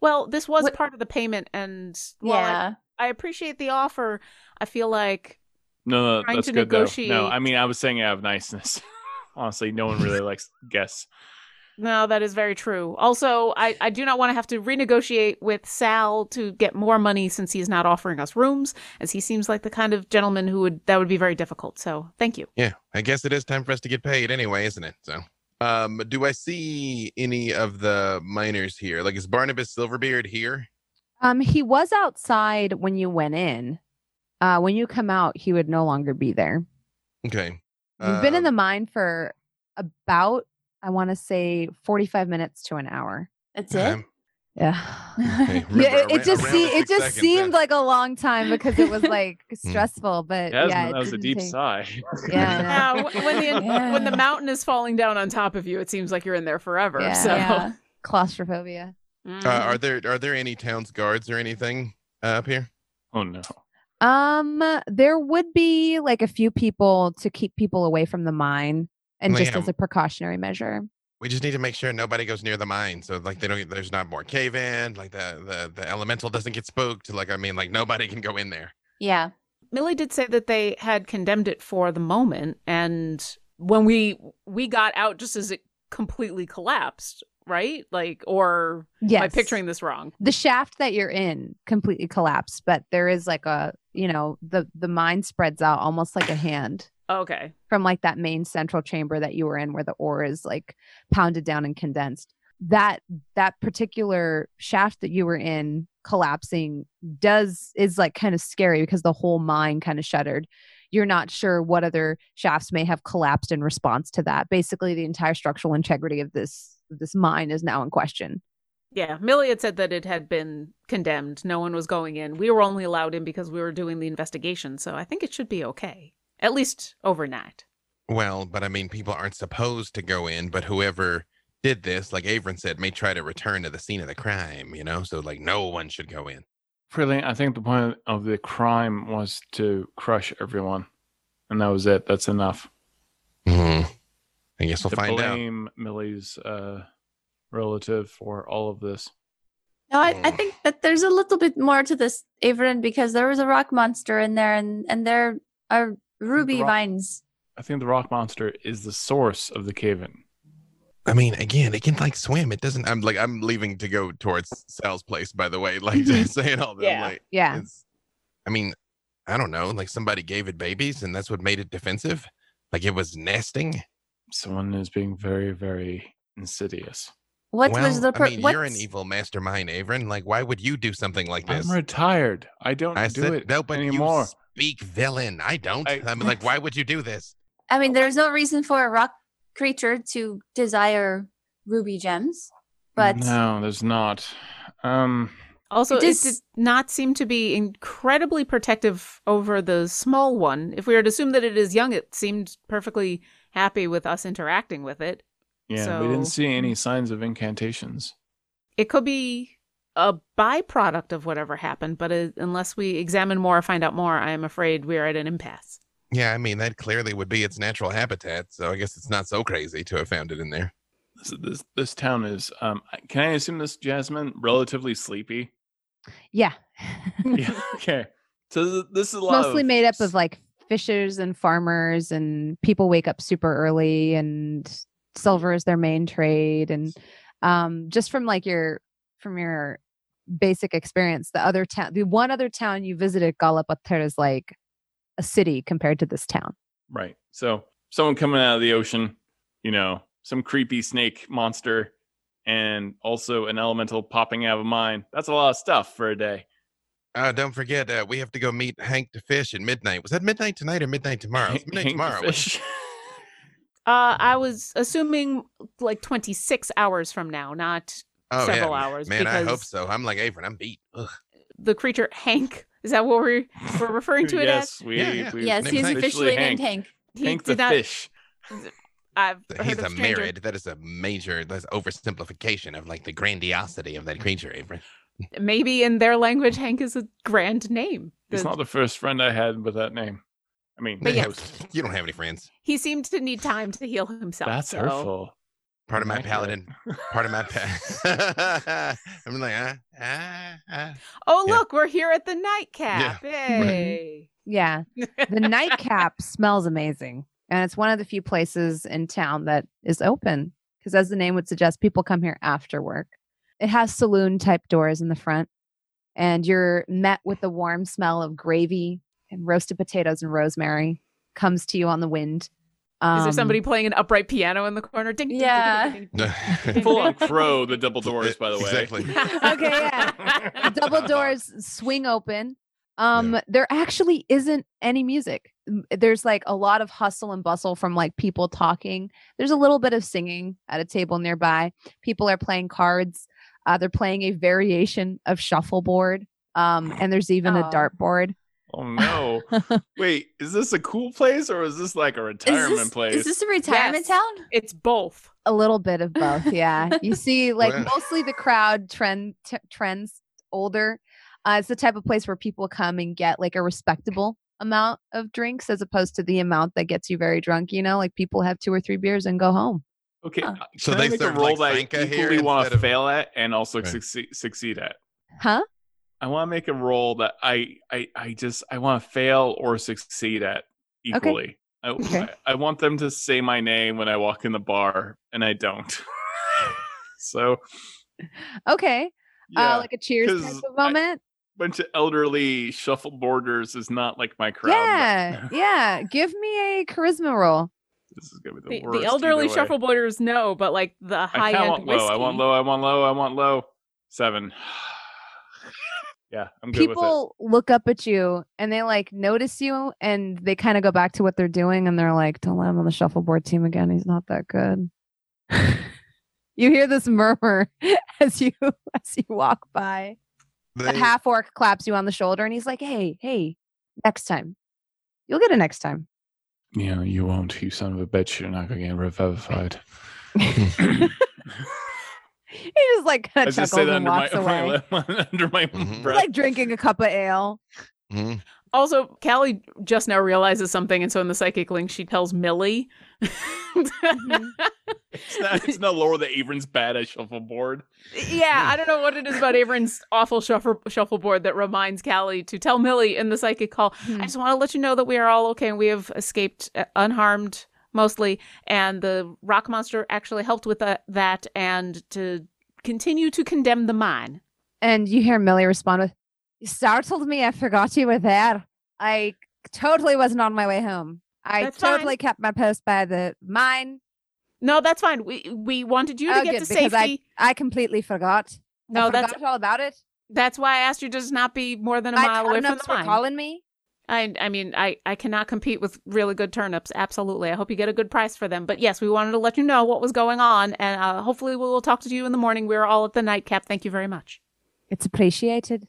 [SPEAKER 2] Well, this was
[SPEAKER 5] What-
[SPEAKER 2] part of the payment, and while
[SPEAKER 5] yeah.
[SPEAKER 2] I, I appreciate the offer, I feel like
[SPEAKER 4] No, no
[SPEAKER 2] Trying
[SPEAKER 4] that's
[SPEAKER 2] to
[SPEAKER 4] good though. No,
[SPEAKER 2] negotiate.
[SPEAKER 4] I mean I was saying out of niceness. Honestly, no one really likes guests.
[SPEAKER 2] no, that is very true. Also, I I do not want to have to renegotiate with Sal to get more money since he's not offering us rooms, as he seems like the kind of gentleman who would that would be very difficult. So, thank you.
[SPEAKER 3] Yeah, I guess it is time for us to get paid anyway, isn't it? So, um, do I see any of the miners here? Like, is Barnabas Silverbeard here?
[SPEAKER 1] Um, he was outside when you went in. Uh, when you come out, he would no longer be there.
[SPEAKER 3] Okay.
[SPEAKER 1] You've been in the
[SPEAKER 3] Um,
[SPEAKER 1] mine for about, I want to say, forty-five minutes to an hour.
[SPEAKER 5] That's it.
[SPEAKER 3] I'm-
[SPEAKER 1] Yeah.
[SPEAKER 3] okay, remember,
[SPEAKER 1] eh? yeah, it,
[SPEAKER 3] a
[SPEAKER 1] it
[SPEAKER 3] ra-
[SPEAKER 1] just
[SPEAKER 3] around
[SPEAKER 1] see,
[SPEAKER 3] the
[SPEAKER 1] it
[SPEAKER 3] six
[SPEAKER 1] just
[SPEAKER 3] seconds, Hmm.
[SPEAKER 1] seemed
[SPEAKER 3] yeah.
[SPEAKER 1] like a long time because it was like stressful, but
[SPEAKER 4] That was,
[SPEAKER 1] yeah, it
[SPEAKER 4] that was a
[SPEAKER 1] didn't
[SPEAKER 4] deep
[SPEAKER 1] take-
[SPEAKER 4] sigh.
[SPEAKER 1] Yeah, I know.
[SPEAKER 2] Yeah, wh- when the when the
[SPEAKER 5] Yeah.
[SPEAKER 2] mountain is falling down on top of you, it seems like you're in there forever.
[SPEAKER 1] Yeah.
[SPEAKER 2] So,
[SPEAKER 5] Yeah.
[SPEAKER 1] claustrophobia.
[SPEAKER 2] Mm.
[SPEAKER 3] Uh, are there are there any town's guards or anything uh, up here?
[SPEAKER 4] oh no.
[SPEAKER 1] Um, there would be like a few people to keep people away from the mine, and
[SPEAKER 3] Well,
[SPEAKER 1] just
[SPEAKER 3] yeah.
[SPEAKER 1] as a precautionary measure.
[SPEAKER 3] We just need to make sure nobody goes near the mine, so like they don't. There's not more cave in. Like the the the elemental doesn't get spooked. Like I mean, like nobody can go in there.
[SPEAKER 5] Yeah.
[SPEAKER 2] Millie did say that they had condemned it for the moment, and when we we got out, just as it completely collapsed, right? Like, or
[SPEAKER 1] Yes,
[SPEAKER 2] am I picturing this wrong?
[SPEAKER 1] the shaft that you're in completely collapsed, but there is like a you know the the mine spreads out almost like a hand
[SPEAKER 2] Okay,
[SPEAKER 1] from like that main central chamber that you were in where the ore is like pounded down and condensed that that particular shaft that you were in collapsing does is like kind of scary because the whole mine kind of shuddered you're not sure what other shafts may have collapsed in response to that basically the entire structural integrity of this this mine is now in question
[SPEAKER 2] yeah. Millie had said that it had been condemned. No one was going in. We were only allowed in because we were doing the investigation. So I think it should be okay, at least overnight.
[SPEAKER 3] Well, but I mean, people aren't supposed to go in. But whoever did this, like Averin said, may try to return to the scene of the crime. You know, so like no one should go in.
[SPEAKER 4] Really, I think the point of the crime was to crush everyone, and that was it. That's enough.
[SPEAKER 3] Mm-hmm. I guess we'll
[SPEAKER 4] to
[SPEAKER 3] find out.
[SPEAKER 4] blame Millie's uh, relative for all of this.
[SPEAKER 5] No, I, I
[SPEAKER 3] Mm.
[SPEAKER 5] think that there's a little bit more to this, Averin, because there was a rock monster in there and, and there are ruby
[SPEAKER 4] rock-
[SPEAKER 5] vines.
[SPEAKER 4] I think the rock monster is the source of the cave-in.
[SPEAKER 3] I mean, again, it can like swim. It doesn't. I'm like, I'm leaving to go towards Sal's place. By the way, like just saying all that. I'm
[SPEAKER 2] Yeah.
[SPEAKER 3] like,
[SPEAKER 1] yeah
[SPEAKER 3] it's- I mean, I don't know. Like somebody gave it babies, and that's what made it defensive. Like it was nesting.
[SPEAKER 4] Someone is being very, very insidious.
[SPEAKER 5] What was
[SPEAKER 3] Well,
[SPEAKER 5] the per-
[SPEAKER 3] I mean, you're an
[SPEAKER 5] what's-
[SPEAKER 3] evil mastermind, Averin. Like, why would you do something like this?
[SPEAKER 4] I'm retired. I don't
[SPEAKER 3] I
[SPEAKER 4] do
[SPEAKER 3] said
[SPEAKER 4] it
[SPEAKER 3] no, but
[SPEAKER 4] anymore.
[SPEAKER 3] you speak villain. I don't. I,
[SPEAKER 4] I-
[SPEAKER 3] mean, like, why would you do this?
[SPEAKER 5] I mean, there's no reason for a rock creature to desire ruby gems, but
[SPEAKER 4] no, there's not. Um,
[SPEAKER 2] Also,
[SPEAKER 5] It
[SPEAKER 2] it,
[SPEAKER 5] is-
[SPEAKER 2] did not seem to be incredibly protective over the small one. If we were to assume that it is young, it seemed perfectly happy with us interacting with it.
[SPEAKER 4] yeah, we didn't
[SPEAKER 2] So-
[SPEAKER 4] see any signs of incantations.
[SPEAKER 2] It could be a byproduct of whatever happened, but uh unless we examine more or find out more, I am afraid we are at an impasse.
[SPEAKER 3] Yeah, I mean, that clearly would be its natural habitat. So I guess it's not so crazy to have found it in there.
[SPEAKER 4] This, this this town is. Um, can I assume this Jasmine relatively sleepy?
[SPEAKER 1] yeah
[SPEAKER 4] yeah. Okay. So th- this is a lot
[SPEAKER 1] mostly
[SPEAKER 4] of-
[SPEAKER 1] made up of like fishers and farmers and people wake up super early and silver is their main trade and um just from like your from your basic experience the other town the one other town you visited Galapater is like a city compared to this town
[SPEAKER 4] Right. So someone coming out of the ocean, you know, some creepy snake monster, and also an elemental popping out of a mine. That's a lot of stuff for a day.
[SPEAKER 3] Uh, don't forget, uh, we have to go meet Hank to fish at midnight. Was that midnight tonight or midnight tomorrow? It's midnight
[SPEAKER 4] Hang-
[SPEAKER 3] tomorrow. wasn't
[SPEAKER 4] fish.
[SPEAKER 2] Uh, I was assuming like 26 hours from now, not
[SPEAKER 3] Oh,
[SPEAKER 2] several
[SPEAKER 3] yeah.
[SPEAKER 2] hours
[SPEAKER 3] Man, I hope
[SPEAKER 2] because-
[SPEAKER 3] so. I'm like Averin. I'm beat. Ugh.
[SPEAKER 2] the creature Hank. Is that what we're, we're referring to it as?
[SPEAKER 4] yes, we,
[SPEAKER 3] Yeah, yeah.
[SPEAKER 4] we
[SPEAKER 5] yes,
[SPEAKER 3] named
[SPEAKER 5] he's
[SPEAKER 3] Hank.
[SPEAKER 5] officially named Hank.
[SPEAKER 2] He
[SPEAKER 4] Hank the
[SPEAKER 2] did not-
[SPEAKER 4] fish.
[SPEAKER 2] I've heard
[SPEAKER 3] He's
[SPEAKER 2] of
[SPEAKER 3] a
[SPEAKER 2] stranger-
[SPEAKER 3] myriad. That is a major. That's oversimplification of like the grandiosity of that creature, eh, Averin.
[SPEAKER 2] Maybe in their language, Hank is a grand name.
[SPEAKER 4] He's
[SPEAKER 2] The-
[SPEAKER 4] not the first friend I had with that name. I mean,
[SPEAKER 2] But
[SPEAKER 3] You
[SPEAKER 2] yeah.
[SPEAKER 4] that-
[SPEAKER 3] have- you don't have any friends.
[SPEAKER 2] he seemed to need time to heal himself.
[SPEAKER 4] that's
[SPEAKER 2] so-
[SPEAKER 4] hurtful.
[SPEAKER 3] Part of my
[SPEAKER 4] Immaculate.
[SPEAKER 3] paladin. Part of my pa- I'm like, ah, ah, ah.
[SPEAKER 2] Oh,
[SPEAKER 3] Yeah.
[SPEAKER 2] look, we're here at the nightcap. Hey.
[SPEAKER 1] yeah the nightcap smells amazing and it's one of the few places in town that is open because as the name would suggest people come here after work it has saloon type doors in the front and you're met with the warm smell of gravy and roasted potatoes and rosemary comes to you on the wind Um,
[SPEAKER 2] Is there somebody playing an upright piano in the corner? Ding, ding, ding, ding,
[SPEAKER 5] Yeah.
[SPEAKER 2] ding, ding.
[SPEAKER 4] Full on crow, the double doors, by the way.
[SPEAKER 3] Exactly.
[SPEAKER 1] Okay,
[SPEAKER 4] yeah.
[SPEAKER 1] double doors swing open. Um, there actually isn't any music. M- There's like a lot of hustle and bustle from like people talking. There's a little bit of singing at a table nearby. People are playing cards. Uh, they're playing a variation of shuffleboard. Um, and there's even a
[SPEAKER 5] Aw.
[SPEAKER 1] dartboard.
[SPEAKER 4] Oh no! Wait, is this a cool place or is this like a retirement
[SPEAKER 5] is this,
[SPEAKER 4] place?
[SPEAKER 5] Is this a retirement
[SPEAKER 2] Yes.
[SPEAKER 5] town?
[SPEAKER 2] It's both.
[SPEAKER 1] A little bit of both, yeah. You see, like
[SPEAKER 3] Wow.
[SPEAKER 1] mostly the crowd trend t- trends older. Uh, it's the type of place where people come and get like a respectable amount of drinks as opposed to the amount that gets you very drunk. You know, like people have two or three beers and go home.
[SPEAKER 4] okay,
[SPEAKER 5] Huh.
[SPEAKER 4] uh,
[SPEAKER 3] So
[SPEAKER 4] can
[SPEAKER 3] they
[SPEAKER 4] I make a
[SPEAKER 3] serve,
[SPEAKER 4] roll
[SPEAKER 3] like,
[SPEAKER 4] that I
[SPEAKER 3] Sanka here
[SPEAKER 4] equally want
[SPEAKER 3] instead
[SPEAKER 4] to
[SPEAKER 3] of-
[SPEAKER 4] fail at and also
[SPEAKER 3] Right.
[SPEAKER 4] succeed, succeed at?
[SPEAKER 1] Huh?
[SPEAKER 4] I want to make a roll that I I, I just I want to fail or succeed at equally. I,
[SPEAKER 1] Okay.
[SPEAKER 4] I, I want them to say my name when I walk in the bar, and I don't. so
[SPEAKER 1] Okay.
[SPEAKER 4] yeah,
[SPEAKER 1] Uh, like a cheers type
[SPEAKER 4] 'cause
[SPEAKER 1] of
[SPEAKER 4] I-
[SPEAKER 1] moment.
[SPEAKER 4] bunch of elderly shuffleboarders is not like my crowd.
[SPEAKER 1] yeah. yeah. Give me a charisma roll.
[SPEAKER 4] this is gonna be the,
[SPEAKER 2] The,
[SPEAKER 4] worst.
[SPEAKER 2] the elderly
[SPEAKER 4] either way.
[SPEAKER 2] shuffleboarders know, but like the
[SPEAKER 4] I
[SPEAKER 2] high
[SPEAKER 4] kinda
[SPEAKER 2] end
[SPEAKER 4] want low.
[SPEAKER 2] whiskey.
[SPEAKER 4] I want low. I want low. I want low. Seven. yeah, I'm good with
[SPEAKER 1] People look up at you and they like notice you and they kind of go back to what they're doing and they're like, don't let him on the shuffleboard team again. He's not that good. you hear this murmur as you as you walk by. The
[SPEAKER 3] They-
[SPEAKER 1] half orc claps you on the shoulder and he's like, hey, hey, next time. You'll get a next time.
[SPEAKER 4] it. Yeah, you won't. You son of a bitch. You're not gonna get revivified.
[SPEAKER 1] He just like kind
[SPEAKER 4] I
[SPEAKER 1] of chuckles
[SPEAKER 4] just say that
[SPEAKER 1] and
[SPEAKER 4] under my,
[SPEAKER 1] walks away.
[SPEAKER 4] my, lip- under my
[SPEAKER 3] Mhm.
[SPEAKER 4] breath.
[SPEAKER 1] like drinking a cup of ale.
[SPEAKER 3] Mhm.
[SPEAKER 2] Also, Callie just now realizes something, and so in the psychic link, she tells Millie.
[SPEAKER 4] it's, not, it's not lower that Avron's bad at shuffleboard.
[SPEAKER 2] yeah, I don't know what it is about Averin's awful shuffle, shuffleboard that reminds Callie to tell Millie in the psychic call. I just want to let you know that we are all okay and we have escaped uh, unharmed mostly. And the rock monster actually helped with that, that and to continue to condemn the mine.
[SPEAKER 1] And you hear Millie respond with, You startled me. I forgot you were there. I totally wasn't on my way home. I
[SPEAKER 2] That's fine.
[SPEAKER 1] totally kept my post by the mine.
[SPEAKER 2] No, that's fine. We we wanted you to
[SPEAKER 1] Oh,
[SPEAKER 2] get
[SPEAKER 1] good,
[SPEAKER 2] to
[SPEAKER 1] because I-
[SPEAKER 2] safety.
[SPEAKER 1] I completely forgot.
[SPEAKER 2] no,
[SPEAKER 1] I
[SPEAKER 2] that's
[SPEAKER 1] forgot all about it.
[SPEAKER 2] that's why I asked you to just not be more than a
[SPEAKER 1] My
[SPEAKER 2] mile away from the
[SPEAKER 1] turnips were
[SPEAKER 2] mine.
[SPEAKER 1] calling me.
[SPEAKER 2] I I mean I I cannot compete with really good turnips. Absolutely. I hope you get a good price for them. But yes, we wanted to let you know what was going on, and uh, hopefully we will talk to you in the morning. We are all at the nightcap. Thank you very much.
[SPEAKER 1] It's appreciated.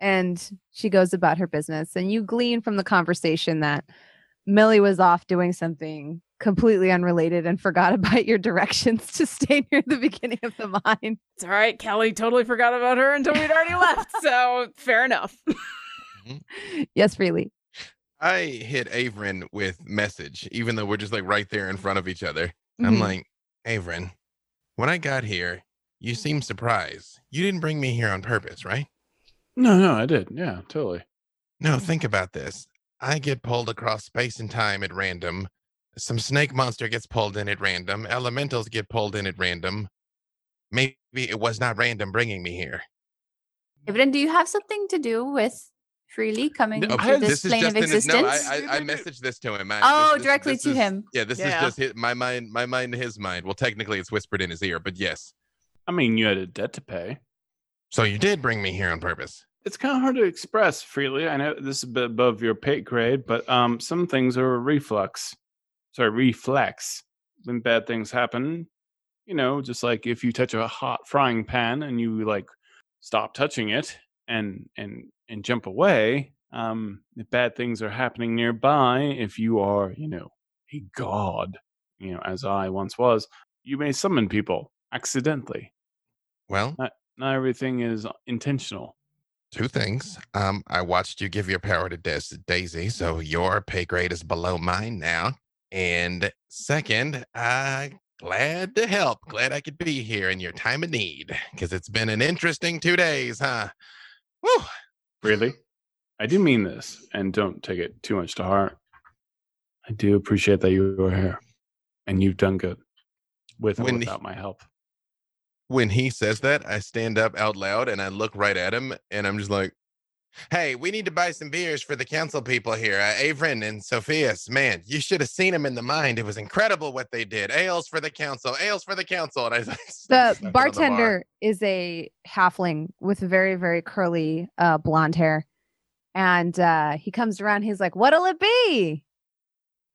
[SPEAKER 1] And she goes about her business. And you glean from the conversation that Millie was off doing something completely unrelated and forgot about your directions to stay near the beginning of the mine.
[SPEAKER 2] It's all right. Kelly totally forgot about her until we'd already left. So fair enough.
[SPEAKER 1] yes, freely.
[SPEAKER 3] I hit Averin with message, even though we're just like right there in front of each other. I'm
[SPEAKER 2] Mm-hmm.
[SPEAKER 1] Mhm.
[SPEAKER 3] like, Averin, when I got here, you seemed surprised. You didn't bring me here on purpose, right?
[SPEAKER 4] No, no, I did. Yeah, totally.
[SPEAKER 3] No,
[SPEAKER 5] Mm-hmm.
[SPEAKER 3] think about this. I get pulled across space and time at random. Some snake monster gets pulled in at random. Elementals get pulled in at random. Maybe it was not random bringing me here.
[SPEAKER 5] Evelyn, do you have something to do with freely coming
[SPEAKER 4] No,
[SPEAKER 5] to
[SPEAKER 3] Of-
[SPEAKER 4] I-
[SPEAKER 5] this,
[SPEAKER 3] is
[SPEAKER 5] plane
[SPEAKER 3] just
[SPEAKER 5] of
[SPEAKER 3] in his-
[SPEAKER 5] existence?
[SPEAKER 3] no, I, I, I messaged this to him. I-
[SPEAKER 5] Oh,
[SPEAKER 3] this- this-
[SPEAKER 5] directly
[SPEAKER 3] this
[SPEAKER 5] to
[SPEAKER 3] is-
[SPEAKER 5] him.
[SPEAKER 3] Yeah, this
[SPEAKER 2] Yeah.
[SPEAKER 3] is just hit my mind, my mind, to his mind. Well, technically, it's whispered in his ear, but yes.
[SPEAKER 4] I mean, you had a debt to pay.
[SPEAKER 3] So you did bring me here on purpose.
[SPEAKER 4] It's kind of hard to express freely. I know this is a bit above your pay grade, but um, some things are a reflux. Sorry, reflex. When bad things happen, you know, just like if you touch a hot frying pan and you like stop touching it and and and jump away, um, if bad things are happening nearby, if you are, you know, a god, you know, as I once was, you may summon people accidentally.
[SPEAKER 3] Well,
[SPEAKER 4] Not everything is intentional.
[SPEAKER 3] two things. Um, I watched you give your power to Des- Daisy, so your pay grade is below mine now. And second, uh, glad to help. Glad I could be here in your time of need because it's been an interesting two days, huh? Woo!
[SPEAKER 4] Really? I do mean this, and don't take it too much to heart. I do appreciate that you were here, and you've done good with and
[SPEAKER 3] When-
[SPEAKER 4] without my help.
[SPEAKER 3] When he says that, I stand up out loud and I look right at him and I'm just like, Hey, we need to buy some beers for the council people here. Uh, Avrin and Sophia's, man, you should have seen them in the mind. It was incredible what they did. Ales for the council, ales for the council. And I was like,
[SPEAKER 1] The
[SPEAKER 3] stuck on bar.
[SPEAKER 1] bartender is a halfling with very, very curly uh, blonde hair. And uh, he comes around. He's like, What'll it be?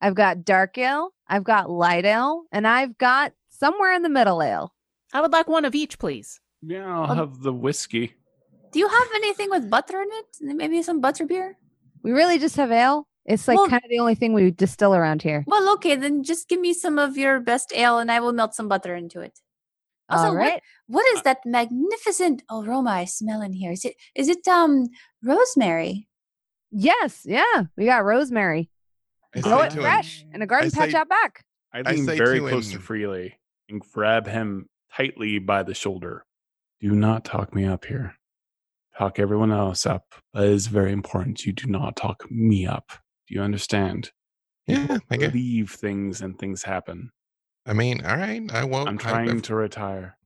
[SPEAKER 1] I've got dark ale, I've got light ale, and I've got somewhere in the middle ale.
[SPEAKER 2] I would like one of each, please.
[SPEAKER 4] Yeah, I'll
[SPEAKER 5] Um,
[SPEAKER 4] have the whiskey.
[SPEAKER 5] Do you have anything with butter in it? Maybe some butter beer?
[SPEAKER 1] We really just have ale. It's like
[SPEAKER 5] Well-
[SPEAKER 1] kind of the only thing we distill around here.
[SPEAKER 5] Well, okay, then just give me some of your best ale and I will melt some butter into it. Also,
[SPEAKER 1] All
[SPEAKER 5] what-
[SPEAKER 1] right.
[SPEAKER 5] what is that magnificent aroma I smell in here? Is it is it um rosemary?
[SPEAKER 1] Yes. Yeah. We got rosemary.
[SPEAKER 3] I
[SPEAKER 1] Grow
[SPEAKER 3] say
[SPEAKER 1] it
[SPEAKER 3] to him,
[SPEAKER 1] fresh in a garden
[SPEAKER 3] I
[SPEAKER 1] patch
[SPEAKER 3] say-
[SPEAKER 1] out back.
[SPEAKER 4] I
[SPEAKER 3] I
[SPEAKER 4] lean
[SPEAKER 3] say
[SPEAKER 4] very
[SPEAKER 3] to
[SPEAKER 4] close to
[SPEAKER 3] him-
[SPEAKER 4] Freely and grab him tightly by the shoulder. Do not talk me up here. Talk everyone else up. That is very important. You do not talk me up. Do you understand?
[SPEAKER 3] Yeah, I guess.
[SPEAKER 4] Leave things and things happen.
[SPEAKER 3] I mean, all right. I won't.
[SPEAKER 4] I'm
[SPEAKER 3] I-
[SPEAKER 4] trying
[SPEAKER 3] I,
[SPEAKER 4] to retire.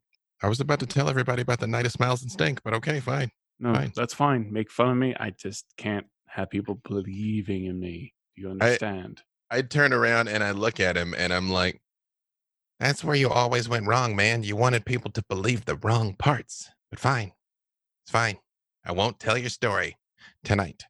[SPEAKER 3] I was about to tell everybody about the night of smiles and stink, but okay, fine.
[SPEAKER 4] No,
[SPEAKER 3] Fine.
[SPEAKER 4] that's fine. Make fun of me. I just can't have people believing in me. Do you understand?
[SPEAKER 3] I turn around and I look at him and I'm like, that's where you always went wrong, man. You wanted people to believe the wrong parts, but fine. It's fine. I won't tell your story tonight.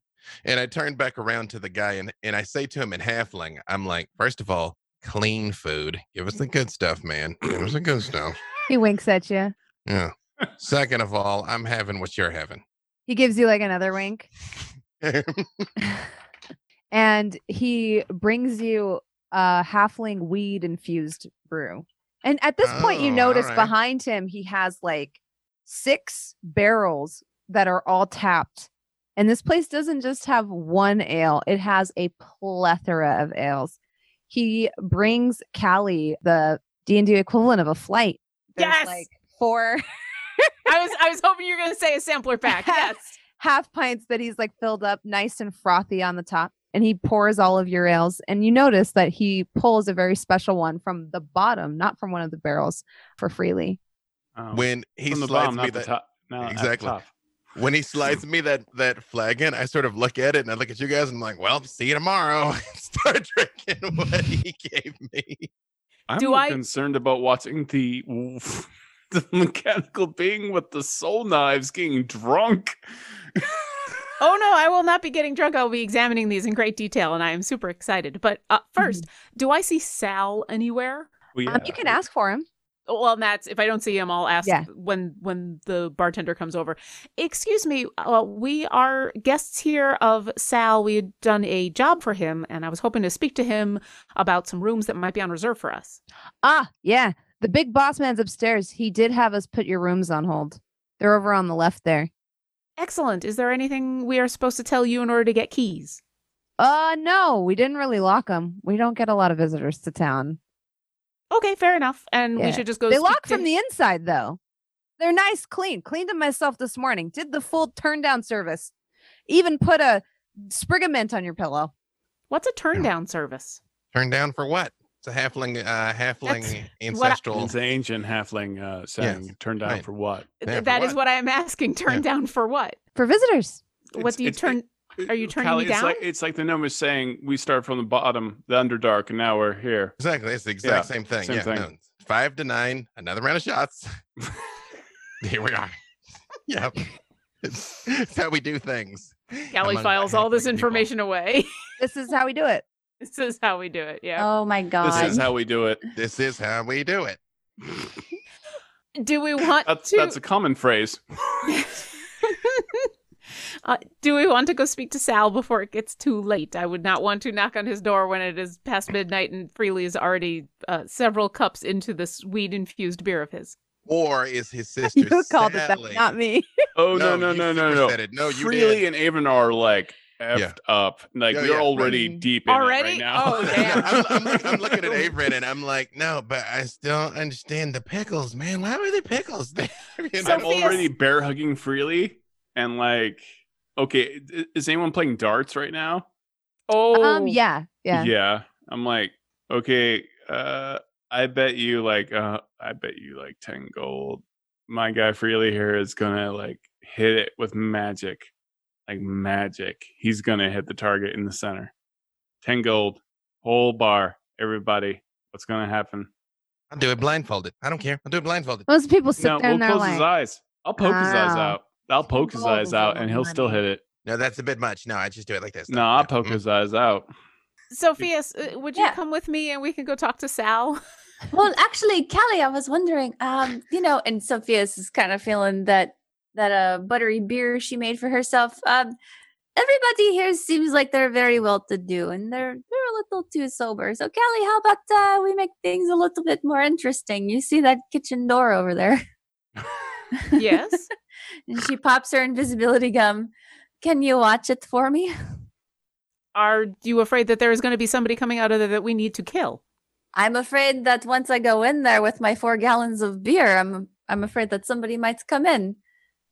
[SPEAKER 3] And I turn back around to the guy and, and I say to him in halfling, I'm like, first of all, clean food. Give us the good stuff, man. Give us the good stuff.
[SPEAKER 1] He winks at you.
[SPEAKER 3] Yeah. Second of all, I'm having what you're having.
[SPEAKER 1] He gives you like another wink. and he brings you a halfling weed infused brew. And at this point, you
[SPEAKER 3] Oh,
[SPEAKER 1] notice
[SPEAKER 3] alright.
[SPEAKER 1] behind him, he has like six barrels that are all tapped. And this place doesn't just have one ale, it has a plethora of ales. He brings Callie, the D&D equivalent of a flight. There's
[SPEAKER 2] Yes!
[SPEAKER 1] like four
[SPEAKER 2] I was I was hoping you were gonna say a sampler pack. Yes.
[SPEAKER 1] half pints that he's like filled up nice and frothy on the top and he pours all of your ales and you notice that he pulls a very special one from the bottom not from one of the barrels for freely
[SPEAKER 4] Oh,
[SPEAKER 3] when he
[SPEAKER 4] from the
[SPEAKER 3] slides
[SPEAKER 4] bottom,
[SPEAKER 3] me
[SPEAKER 4] not the
[SPEAKER 3] that-
[SPEAKER 4] top. No, at the
[SPEAKER 3] Exactly.
[SPEAKER 4] top.
[SPEAKER 3] when he slides me that that flagon, I sort of look at it and I look at you guys and I'm like, "Well, see you tomorrow." and Start drinking what he gave me.
[SPEAKER 4] I'm
[SPEAKER 2] Do
[SPEAKER 4] more
[SPEAKER 2] I-
[SPEAKER 4] concerned about watching the the mechanical being with the soul knives getting drunk.
[SPEAKER 2] Oh no, I will not be getting drunk. I'll be examining these in great detail, and I am super excited. But uh, 1st do I see Sal anywhere?
[SPEAKER 4] Well,
[SPEAKER 1] um, you
[SPEAKER 4] yeah,
[SPEAKER 1] can ask for him
[SPEAKER 2] Oh, Well, that's if I don't see him, I'll ask
[SPEAKER 1] Yeah.
[SPEAKER 2] when when the bartender comes over. Excuse me, uh, we are guests here of Sal. We had done a job for him, and I was hoping to speak to him about some rooms that might be on reserve for us.
[SPEAKER 1] ah yeah the big boss man's upstairs he did have us put your rooms on hold they're over on the left there
[SPEAKER 2] Excellent. Is there anything we are supposed to tell you in order to get keys?
[SPEAKER 1] uh no we didn't really lock them we don't get a lot of visitors to town
[SPEAKER 2] Okay, fair enough. And
[SPEAKER 1] Yeah.
[SPEAKER 2] we should just go.
[SPEAKER 1] they
[SPEAKER 2] speak
[SPEAKER 1] lock
[SPEAKER 2] to-
[SPEAKER 1] from the inside though they're nice clean cleaned them myself this morning did the full turn down service even put a sprig of mint on your pillow
[SPEAKER 2] What's a turn down service?
[SPEAKER 3] Turn down for what? It's a halfling, uh, halfling ancestral.
[SPEAKER 4] It's an ancient halfling uh, saying turned out
[SPEAKER 3] fine.
[SPEAKER 4] for what?
[SPEAKER 3] Yeah, for
[SPEAKER 2] That is
[SPEAKER 3] what?
[SPEAKER 2] what I am asking. Turn
[SPEAKER 3] Yeah.
[SPEAKER 2] down for what?
[SPEAKER 1] for visitors
[SPEAKER 2] what
[SPEAKER 4] It's-
[SPEAKER 2] do you
[SPEAKER 4] it's-
[SPEAKER 2] turn?
[SPEAKER 4] it-
[SPEAKER 2] Are you turning
[SPEAKER 4] Callie,
[SPEAKER 2] me
[SPEAKER 4] It's like,
[SPEAKER 2] down?
[SPEAKER 4] it's like the gnome is saying, we start from the bottom, the underdark, and now we're here.
[SPEAKER 3] Exactly, it's the exact same thing.
[SPEAKER 4] same
[SPEAKER 3] yeah,
[SPEAKER 4] thing.
[SPEAKER 3] no, it's five to nine, another round of shots. Here we are. yeah, it's, it's how we do things.
[SPEAKER 2] Callie
[SPEAKER 3] among
[SPEAKER 2] files all this
[SPEAKER 3] halfling people.
[SPEAKER 2] information away.
[SPEAKER 1] this is how we do it
[SPEAKER 2] this is how we do it. Yeah.
[SPEAKER 5] Oh my god.
[SPEAKER 4] This is how we do it.
[SPEAKER 3] This is how we do it.
[SPEAKER 1] Oh.
[SPEAKER 2] do we want
[SPEAKER 4] That's,
[SPEAKER 2] to?
[SPEAKER 4] that's a common phrase.
[SPEAKER 2] uh, do we want to go speak to Sal before it gets too late? I would not want to knock on his door when it is past midnight and Freely is already uh, several cups into this weed infused beer of his.
[SPEAKER 3] Or is his sister?
[SPEAKER 1] you called it that
[SPEAKER 3] sadly-
[SPEAKER 1] not me
[SPEAKER 4] Oh, no,
[SPEAKER 3] No,
[SPEAKER 4] no,
[SPEAKER 3] you
[SPEAKER 4] no, no,
[SPEAKER 3] super
[SPEAKER 4] no.
[SPEAKER 3] said it. No, you
[SPEAKER 4] Freely
[SPEAKER 3] did.
[SPEAKER 4] and Avon are like effed up. Like,
[SPEAKER 3] Yeah,
[SPEAKER 4] they're
[SPEAKER 3] yeah.
[SPEAKER 4] already
[SPEAKER 1] Mm.
[SPEAKER 4] deep in it
[SPEAKER 2] Already?
[SPEAKER 4] right now.
[SPEAKER 2] Oh, damn.
[SPEAKER 3] I'm, I'm looking, I'm looking at Avren and I'm like, no, but I still don't understand the pickles, man. Why were they pickles? there?" You know?
[SPEAKER 4] I'm
[SPEAKER 2] Sophia's-
[SPEAKER 4] already bear hugging freely, and like, okay, i- is anyone playing darts right now?
[SPEAKER 2] Oh,
[SPEAKER 1] um yeah yeah,
[SPEAKER 4] I'm like, okay, uh, I bet you like, uh, I bet you like ten gold. My guy freely here is gonna like hit it with magic, like magic. He's gonna hit the target in the center. Ten gold, whole bar, everybody. What's gonna happen?
[SPEAKER 3] I'll do it blindfolded. I don't care. I'll do it blindfolded.
[SPEAKER 1] Most people sit
[SPEAKER 4] no,
[SPEAKER 1] there and
[SPEAKER 4] we'll
[SPEAKER 1] they're
[SPEAKER 4] close
[SPEAKER 1] like,
[SPEAKER 4] his eyes. I'll poke his eyes
[SPEAKER 1] Wow.
[SPEAKER 4] out. I'll poke his
[SPEAKER 1] gold
[SPEAKER 4] eyes
[SPEAKER 1] is a
[SPEAKER 4] out,
[SPEAKER 1] lot
[SPEAKER 4] and
[SPEAKER 1] of
[SPEAKER 4] he'll still
[SPEAKER 1] money.
[SPEAKER 4] hit it.
[SPEAKER 3] No, that's a bit much. No, I just do it like this.
[SPEAKER 4] No, I'll
[SPEAKER 3] Mm.
[SPEAKER 4] poke his eyes out.
[SPEAKER 2] Sophia, s- uh, would you
[SPEAKER 5] Yeah.
[SPEAKER 2] come with me and we can go talk to Sal?
[SPEAKER 5] well, actually, Kelly, I was wondering, um, you know, and Sophia's is kind of feeling that that uh buttery beer she made for herself. Um, everybody here seems like they're very well to do, and they're they're a little too sober. So, Kelly, how about uh, we make things a little bit more interesting? You see that kitchen door over there?
[SPEAKER 2] yes.
[SPEAKER 5] and she pops her invisibility gum. Can you watch it for me?
[SPEAKER 2] Are you afraid that there is going to be somebody coming out of there that we need to kill?
[SPEAKER 5] I'm afraid that once I go in there with my four gallons of beer, I'm I'm afraid that somebody might come in.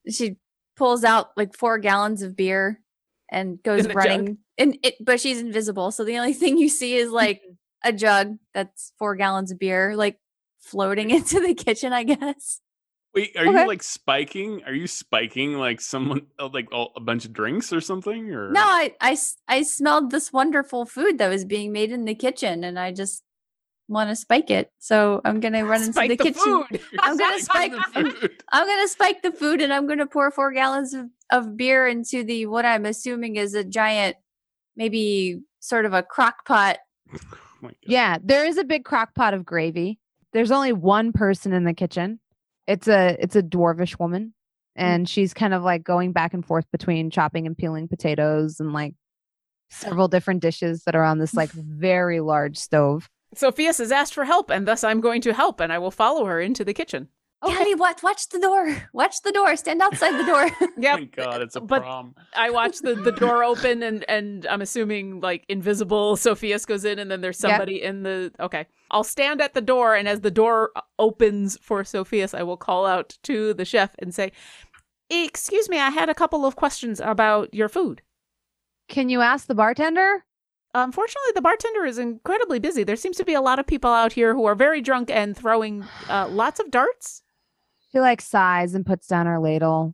[SPEAKER 5] She pulls out like four gallons of beer and goes
[SPEAKER 2] the jug?
[SPEAKER 5] running. And it, but she's invisible, so the only thing you see is like a jug that's four gallons of beer, like floating into the kitchen. I guess.
[SPEAKER 4] Wait, are
[SPEAKER 1] Okay.
[SPEAKER 4] you like spiking? Are you spiking like someone uh, like all, a bunch of drinks or something? Or
[SPEAKER 5] No, I, I s- I smelled this wonderful food that was being made in the kitchen, and I just want to spike it. So I'm gonna run into
[SPEAKER 2] Spike
[SPEAKER 5] the, kitchen.
[SPEAKER 2] food.
[SPEAKER 5] I'm gonna
[SPEAKER 4] Spiking the
[SPEAKER 1] um,
[SPEAKER 5] spike-
[SPEAKER 4] food.
[SPEAKER 5] I'm gonna spike the food and I'm gonna pour four gallons of, of beer into the what I'm assuming is a giant, maybe sort of a crock pot.
[SPEAKER 4] Oh my God.
[SPEAKER 1] Yeah, there is a big crock pot of gravy. There's only one person in the kitchen. It's a it's a dwarvish woman and she's kind of like going back and forth between chopping and peeling potatoes and like several different dishes that are on this like very large stove.
[SPEAKER 2] Sophia's has asked for help, and thus I'm going to help, and I will follow her into the kitchen.
[SPEAKER 5] Kelly, watch watch the door. Watch the door. Stand outside the door.
[SPEAKER 4] Oh
[SPEAKER 2] Yep.
[SPEAKER 4] my god, it's a
[SPEAKER 2] but-
[SPEAKER 4] prom.
[SPEAKER 2] I watch the, the door open, and, and I'm assuming like invisible Sophia's goes in, and then there's
[SPEAKER 1] Yep.
[SPEAKER 2] somebody in the. Okay. I'll stand at the door, and as the door opens for Sophia's, I will call out to the chef and say, Excuse me, I had a couple of questions about your food.
[SPEAKER 1] Can you ask the bartender?
[SPEAKER 2] Unfortunately, the bartender is incredibly busy. There seems to be a lot of people out here who are very drunk and throwing uh, lots of darts.
[SPEAKER 1] She like sighs and puts down her ladle.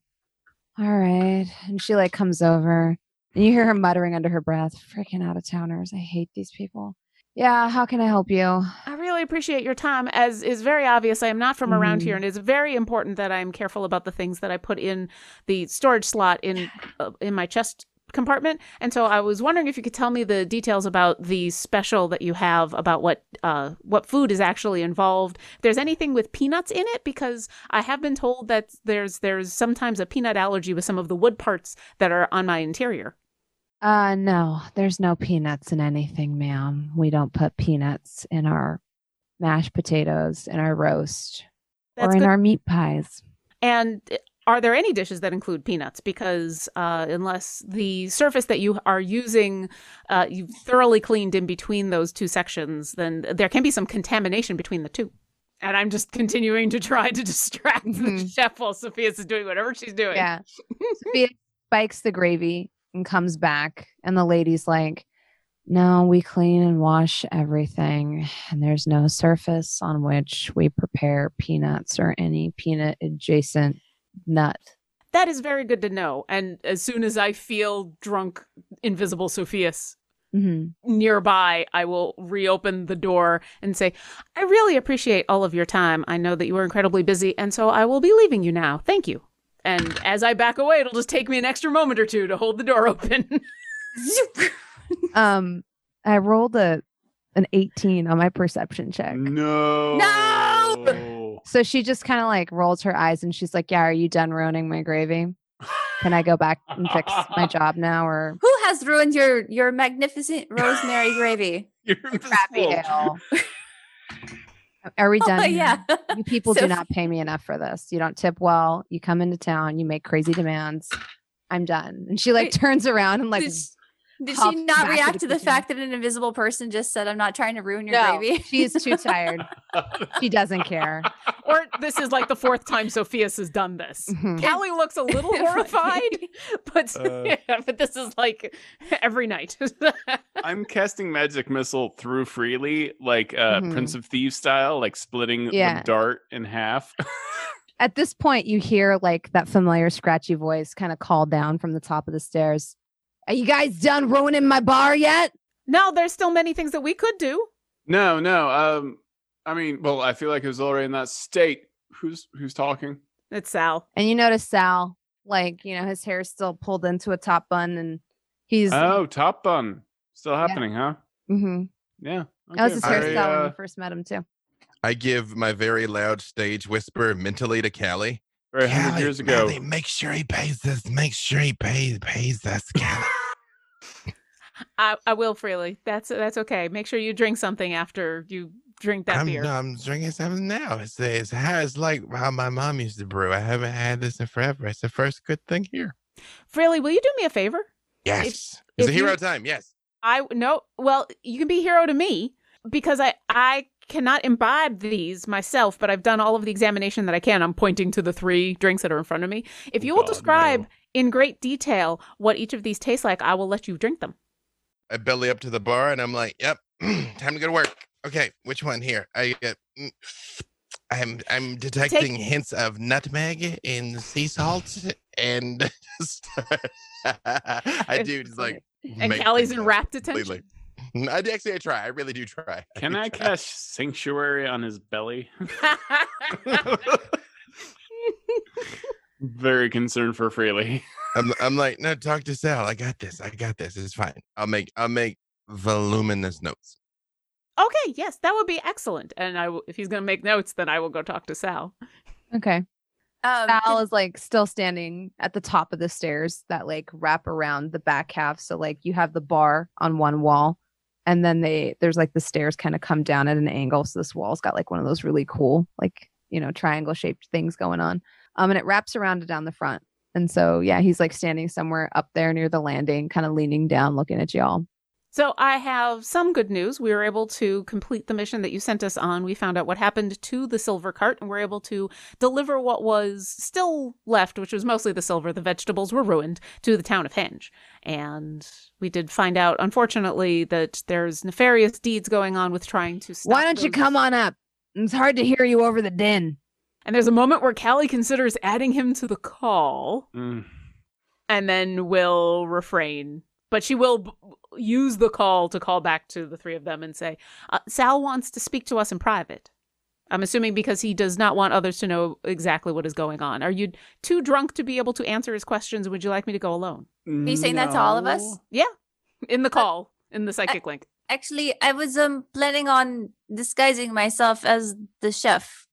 [SPEAKER 1] All right. And she like comes over. And you hear her muttering under her breath, freaking out of towners. I hate these people. Yeah, how can I help you?
[SPEAKER 2] I really appreciate your time. As is very obvious, I am not from around here,
[SPEAKER 1] Mhm.
[SPEAKER 2] and it's very important that I am careful about the things that I put in the storage slot in uh, in my chest compartment. And so I was wondering if you could tell me the details about the special that you have about what uh, what food is actually involved. If there's anything with peanuts in it, because I have been told that there's there's sometimes a peanut allergy with some of the wood parts that are on my interior.
[SPEAKER 1] Uh, no, there's no peanuts in anything, ma'am. We don't put peanuts in our mashed potatoes, in our roast, or
[SPEAKER 2] That's
[SPEAKER 1] in
[SPEAKER 2] good
[SPEAKER 1] our meat pies.
[SPEAKER 2] And eh, are there any dishes that include peanuts? Because uh, unless the surface that you are using, uh, you've thoroughly cleaned in between those two sections, then there can be some contamination between the two. And I'm just continuing to try to distract the
[SPEAKER 1] Mhm.
[SPEAKER 2] chef while Sophia's is doing whatever she's doing.
[SPEAKER 1] Yeah. Sophia spikes the gravy and comes back, and the lady's like, No, we clean and wash everything, and there's no surface on which we prepare peanuts or any peanut adjacent nut.
[SPEAKER 2] That is very good to know. And as soon as I feel drunk, invisible Sophia's
[SPEAKER 1] hmm
[SPEAKER 2] nearby, I will reopen the door and say, I really appreciate all of your time. I know that you were incredibly busy, and so I will be leaving you now. Thank you. And as I back away, it'll just take me an extra moment or two to hold the door open.
[SPEAKER 1] Um, I rolled a an 18 on my perception check.
[SPEAKER 4] No.
[SPEAKER 5] No!
[SPEAKER 1] So she just kind of like rolls her eyes and she's like, Yeah, are you done ruining my gravy? Can I go back and fix my job now? Or
[SPEAKER 5] Who has ruined your your magnificent rosemary gravy?
[SPEAKER 4] You're
[SPEAKER 1] Happy
[SPEAKER 4] invisible.
[SPEAKER 1] Hill. Are we done?
[SPEAKER 5] Oh,
[SPEAKER 1] here?
[SPEAKER 5] yeah.
[SPEAKER 1] You people do
[SPEAKER 5] Sophie-
[SPEAKER 1] not pay me enough for this. You don't tip well. You come into town. You make crazy demands. I'm done. And she like
[SPEAKER 5] Wait,
[SPEAKER 1] turns around and like,
[SPEAKER 5] did, sh- did she
[SPEAKER 1] huff back
[SPEAKER 5] not
[SPEAKER 1] to the
[SPEAKER 5] react to the
[SPEAKER 1] kitchen.
[SPEAKER 5] fact that an invisible person just said, "I'm not trying to ruin your
[SPEAKER 1] no,
[SPEAKER 5] gravy"?
[SPEAKER 1] she's too tired. She doesn't care.
[SPEAKER 2] or this is like the fourth time Sophia's has done this.
[SPEAKER 1] Mhm.
[SPEAKER 2] Callie looks a little
[SPEAKER 5] It might
[SPEAKER 2] horrified,
[SPEAKER 5] be.
[SPEAKER 2] but
[SPEAKER 4] Uh.
[SPEAKER 2] yeah, but this is like every night.
[SPEAKER 4] I'm casting magic missile through freely, like uh
[SPEAKER 1] Mhm.
[SPEAKER 4] Prince of Thieves style, like splitting
[SPEAKER 1] Yeah.
[SPEAKER 4] the dart in half.
[SPEAKER 1] At this point, you hear like that familiar scratchy voice kind of call down from the top of the stairs. Are you guys done ruining my bar yet?
[SPEAKER 2] No, there's still many things that we could do.
[SPEAKER 4] No, no. Um, I mean, well, I feel like it was already in that state. Who's who's talking?
[SPEAKER 2] It's Sal.
[SPEAKER 1] And you notice Sal, like, you know, his hair is still pulled into a top bun and he's.
[SPEAKER 4] Oh, Top Bun, still happening, huh?
[SPEAKER 1] hmm
[SPEAKER 4] Yeah.
[SPEAKER 1] That was his
[SPEAKER 4] okay.
[SPEAKER 1] hairstyle
[SPEAKER 4] I,
[SPEAKER 1] when
[SPEAKER 4] uh,
[SPEAKER 1] we first met him, too.
[SPEAKER 3] I give my very loud stage whisper mentally to Callie.
[SPEAKER 4] very hundred
[SPEAKER 3] Callie,
[SPEAKER 4] years ago.
[SPEAKER 3] Melly, make sure he pays this. Make sure he pays pays this. Callie.
[SPEAKER 2] I, I will freely. That's that's okay. Make sure you drink something after you drink that
[SPEAKER 3] I'm,
[SPEAKER 2] beer.
[SPEAKER 3] I'm drinking something now. It's it's, how it's like how my mom used to brew. I haven't had this in forever. It's the first good thing here.
[SPEAKER 2] Freely, will you do me a favor?
[SPEAKER 3] Yes,
[SPEAKER 2] if
[SPEAKER 3] it's a hero
[SPEAKER 2] you-
[SPEAKER 3] time. Yes,
[SPEAKER 2] I no. Well, you can be hero to me because I I cannot imbibe these myself, but I've done all of the examination that I can. I'm pointing to the three drinks that are in front of me. If you will
[SPEAKER 4] God,
[SPEAKER 2] describe
[SPEAKER 4] no.
[SPEAKER 2] in great detail what each of these tastes like, I will let you drink them.
[SPEAKER 3] I belly up to the bar and I'm like, yep, time to go to work. Okay, which one here? I get. mm, I'm I'm detecting hints of nutmeg and sea salt and. I do just like
[SPEAKER 2] And
[SPEAKER 3] make
[SPEAKER 2] Callie's
[SPEAKER 3] things
[SPEAKER 2] in
[SPEAKER 3] up
[SPEAKER 2] rapt
[SPEAKER 3] completely.
[SPEAKER 2] attention.
[SPEAKER 3] I do- actually I try. I really do try.
[SPEAKER 4] Can
[SPEAKER 3] do
[SPEAKER 4] I
[SPEAKER 3] try.
[SPEAKER 4] cast Sanctuary on his belly? Very concerned for Freely.
[SPEAKER 3] I'm I'm like, no, talk to Sal. I got this. I got this. It's fine. I'll make I'll make voluminous notes.
[SPEAKER 2] okay, yes, that would be excellent. And I will, if he's going to make notes, then I will go talk to Sal.
[SPEAKER 1] Okay.
[SPEAKER 5] Um,
[SPEAKER 1] Sal
[SPEAKER 5] did-
[SPEAKER 1] is like still standing at the top of the stairs that like wrap around the back half. So like you have the bar on one wall, and then they there's like the stairs kind of come down at an angle. So this wall's got like one of those really cool like you know triangle shaped things going on. Um, and it wraps around it down the front. And so yeah, he's like standing somewhere up there near the landing, kind of leaning down, looking at y'all.
[SPEAKER 2] So I have some good news. We were able to complete the mission that you sent us on. We found out what happened to the silver cart and we're able to deliver what was still left, which was mostly the silver. The vegetables were ruined to the town of Henge. And we did find out, unfortunately, that there's nefarious deeds going on with trying to stop.
[SPEAKER 1] Why don't you
[SPEAKER 2] those-
[SPEAKER 1] come on up? It's hard to hear you over the din.
[SPEAKER 2] And there's a moment where Callie considers adding him to the call.
[SPEAKER 4] Mm.
[SPEAKER 2] and then will refrain. But she will b- use the call to call back to the three of them and say, uh, Sal wants to speak to us in private. I'm assuming because he does not want others to know exactly what is going on. Are you too drunk to be able to answer his questions? Would you like me to go alone?
[SPEAKER 5] you saying that to all of us?
[SPEAKER 4] No.
[SPEAKER 2] In the call, in the psychic link.
[SPEAKER 5] actually, I was um planning on disguising myself as the chef,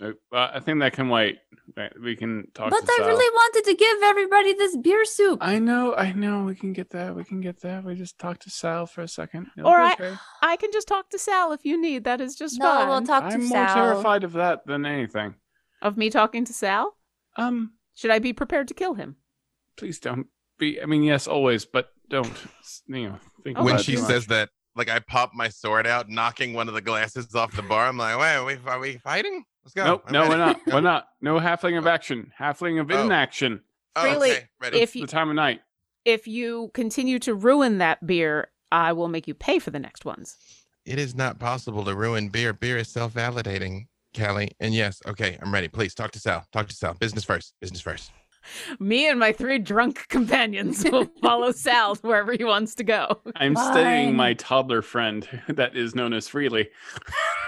[SPEAKER 4] Uh, I think that can wait. Wait, We can talk.
[SPEAKER 5] but
[SPEAKER 4] to
[SPEAKER 5] I
[SPEAKER 4] Sal.
[SPEAKER 5] really wanted to give everybody this beer soup.
[SPEAKER 4] I know, I know. We can get that. We can get that. We just talk to Sal for a 2nd
[SPEAKER 2] All right. I can just talk to Sal if you need. That is just
[SPEAKER 5] no,
[SPEAKER 2] fine.
[SPEAKER 5] we'll talk to
[SPEAKER 4] I'm more
[SPEAKER 5] Sal.
[SPEAKER 4] terrified of that than anything.
[SPEAKER 2] of me talking to Sal?
[SPEAKER 4] Um,
[SPEAKER 2] Should I be prepared to kill him?
[SPEAKER 4] please don't be. I mean, yes, always, but don't. s- You know, think
[SPEAKER 2] Oh,
[SPEAKER 3] when
[SPEAKER 4] about it
[SPEAKER 3] she
[SPEAKER 4] too much.
[SPEAKER 3] says that, like I pop my sword out, knocking one of the glasses off the bar. I'm like, wait, are we, are we fighting? Let's go.
[SPEAKER 4] nope,
[SPEAKER 3] I'm
[SPEAKER 4] no,
[SPEAKER 3] ready.
[SPEAKER 4] we're not.
[SPEAKER 3] Go.
[SPEAKER 4] We're not. No halfling of action. Halfling of
[SPEAKER 3] Oh.
[SPEAKER 4] inaction.
[SPEAKER 3] Oh,
[SPEAKER 2] Really,
[SPEAKER 3] okay, ready.
[SPEAKER 2] If
[SPEAKER 4] It's
[SPEAKER 2] you-
[SPEAKER 4] the time of night.
[SPEAKER 2] If you continue to ruin that beer, I will make you pay for the next ones.
[SPEAKER 3] it is not possible to ruin beer. Beer is self-validating, Callie. And yes, okay, I'm ready. Please talk to Sal. Talk to Sal. Business first. Business first.
[SPEAKER 2] Me and my three drunk companions will follow Sal wherever he wants to go.
[SPEAKER 4] I'm studying
[SPEAKER 5] Fine.
[SPEAKER 4] my toddler friend that is known as Freely.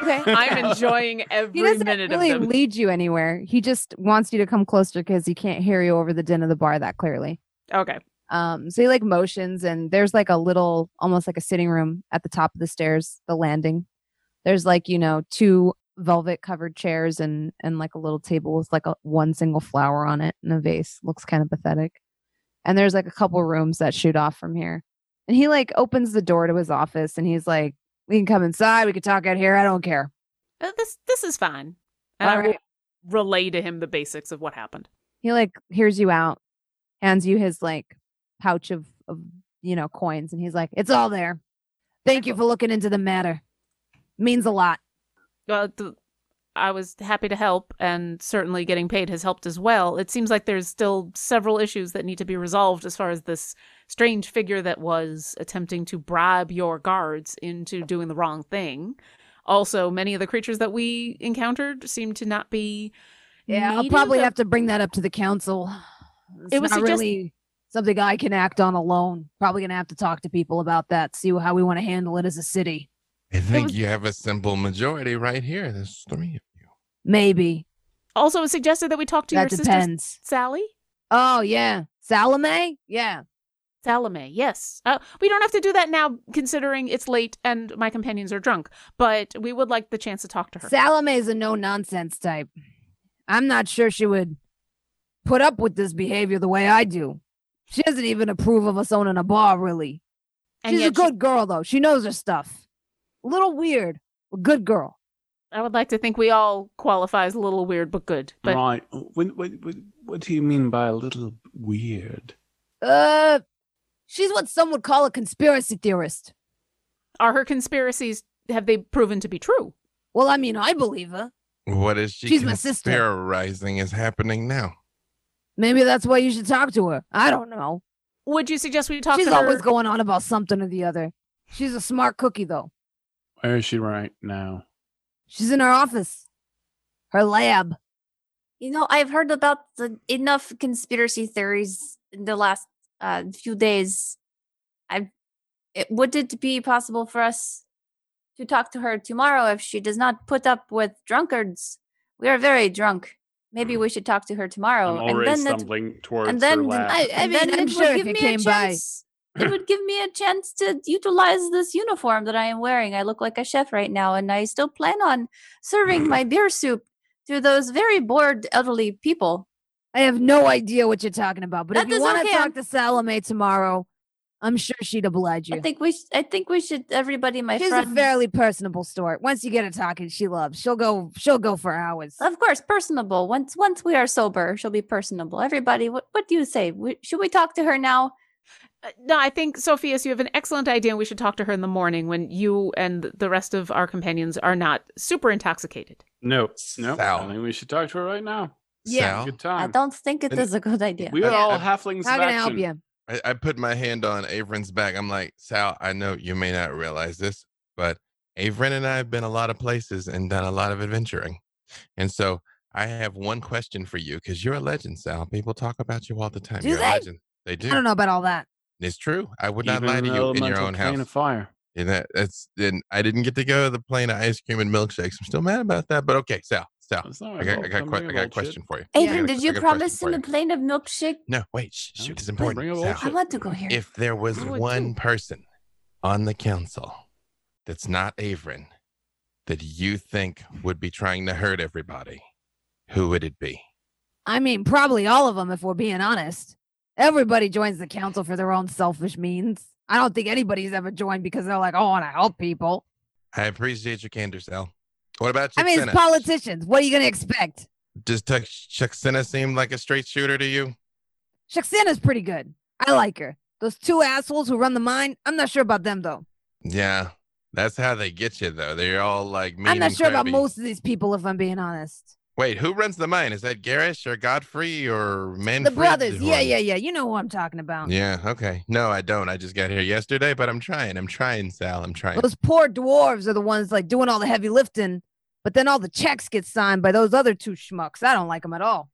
[SPEAKER 1] Okay.
[SPEAKER 2] I'm enjoying
[SPEAKER 1] He
[SPEAKER 2] every
[SPEAKER 1] doesn't
[SPEAKER 2] minute
[SPEAKER 1] really
[SPEAKER 2] of them.
[SPEAKER 1] lead you anywhere. He just wants you to come closer because he can't hear you over the din of the bar that clearly.
[SPEAKER 2] Okay.
[SPEAKER 1] Um, so he like motions, and there's like a little, almost like a sitting room at the top of the stairs, the landing. There's like you know two velvet covered chairs and and like a little table with like a one single flower on it and a vase. Looks kind of pathetic. And there's like a couple rooms that shoot off from here. And he like opens the door to his office, and he's like, "We can come inside. We can talk out here. I don't care."
[SPEAKER 2] Uh, this this is fine. And I
[SPEAKER 1] All
[SPEAKER 2] will relay to him the basics of what happened.
[SPEAKER 1] He like hears you out, hands you his like pouch of, of you know coins, and he's like, "It's all there. Thank you for looking into the matter. Means a lot."
[SPEAKER 2] Well, th- I was happy to help, and certainly getting paid has helped as well. It seems like there's still several issues that need to be resolved as far as this strange figure that was attempting to bribe your guards into doing the wrong thing. Also, many of the creatures that we encountered seem to not be
[SPEAKER 1] Yeah, I'll
[SPEAKER 2] native
[SPEAKER 1] probably
[SPEAKER 2] of-
[SPEAKER 1] have to bring that up to the council. It's
[SPEAKER 2] It was
[SPEAKER 1] not
[SPEAKER 2] suggest-
[SPEAKER 1] really something I can act on alone. Probably gonna have to talk to people about that, see how we want to handle it as a city.
[SPEAKER 3] I think
[SPEAKER 2] was-
[SPEAKER 3] you have a simple majority right here. There's three of you.
[SPEAKER 1] Maybe
[SPEAKER 2] Also, it suggested that we talk to
[SPEAKER 1] that
[SPEAKER 2] your sister
[SPEAKER 1] depends.
[SPEAKER 2] Sally.
[SPEAKER 1] Oh yeah, Salome. Yeah,
[SPEAKER 2] Salome, yes. Uh, we don't have to do that now, considering it's late and my companions are drunk. But we would like the chance to talk to her.
[SPEAKER 1] Salome is a no nonsense type. I'm not sure she would put up with this behavior the way I do. She doesn't even approve of us owning a bar, really.
[SPEAKER 2] and
[SPEAKER 1] She's a
[SPEAKER 2] yet she-
[SPEAKER 1] good girl, though. She knows her stuff. A little weird, but good girl.
[SPEAKER 2] I would like to think we all qualify as a little weird but good. But
[SPEAKER 4] right. What, what, what, what do you mean by a little weird?
[SPEAKER 1] Uh, she's what some would call a conspiracy theorist.
[SPEAKER 2] are her conspiracies have they proven to be true?
[SPEAKER 1] Well, I mean, I believe her.
[SPEAKER 3] What is she
[SPEAKER 1] She's my sister.
[SPEAKER 3] terrorizing is happening now?
[SPEAKER 1] Maybe that's why you should talk to her. I don't know.
[SPEAKER 2] Would you suggest we talk
[SPEAKER 1] She's
[SPEAKER 2] to her?
[SPEAKER 1] always going on about something or the other. She's a smart cookie, though.
[SPEAKER 4] Where is she right now?
[SPEAKER 1] She's in her office, her lab.
[SPEAKER 5] You know, I've heard about the, enough conspiracy theories in the last uh, few days. I it, would it be possible for us to talk to her tomorrow if she does not put up with drunkards? We are very drunk. Maybe we should talk to her tomorrow,
[SPEAKER 4] Mm. I'm already
[SPEAKER 5] Oh, and then it,
[SPEAKER 4] stumbling towards
[SPEAKER 5] and then
[SPEAKER 4] her lab.
[SPEAKER 1] I- I
[SPEAKER 5] and
[SPEAKER 1] mean,
[SPEAKER 5] then
[SPEAKER 1] I'm
[SPEAKER 5] it
[SPEAKER 1] sure if
[SPEAKER 5] would give
[SPEAKER 1] you
[SPEAKER 5] me
[SPEAKER 1] came
[SPEAKER 5] a
[SPEAKER 1] by-
[SPEAKER 5] chance. it would give me a chance to utilize this uniform that I am wearing. I look like a chef right now, and I still plan on serving my beer soup to those very bored elderly people.
[SPEAKER 1] I have no idea what you're talking about, but
[SPEAKER 5] That
[SPEAKER 1] if you
[SPEAKER 5] is
[SPEAKER 1] want to
[SPEAKER 5] okay, I'm-
[SPEAKER 1] talk to Salome tomorrow, I'm sure she'd oblige
[SPEAKER 5] I
[SPEAKER 1] you.
[SPEAKER 5] think we. Sh- I think we should. Everybody, my
[SPEAKER 1] She's
[SPEAKER 5] friends.
[SPEAKER 1] a fairly personable sort. Once you get her talking, she loves. She'll go. She'll go for hours.
[SPEAKER 5] of course, personable. Once once we are sober, she'll be personable. Everybody, what what do you say? We, should we talk to her now?
[SPEAKER 2] Uh, No, I think Sophia's. You have an excellent idea, and we should talk to her in the morning when you and the rest of our companions are not super intoxicated.
[SPEAKER 4] no, no.
[SPEAKER 3] Sal.
[SPEAKER 4] I think we should talk to her right now.
[SPEAKER 1] Yeah.
[SPEAKER 3] Sal,
[SPEAKER 4] Good time.
[SPEAKER 5] I don't think it
[SPEAKER 3] Um, And-
[SPEAKER 5] is a good idea.
[SPEAKER 4] We are
[SPEAKER 3] Yeah.
[SPEAKER 4] all halflings.
[SPEAKER 1] How
[SPEAKER 4] of
[SPEAKER 1] can I help
[SPEAKER 4] action.
[SPEAKER 1] you?
[SPEAKER 3] I, I put my hand on Averin's back. I'm like, Sal, I know you may not realize this, but Averin and I have been a lot of places and done a lot of adventuring. And so I have one question for you because you're a legend, Sal. People talk about you all the time.
[SPEAKER 1] Do
[SPEAKER 3] you're
[SPEAKER 1] they?
[SPEAKER 3] a legend. They do.
[SPEAKER 1] I don't know about all that.
[SPEAKER 3] It's true. I would not
[SPEAKER 4] Even
[SPEAKER 3] lie to
[SPEAKER 4] an
[SPEAKER 3] you in your
[SPEAKER 4] elemental
[SPEAKER 3] own
[SPEAKER 4] plane
[SPEAKER 3] house.
[SPEAKER 4] Of fire.
[SPEAKER 3] And that, that's and I didn't get to go to the plane of ice cream and milkshakes. I'm still mad about that, but okay, Sal, Sal.
[SPEAKER 4] That's not
[SPEAKER 3] I
[SPEAKER 4] my
[SPEAKER 3] got,
[SPEAKER 4] fault.
[SPEAKER 3] I got,
[SPEAKER 4] Don't
[SPEAKER 3] que-
[SPEAKER 4] bring
[SPEAKER 3] I
[SPEAKER 4] up
[SPEAKER 3] got a
[SPEAKER 4] old shit.
[SPEAKER 3] question for you.
[SPEAKER 1] Yeah, I
[SPEAKER 5] Adrian,
[SPEAKER 3] got a-
[SPEAKER 5] did
[SPEAKER 3] I
[SPEAKER 5] you
[SPEAKER 3] got a question
[SPEAKER 5] promise
[SPEAKER 3] for
[SPEAKER 5] him a
[SPEAKER 3] you.
[SPEAKER 5] plane of milkshake?
[SPEAKER 3] No, wait, sh-
[SPEAKER 4] Huh?
[SPEAKER 3] shoot, it's
[SPEAKER 4] Don't bring
[SPEAKER 3] important.
[SPEAKER 4] up old
[SPEAKER 3] Sal.
[SPEAKER 5] I want to go here.
[SPEAKER 3] If there was
[SPEAKER 2] I would
[SPEAKER 3] one
[SPEAKER 2] too.
[SPEAKER 3] person on the council that's not Averin that you think would be trying to hurt everybody, who would it be?
[SPEAKER 1] I mean, probably all of them, if we're being honest. Everybody joins the council for their own selfish means. I don't think anybody's ever joined because they're like, "Oh, I want to help people."
[SPEAKER 3] I appreciate your candor, Sal. What about
[SPEAKER 1] I
[SPEAKER 3] you?
[SPEAKER 1] mean, it's politicians. What are you going to expect?
[SPEAKER 3] Does Tuck Chucksena seem like a straight shooter to you?
[SPEAKER 1] Shaxana's pretty good. I like her. Those two assholes who run the mine, I'm not sure about them though.
[SPEAKER 3] Yeah, that's how they get you, though. They're all like mean
[SPEAKER 1] I'm not
[SPEAKER 3] and
[SPEAKER 1] sure about
[SPEAKER 3] crabby.
[SPEAKER 1] most of these people, if I'm being honest.
[SPEAKER 3] Wait, who runs the mine? Is that Garish or Godfrey or Manfred?
[SPEAKER 1] The brothers, yeah,
[SPEAKER 3] or-
[SPEAKER 1] yeah, yeah. You know who I'm talking about.
[SPEAKER 3] Yeah, okay. No, I don't. I just got here yesterday, but I'm trying. I'm trying, Sal. I'm trying.
[SPEAKER 1] Those poor dwarves are the ones like doing all the heavy lifting, but then all the checks get signed by those other two schmucks. I don't like them at all.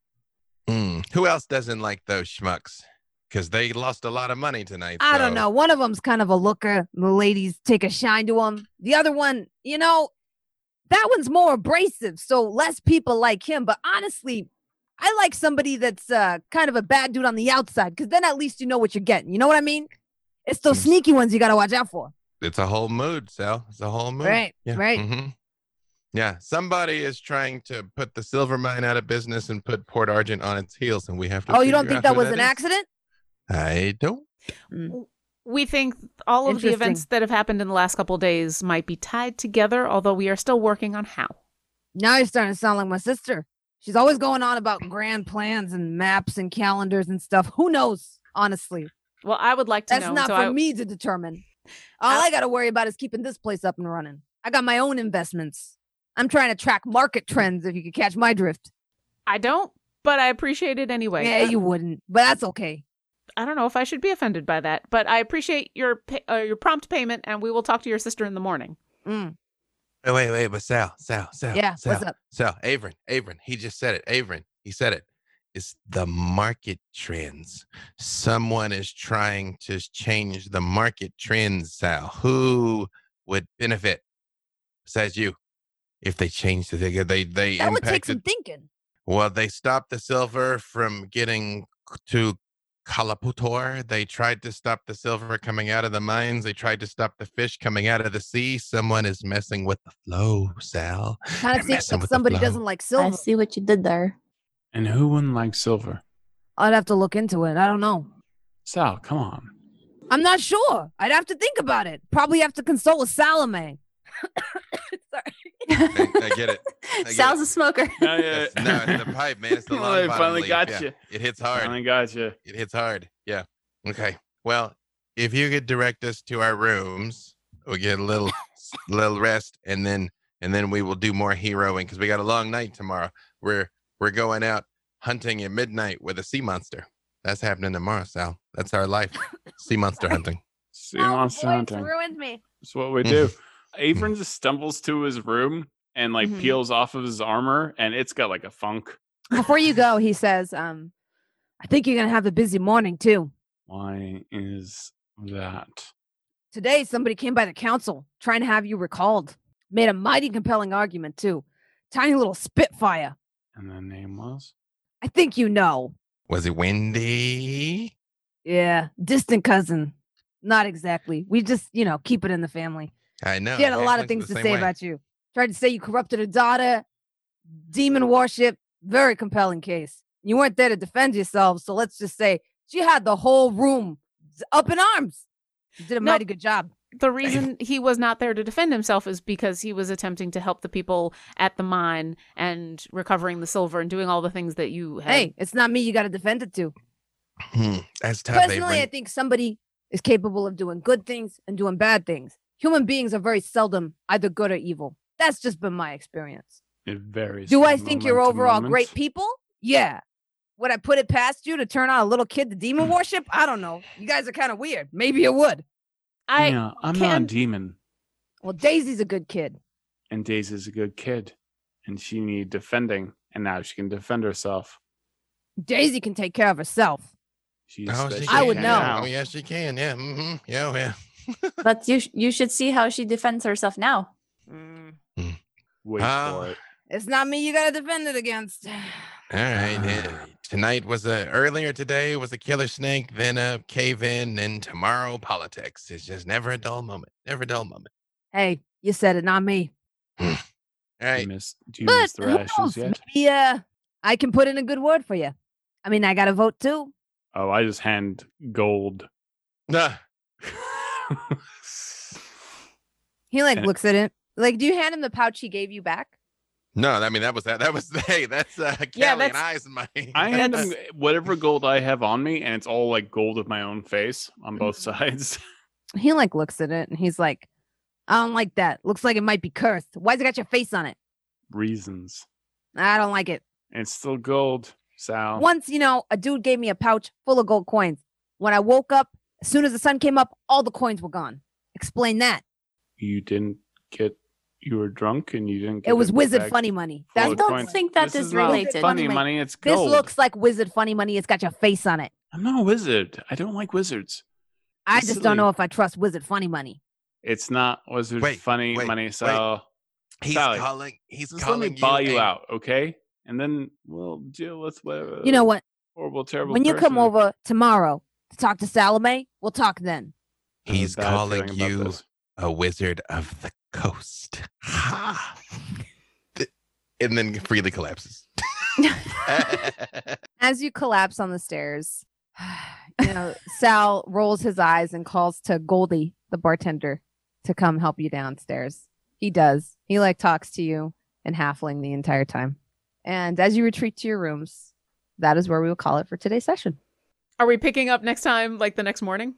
[SPEAKER 3] Mm. Who else doesn't like those schmucks? Because they lost a lot of money tonight.
[SPEAKER 1] I don't
[SPEAKER 3] so-
[SPEAKER 1] know. One of them's kind of a looker. The ladies take a shine to him. The other one, you know, that one's more abrasive, so less people like him. But honestly, I like somebody that's uh, kind of a bad dude on the outside, because then at least you know what you're getting. You know what I mean? It's those
[SPEAKER 3] Seems-
[SPEAKER 1] sneaky ones you got to watch out for.
[SPEAKER 3] It's a whole mood, Sal. It's a whole mood.
[SPEAKER 1] Right, right.
[SPEAKER 3] hmm Yeah. Somebody is trying to put the silver mine out of business and put Port Argent on its heels, and we have to.
[SPEAKER 1] Oh, you don't think
[SPEAKER 3] figure out
[SPEAKER 1] that
[SPEAKER 3] who
[SPEAKER 1] was an
[SPEAKER 3] is.
[SPEAKER 1] accident?
[SPEAKER 3] I don't.
[SPEAKER 2] We think all of the events
[SPEAKER 1] Interesting.
[SPEAKER 2] that have happened in the last couple of days might be tied together, although we are still working on how.
[SPEAKER 1] Now you're starting to sound like my sister. She's always going on about grand plans and maps and calendars and stuff. Who knows? Honestly,
[SPEAKER 2] Well, I would like to
[SPEAKER 1] that's
[SPEAKER 2] know.
[SPEAKER 1] not
[SPEAKER 2] so
[SPEAKER 1] for
[SPEAKER 2] I-
[SPEAKER 1] me to determine. All I, got to worry about is keeping this place up and running. I got my own investments. I'm trying to track market trends. If you could catch my drift,
[SPEAKER 2] I don't, but I appreciate it anyway.
[SPEAKER 1] yeah, you wouldn't, but that's okay.
[SPEAKER 2] I don't know if I should be offended by that, but I appreciate your pa- uh, your prompt payment, and we will talk to your sister in the morning.
[SPEAKER 1] Mm.
[SPEAKER 3] Wait, wait, wait, but Sal, Sal, Sal.
[SPEAKER 1] yeah,
[SPEAKER 3] Sal,
[SPEAKER 1] what's up?
[SPEAKER 3] Sal, Avon, Avon. He just said it. Avon, he said it. It's the market trends. Someone is trying to change the market trends, Sal. Who would benefit besides you if they changed the thing? They they
[SPEAKER 1] That would take
[SPEAKER 3] impacted
[SPEAKER 1] some thinking.
[SPEAKER 3] well, they stopped the silver from getting c- to Kalaputor. They tried to stop the silver coming out of the mines. They tried to stop the fish coming out of the sea. Someone is messing with the flow, Sal.
[SPEAKER 1] Kind
[SPEAKER 3] They're
[SPEAKER 1] of seems
[SPEAKER 3] messing
[SPEAKER 1] like
[SPEAKER 3] with the
[SPEAKER 1] somebody
[SPEAKER 3] flow.
[SPEAKER 1] doesn't like
[SPEAKER 5] I
[SPEAKER 1] silver.
[SPEAKER 5] see what you did there.
[SPEAKER 4] And who wouldn't like silver?
[SPEAKER 1] I'd have to look into it. I don't know.
[SPEAKER 4] Sal, come on.
[SPEAKER 1] I'm not sure. I'd have to think about it. Probably have to consult with Salome. Sorry.
[SPEAKER 3] I, I get it. get
[SPEAKER 5] Sal's
[SPEAKER 3] it.
[SPEAKER 5] a smoker.
[SPEAKER 4] No, yeah.
[SPEAKER 3] It's- no, it's the pipe, man. It's the
[SPEAKER 4] Well, they
[SPEAKER 3] long bottom
[SPEAKER 4] finally
[SPEAKER 3] leaf.
[SPEAKER 4] got
[SPEAKER 3] Yeah,
[SPEAKER 4] you.
[SPEAKER 3] It hits hard.
[SPEAKER 4] Finally got you.
[SPEAKER 3] It hits hard. Yeah. Okay. Well, if you could direct us to our rooms, we'll get a little s- little rest and then and then we will do more heroing because we got a long night tomorrow. We're we're going out hunting at midnight with a sea monster. That's happening tomorrow, Sal. That's our life. Sea monster hunting.
[SPEAKER 4] See you on Sunday.
[SPEAKER 1] ruined me.
[SPEAKER 4] That's what we do. Avern just stumbles to his room and like
[SPEAKER 1] Mhm.
[SPEAKER 4] peels off of his armor, and it's got like a funk.
[SPEAKER 1] Before you go, he says, um, I think you're going to have a busy morning too.
[SPEAKER 4] Why is that?
[SPEAKER 1] Today, somebody came by the council trying to have you recalled. Made a mighty compelling argument too. Tiny little spitfire.
[SPEAKER 4] And the name was
[SPEAKER 1] I think you know.
[SPEAKER 3] Was it windy?
[SPEAKER 1] Yeah, distant cousin. Not exactly. We just, you know, keep it in the family.
[SPEAKER 3] I know.
[SPEAKER 1] She had a
[SPEAKER 3] it
[SPEAKER 1] lot of
[SPEAKER 3] happens
[SPEAKER 1] things
[SPEAKER 3] the
[SPEAKER 1] to
[SPEAKER 3] same
[SPEAKER 1] say
[SPEAKER 3] way.
[SPEAKER 1] about you. Tried to say you corrupted her daughter, demon worship, very compelling case. You weren't there to defend yourself, so let's just say she had the whole room z- up in arms. You did a
[SPEAKER 2] No.
[SPEAKER 1] mighty good job.
[SPEAKER 2] The reason he was not there to defend himself is because he was attempting to help the people at the mine and recovering the silver and doing all the things that you had.
[SPEAKER 1] Hey, it's not me you got to defend it to.
[SPEAKER 3] Hmm, That's tough,
[SPEAKER 1] Personally, I
[SPEAKER 3] Avery.
[SPEAKER 1] think somebody is capable of doing good things and doing bad things. Human beings are very seldom either good or evil. That's just been my experience.
[SPEAKER 4] it varies.
[SPEAKER 1] Do
[SPEAKER 4] from
[SPEAKER 1] I think you're
[SPEAKER 4] moment to
[SPEAKER 1] overall
[SPEAKER 4] moment.
[SPEAKER 1] great people? Yeah. Would I put it past you to turn on a little kid to demon worship? I don't know. You guys are kind of weird. Maybe it would.
[SPEAKER 2] I
[SPEAKER 4] yeah, I'm not a
[SPEAKER 2] can-
[SPEAKER 4] demon,
[SPEAKER 1] Well, Daisy's a good kid.
[SPEAKER 4] and Daisy's a good kid, and she needed defending, and now she can defend herself.
[SPEAKER 1] Daisy can take care of herself.
[SPEAKER 4] She's
[SPEAKER 3] Oh, she
[SPEAKER 4] special
[SPEAKER 1] I would
[SPEAKER 3] can,
[SPEAKER 1] know.
[SPEAKER 3] yeah.
[SPEAKER 4] now.
[SPEAKER 3] Oh, yes, she can. Yeah. hmm Yeah. oh, Yeah.
[SPEAKER 5] but you sh- you should see how she defends herself now.
[SPEAKER 4] Wait
[SPEAKER 3] Oh.
[SPEAKER 4] for it.
[SPEAKER 1] It's not me you gotta defend it against.
[SPEAKER 3] All right. yeah.
[SPEAKER 4] Ah.
[SPEAKER 3] Tonight was a earlier today was a killer snake, then a cave in, and tomorrow politics. It's just never a dull moment. Never a dull moment.
[SPEAKER 1] Hey, you said it, not me.
[SPEAKER 3] All
[SPEAKER 4] Do you
[SPEAKER 3] right.
[SPEAKER 4] miss, do you
[SPEAKER 1] But
[SPEAKER 4] miss the
[SPEAKER 1] who
[SPEAKER 4] rations
[SPEAKER 1] knows?
[SPEAKER 4] yet?
[SPEAKER 1] Maybe uh, I can put in a good word for you. I mean, I got to vote too.
[SPEAKER 4] Oh, I just hand gold.
[SPEAKER 3] Nah,
[SPEAKER 1] He like
[SPEAKER 4] And-
[SPEAKER 1] looks at it. Like, do you hand him the pouch he gave you back?
[SPEAKER 3] no, I mean that was that. That was hey, that's uh, Callie and
[SPEAKER 2] that's-
[SPEAKER 3] eyes in my.
[SPEAKER 4] I hand
[SPEAKER 2] That's-
[SPEAKER 4] him whatever gold I have on me, and it's all like gold of my own face on both
[SPEAKER 1] Mm-hmm.
[SPEAKER 4] sides.
[SPEAKER 1] He like looks at it and he's like, I don't like that. Looks like it might be cursed. Why's it got your face on it?
[SPEAKER 4] Reasons.
[SPEAKER 1] I don't like it.
[SPEAKER 4] And it's still gold, Sal.
[SPEAKER 1] Once, you know, a dude gave me a pouch full of gold coins. When I woke up, as soon as the sun came up, all the coins were gone. Explain that.
[SPEAKER 4] You didn't get. You were drunk, and you didn't. get
[SPEAKER 1] It was
[SPEAKER 4] it
[SPEAKER 1] wizard
[SPEAKER 4] back.
[SPEAKER 1] funny money.
[SPEAKER 4] Full
[SPEAKER 5] I
[SPEAKER 1] That's
[SPEAKER 4] of
[SPEAKER 5] don't
[SPEAKER 4] coins.
[SPEAKER 5] think that
[SPEAKER 4] this
[SPEAKER 5] is
[SPEAKER 4] not
[SPEAKER 5] related.
[SPEAKER 4] Funny
[SPEAKER 5] Wizard
[SPEAKER 4] money. It's
[SPEAKER 1] this
[SPEAKER 4] gold.
[SPEAKER 1] looks like wizard funny money. It's got your face on it.
[SPEAKER 4] I'm not a wizard. I don't like wizards.
[SPEAKER 1] I
[SPEAKER 4] It's
[SPEAKER 1] just don't know
[SPEAKER 4] silly.
[SPEAKER 1] if I trust wizard funny money.
[SPEAKER 4] It's not wizard
[SPEAKER 3] Wait,
[SPEAKER 4] funny
[SPEAKER 3] wait,
[SPEAKER 4] money,
[SPEAKER 3] wait.
[SPEAKER 4] Sal.
[SPEAKER 3] He's
[SPEAKER 4] Sally,
[SPEAKER 3] calling. He's
[SPEAKER 4] Just let
[SPEAKER 3] calling
[SPEAKER 4] me buy you
[SPEAKER 3] a-
[SPEAKER 4] out, okay? And then we'll deal with whatever.
[SPEAKER 1] You know what?
[SPEAKER 4] Horrible, Uh, terrible.
[SPEAKER 1] When you come
[SPEAKER 4] person-
[SPEAKER 1] over tomorrow to talk to Salome, we'll talk then.
[SPEAKER 4] I have a
[SPEAKER 3] He's
[SPEAKER 4] bad
[SPEAKER 3] calling
[SPEAKER 4] feeling about
[SPEAKER 3] you
[SPEAKER 4] this.
[SPEAKER 3] A wizard of the coast. Ha! Th- and then freely collapses.
[SPEAKER 1] As you collapse on the stairs, you know, Sal rolls his eyes and calls to Goldie, the bartender, to come help you downstairs. He does. He like talks to you in halfling the entire time. And as you retreat to your rooms, that is where we will call it for today's session.
[SPEAKER 2] Are we picking up next time, like the next morning?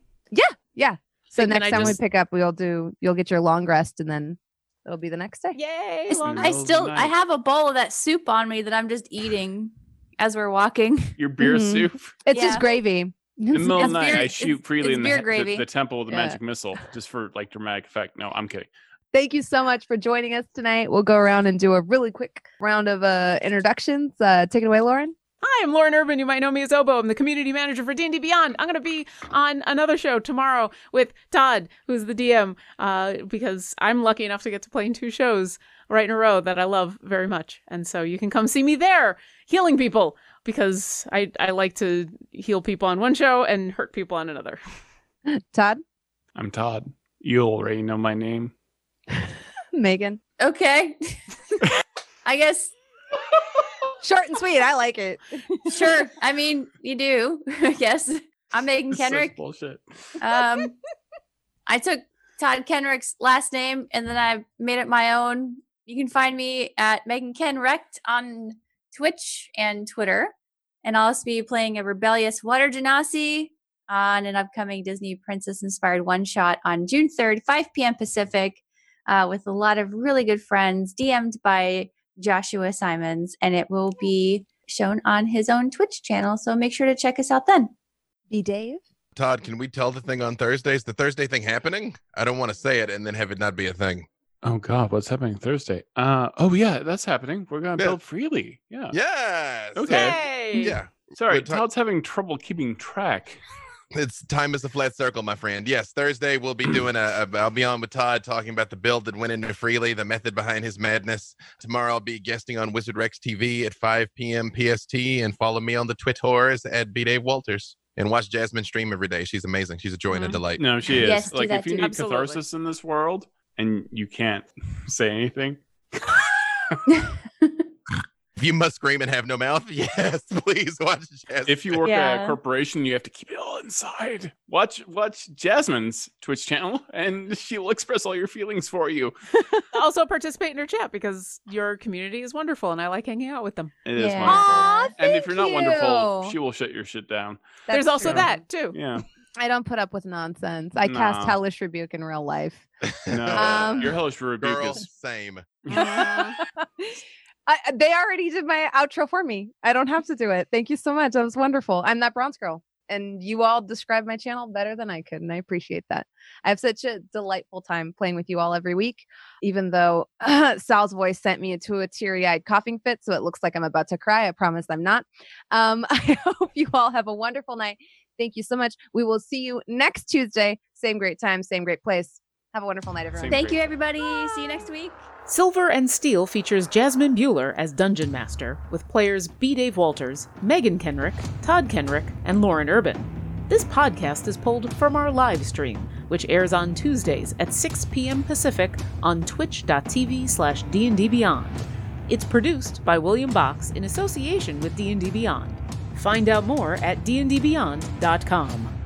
[SPEAKER 1] Yeah. So
[SPEAKER 2] And can
[SPEAKER 1] next
[SPEAKER 2] I
[SPEAKER 1] time
[SPEAKER 2] just-
[SPEAKER 1] we pick up, we'll do you'll get your long rest and then it'll be the next day.
[SPEAKER 2] Yay!
[SPEAKER 5] It's-
[SPEAKER 2] long
[SPEAKER 4] Middle
[SPEAKER 5] I
[SPEAKER 4] of the
[SPEAKER 5] still I
[SPEAKER 4] night.
[SPEAKER 5] have a bowl of that soup on me that I'm just eating as we're walking.
[SPEAKER 4] Your beer
[SPEAKER 1] Mhm.
[SPEAKER 4] soup.
[SPEAKER 1] It's
[SPEAKER 5] Yeah.
[SPEAKER 1] just gravy.
[SPEAKER 4] In the middle of
[SPEAKER 5] It's
[SPEAKER 4] the night,
[SPEAKER 5] beer-
[SPEAKER 4] I
[SPEAKER 5] it's-
[SPEAKER 4] shoot freely
[SPEAKER 5] it's
[SPEAKER 4] in the,
[SPEAKER 5] beer
[SPEAKER 4] he- the-
[SPEAKER 5] gravy.
[SPEAKER 4] the temple with the
[SPEAKER 1] Yeah.
[SPEAKER 4] magic missile just for like dramatic effect. No, I'm kidding.
[SPEAKER 1] Thank you so much for joining us tonight. We'll go around and do a really quick round of uh, introductions. Uh, take it away, Lauren.
[SPEAKER 2] Hi, I'm Lauren Urban. You might know me as Obo. I'm the community manager for D&D Beyond. I'm going to be on another show tomorrow with Todd, who's the DM, uh, because I'm lucky enough to get to play in two shows right in a row that I love very much. And so you can come see me there healing people because I, I like to heal people on one show and hurt people on another.
[SPEAKER 1] Todd,
[SPEAKER 4] I'm Todd. You already know my name.
[SPEAKER 1] Megan.
[SPEAKER 5] Okay. I guess
[SPEAKER 1] Short and sweet. I like it.
[SPEAKER 5] sure. I mean, you do. I guess. I'm Megan
[SPEAKER 4] This is such
[SPEAKER 5] Kenrick.
[SPEAKER 4] bullshit.
[SPEAKER 1] Uh,
[SPEAKER 5] Um, I took Todd Kenrick's last name and then I made it my own. You can find me at Megan Kenrect on Twitch and Twitter. And I'll also be playing a rebellious water genasi on an upcoming Disney princess inspired one shot on June 3rd, 5 p.m. Pacific, uh, with a lot of really good friends, DM'd by Joshua Simons. And it will be shown on his own Twitch channel. So make sure to check us out then.
[SPEAKER 1] Be Dave.
[SPEAKER 3] Todd, can we tell the thing on Thursday? Is the Thursday thing happening? I don't want to say it and then have it not be a thing.
[SPEAKER 4] Oh God, what's happening Thursday? Uh oh yeah, that's happening. We're gonna
[SPEAKER 3] Yeah.
[SPEAKER 4] build freely. Yeah.
[SPEAKER 3] Yes.
[SPEAKER 4] Uh, Okay.
[SPEAKER 2] Yay!
[SPEAKER 3] Yeah.
[SPEAKER 4] Sorry,
[SPEAKER 3] We're ta-
[SPEAKER 4] Todd's having trouble keeping track.
[SPEAKER 3] It's time is a flat circle, my friend. Yes, Thursday we'll be doing a, a. I'll be on with Todd talking about the build that went into Freely, the method behind his madness. Tomorrow I'll be guesting on Wizard Rex TV at 5 p.m. PST, and follow me on the Twitters at B Dave Walters and watch Jasmine stream every day. She's amazing. She's a joy and a
[SPEAKER 2] Mhm.
[SPEAKER 3] delight.
[SPEAKER 4] No, she is.
[SPEAKER 5] Yes, do
[SPEAKER 4] like
[SPEAKER 5] that
[SPEAKER 4] if you
[SPEAKER 5] too.
[SPEAKER 4] need
[SPEAKER 2] Absolutely.
[SPEAKER 4] catharsis in this world and you can't say anything,
[SPEAKER 3] If you must scream and have no mouth, yes, please watch Jasmine.
[SPEAKER 4] if you work at
[SPEAKER 5] Yeah.
[SPEAKER 4] a corporation, you have to keep it all inside. Watch watch Jasmine's Twitch channel and she will express all your feelings for you.
[SPEAKER 2] also participate in our chat because your community is wonderful and I like hanging out with them.
[SPEAKER 4] It is
[SPEAKER 5] Yeah.
[SPEAKER 4] wonderful.
[SPEAKER 1] Aw,
[SPEAKER 4] and if you're not wonderful,
[SPEAKER 1] you.
[SPEAKER 4] she will shut your shit down.
[SPEAKER 1] That's
[SPEAKER 2] There's also
[SPEAKER 1] true.
[SPEAKER 2] that too.
[SPEAKER 4] Yeah.
[SPEAKER 1] I don't put up with nonsense. I
[SPEAKER 4] Nah.
[SPEAKER 1] cast hellish rebuke in real life.
[SPEAKER 4] No.
[SPEAKER 1] Um,
[SPEAKER 4] your hellish rebuke
[SPEAKER 3] Girl,
[SPEAKER 4] is
[SPEAKER 3] same.
[SPEAKER 1] I, uh, they already did my outro for me. I don't have to do it. Thank you so much. That was wonderful. I'm that bronze girl. And you all described my channel better than I could. And I appreciate that. I have such a delightful time playing with you all every week, even though Sal's voice sent me into a teary eyed coughing fit. So it looks like I'm about to cry. I promise I'm not. Um, I hope you all have a wonderful night. Thank you so much. We will see you next Tuesday. Same great time, same great place. Have a wonderful night, everyone.
[SPEAKER 4] Same
[SPEAKER 5] Thank
[SPEAKER 4] great
[SPEAKER 5] you,
[SPEAKER 4] time.
[SPEAKER 5] everybody. See you next week.
[SPEAKER 2] Silver and Steel features Jasmine Bueller as Dungeon Master, with players B. Dave Walters, Megan Kenrick, Todd Kenrick, and Lauren Urban. This podcast is pulled from our live stream, which airs on Tuesdays at 6 p.m. Pacific on twitch.tv slash D&D Beyond. It's produced by William Box in association with D&D Beyond. Find out more at dndbeyond.com.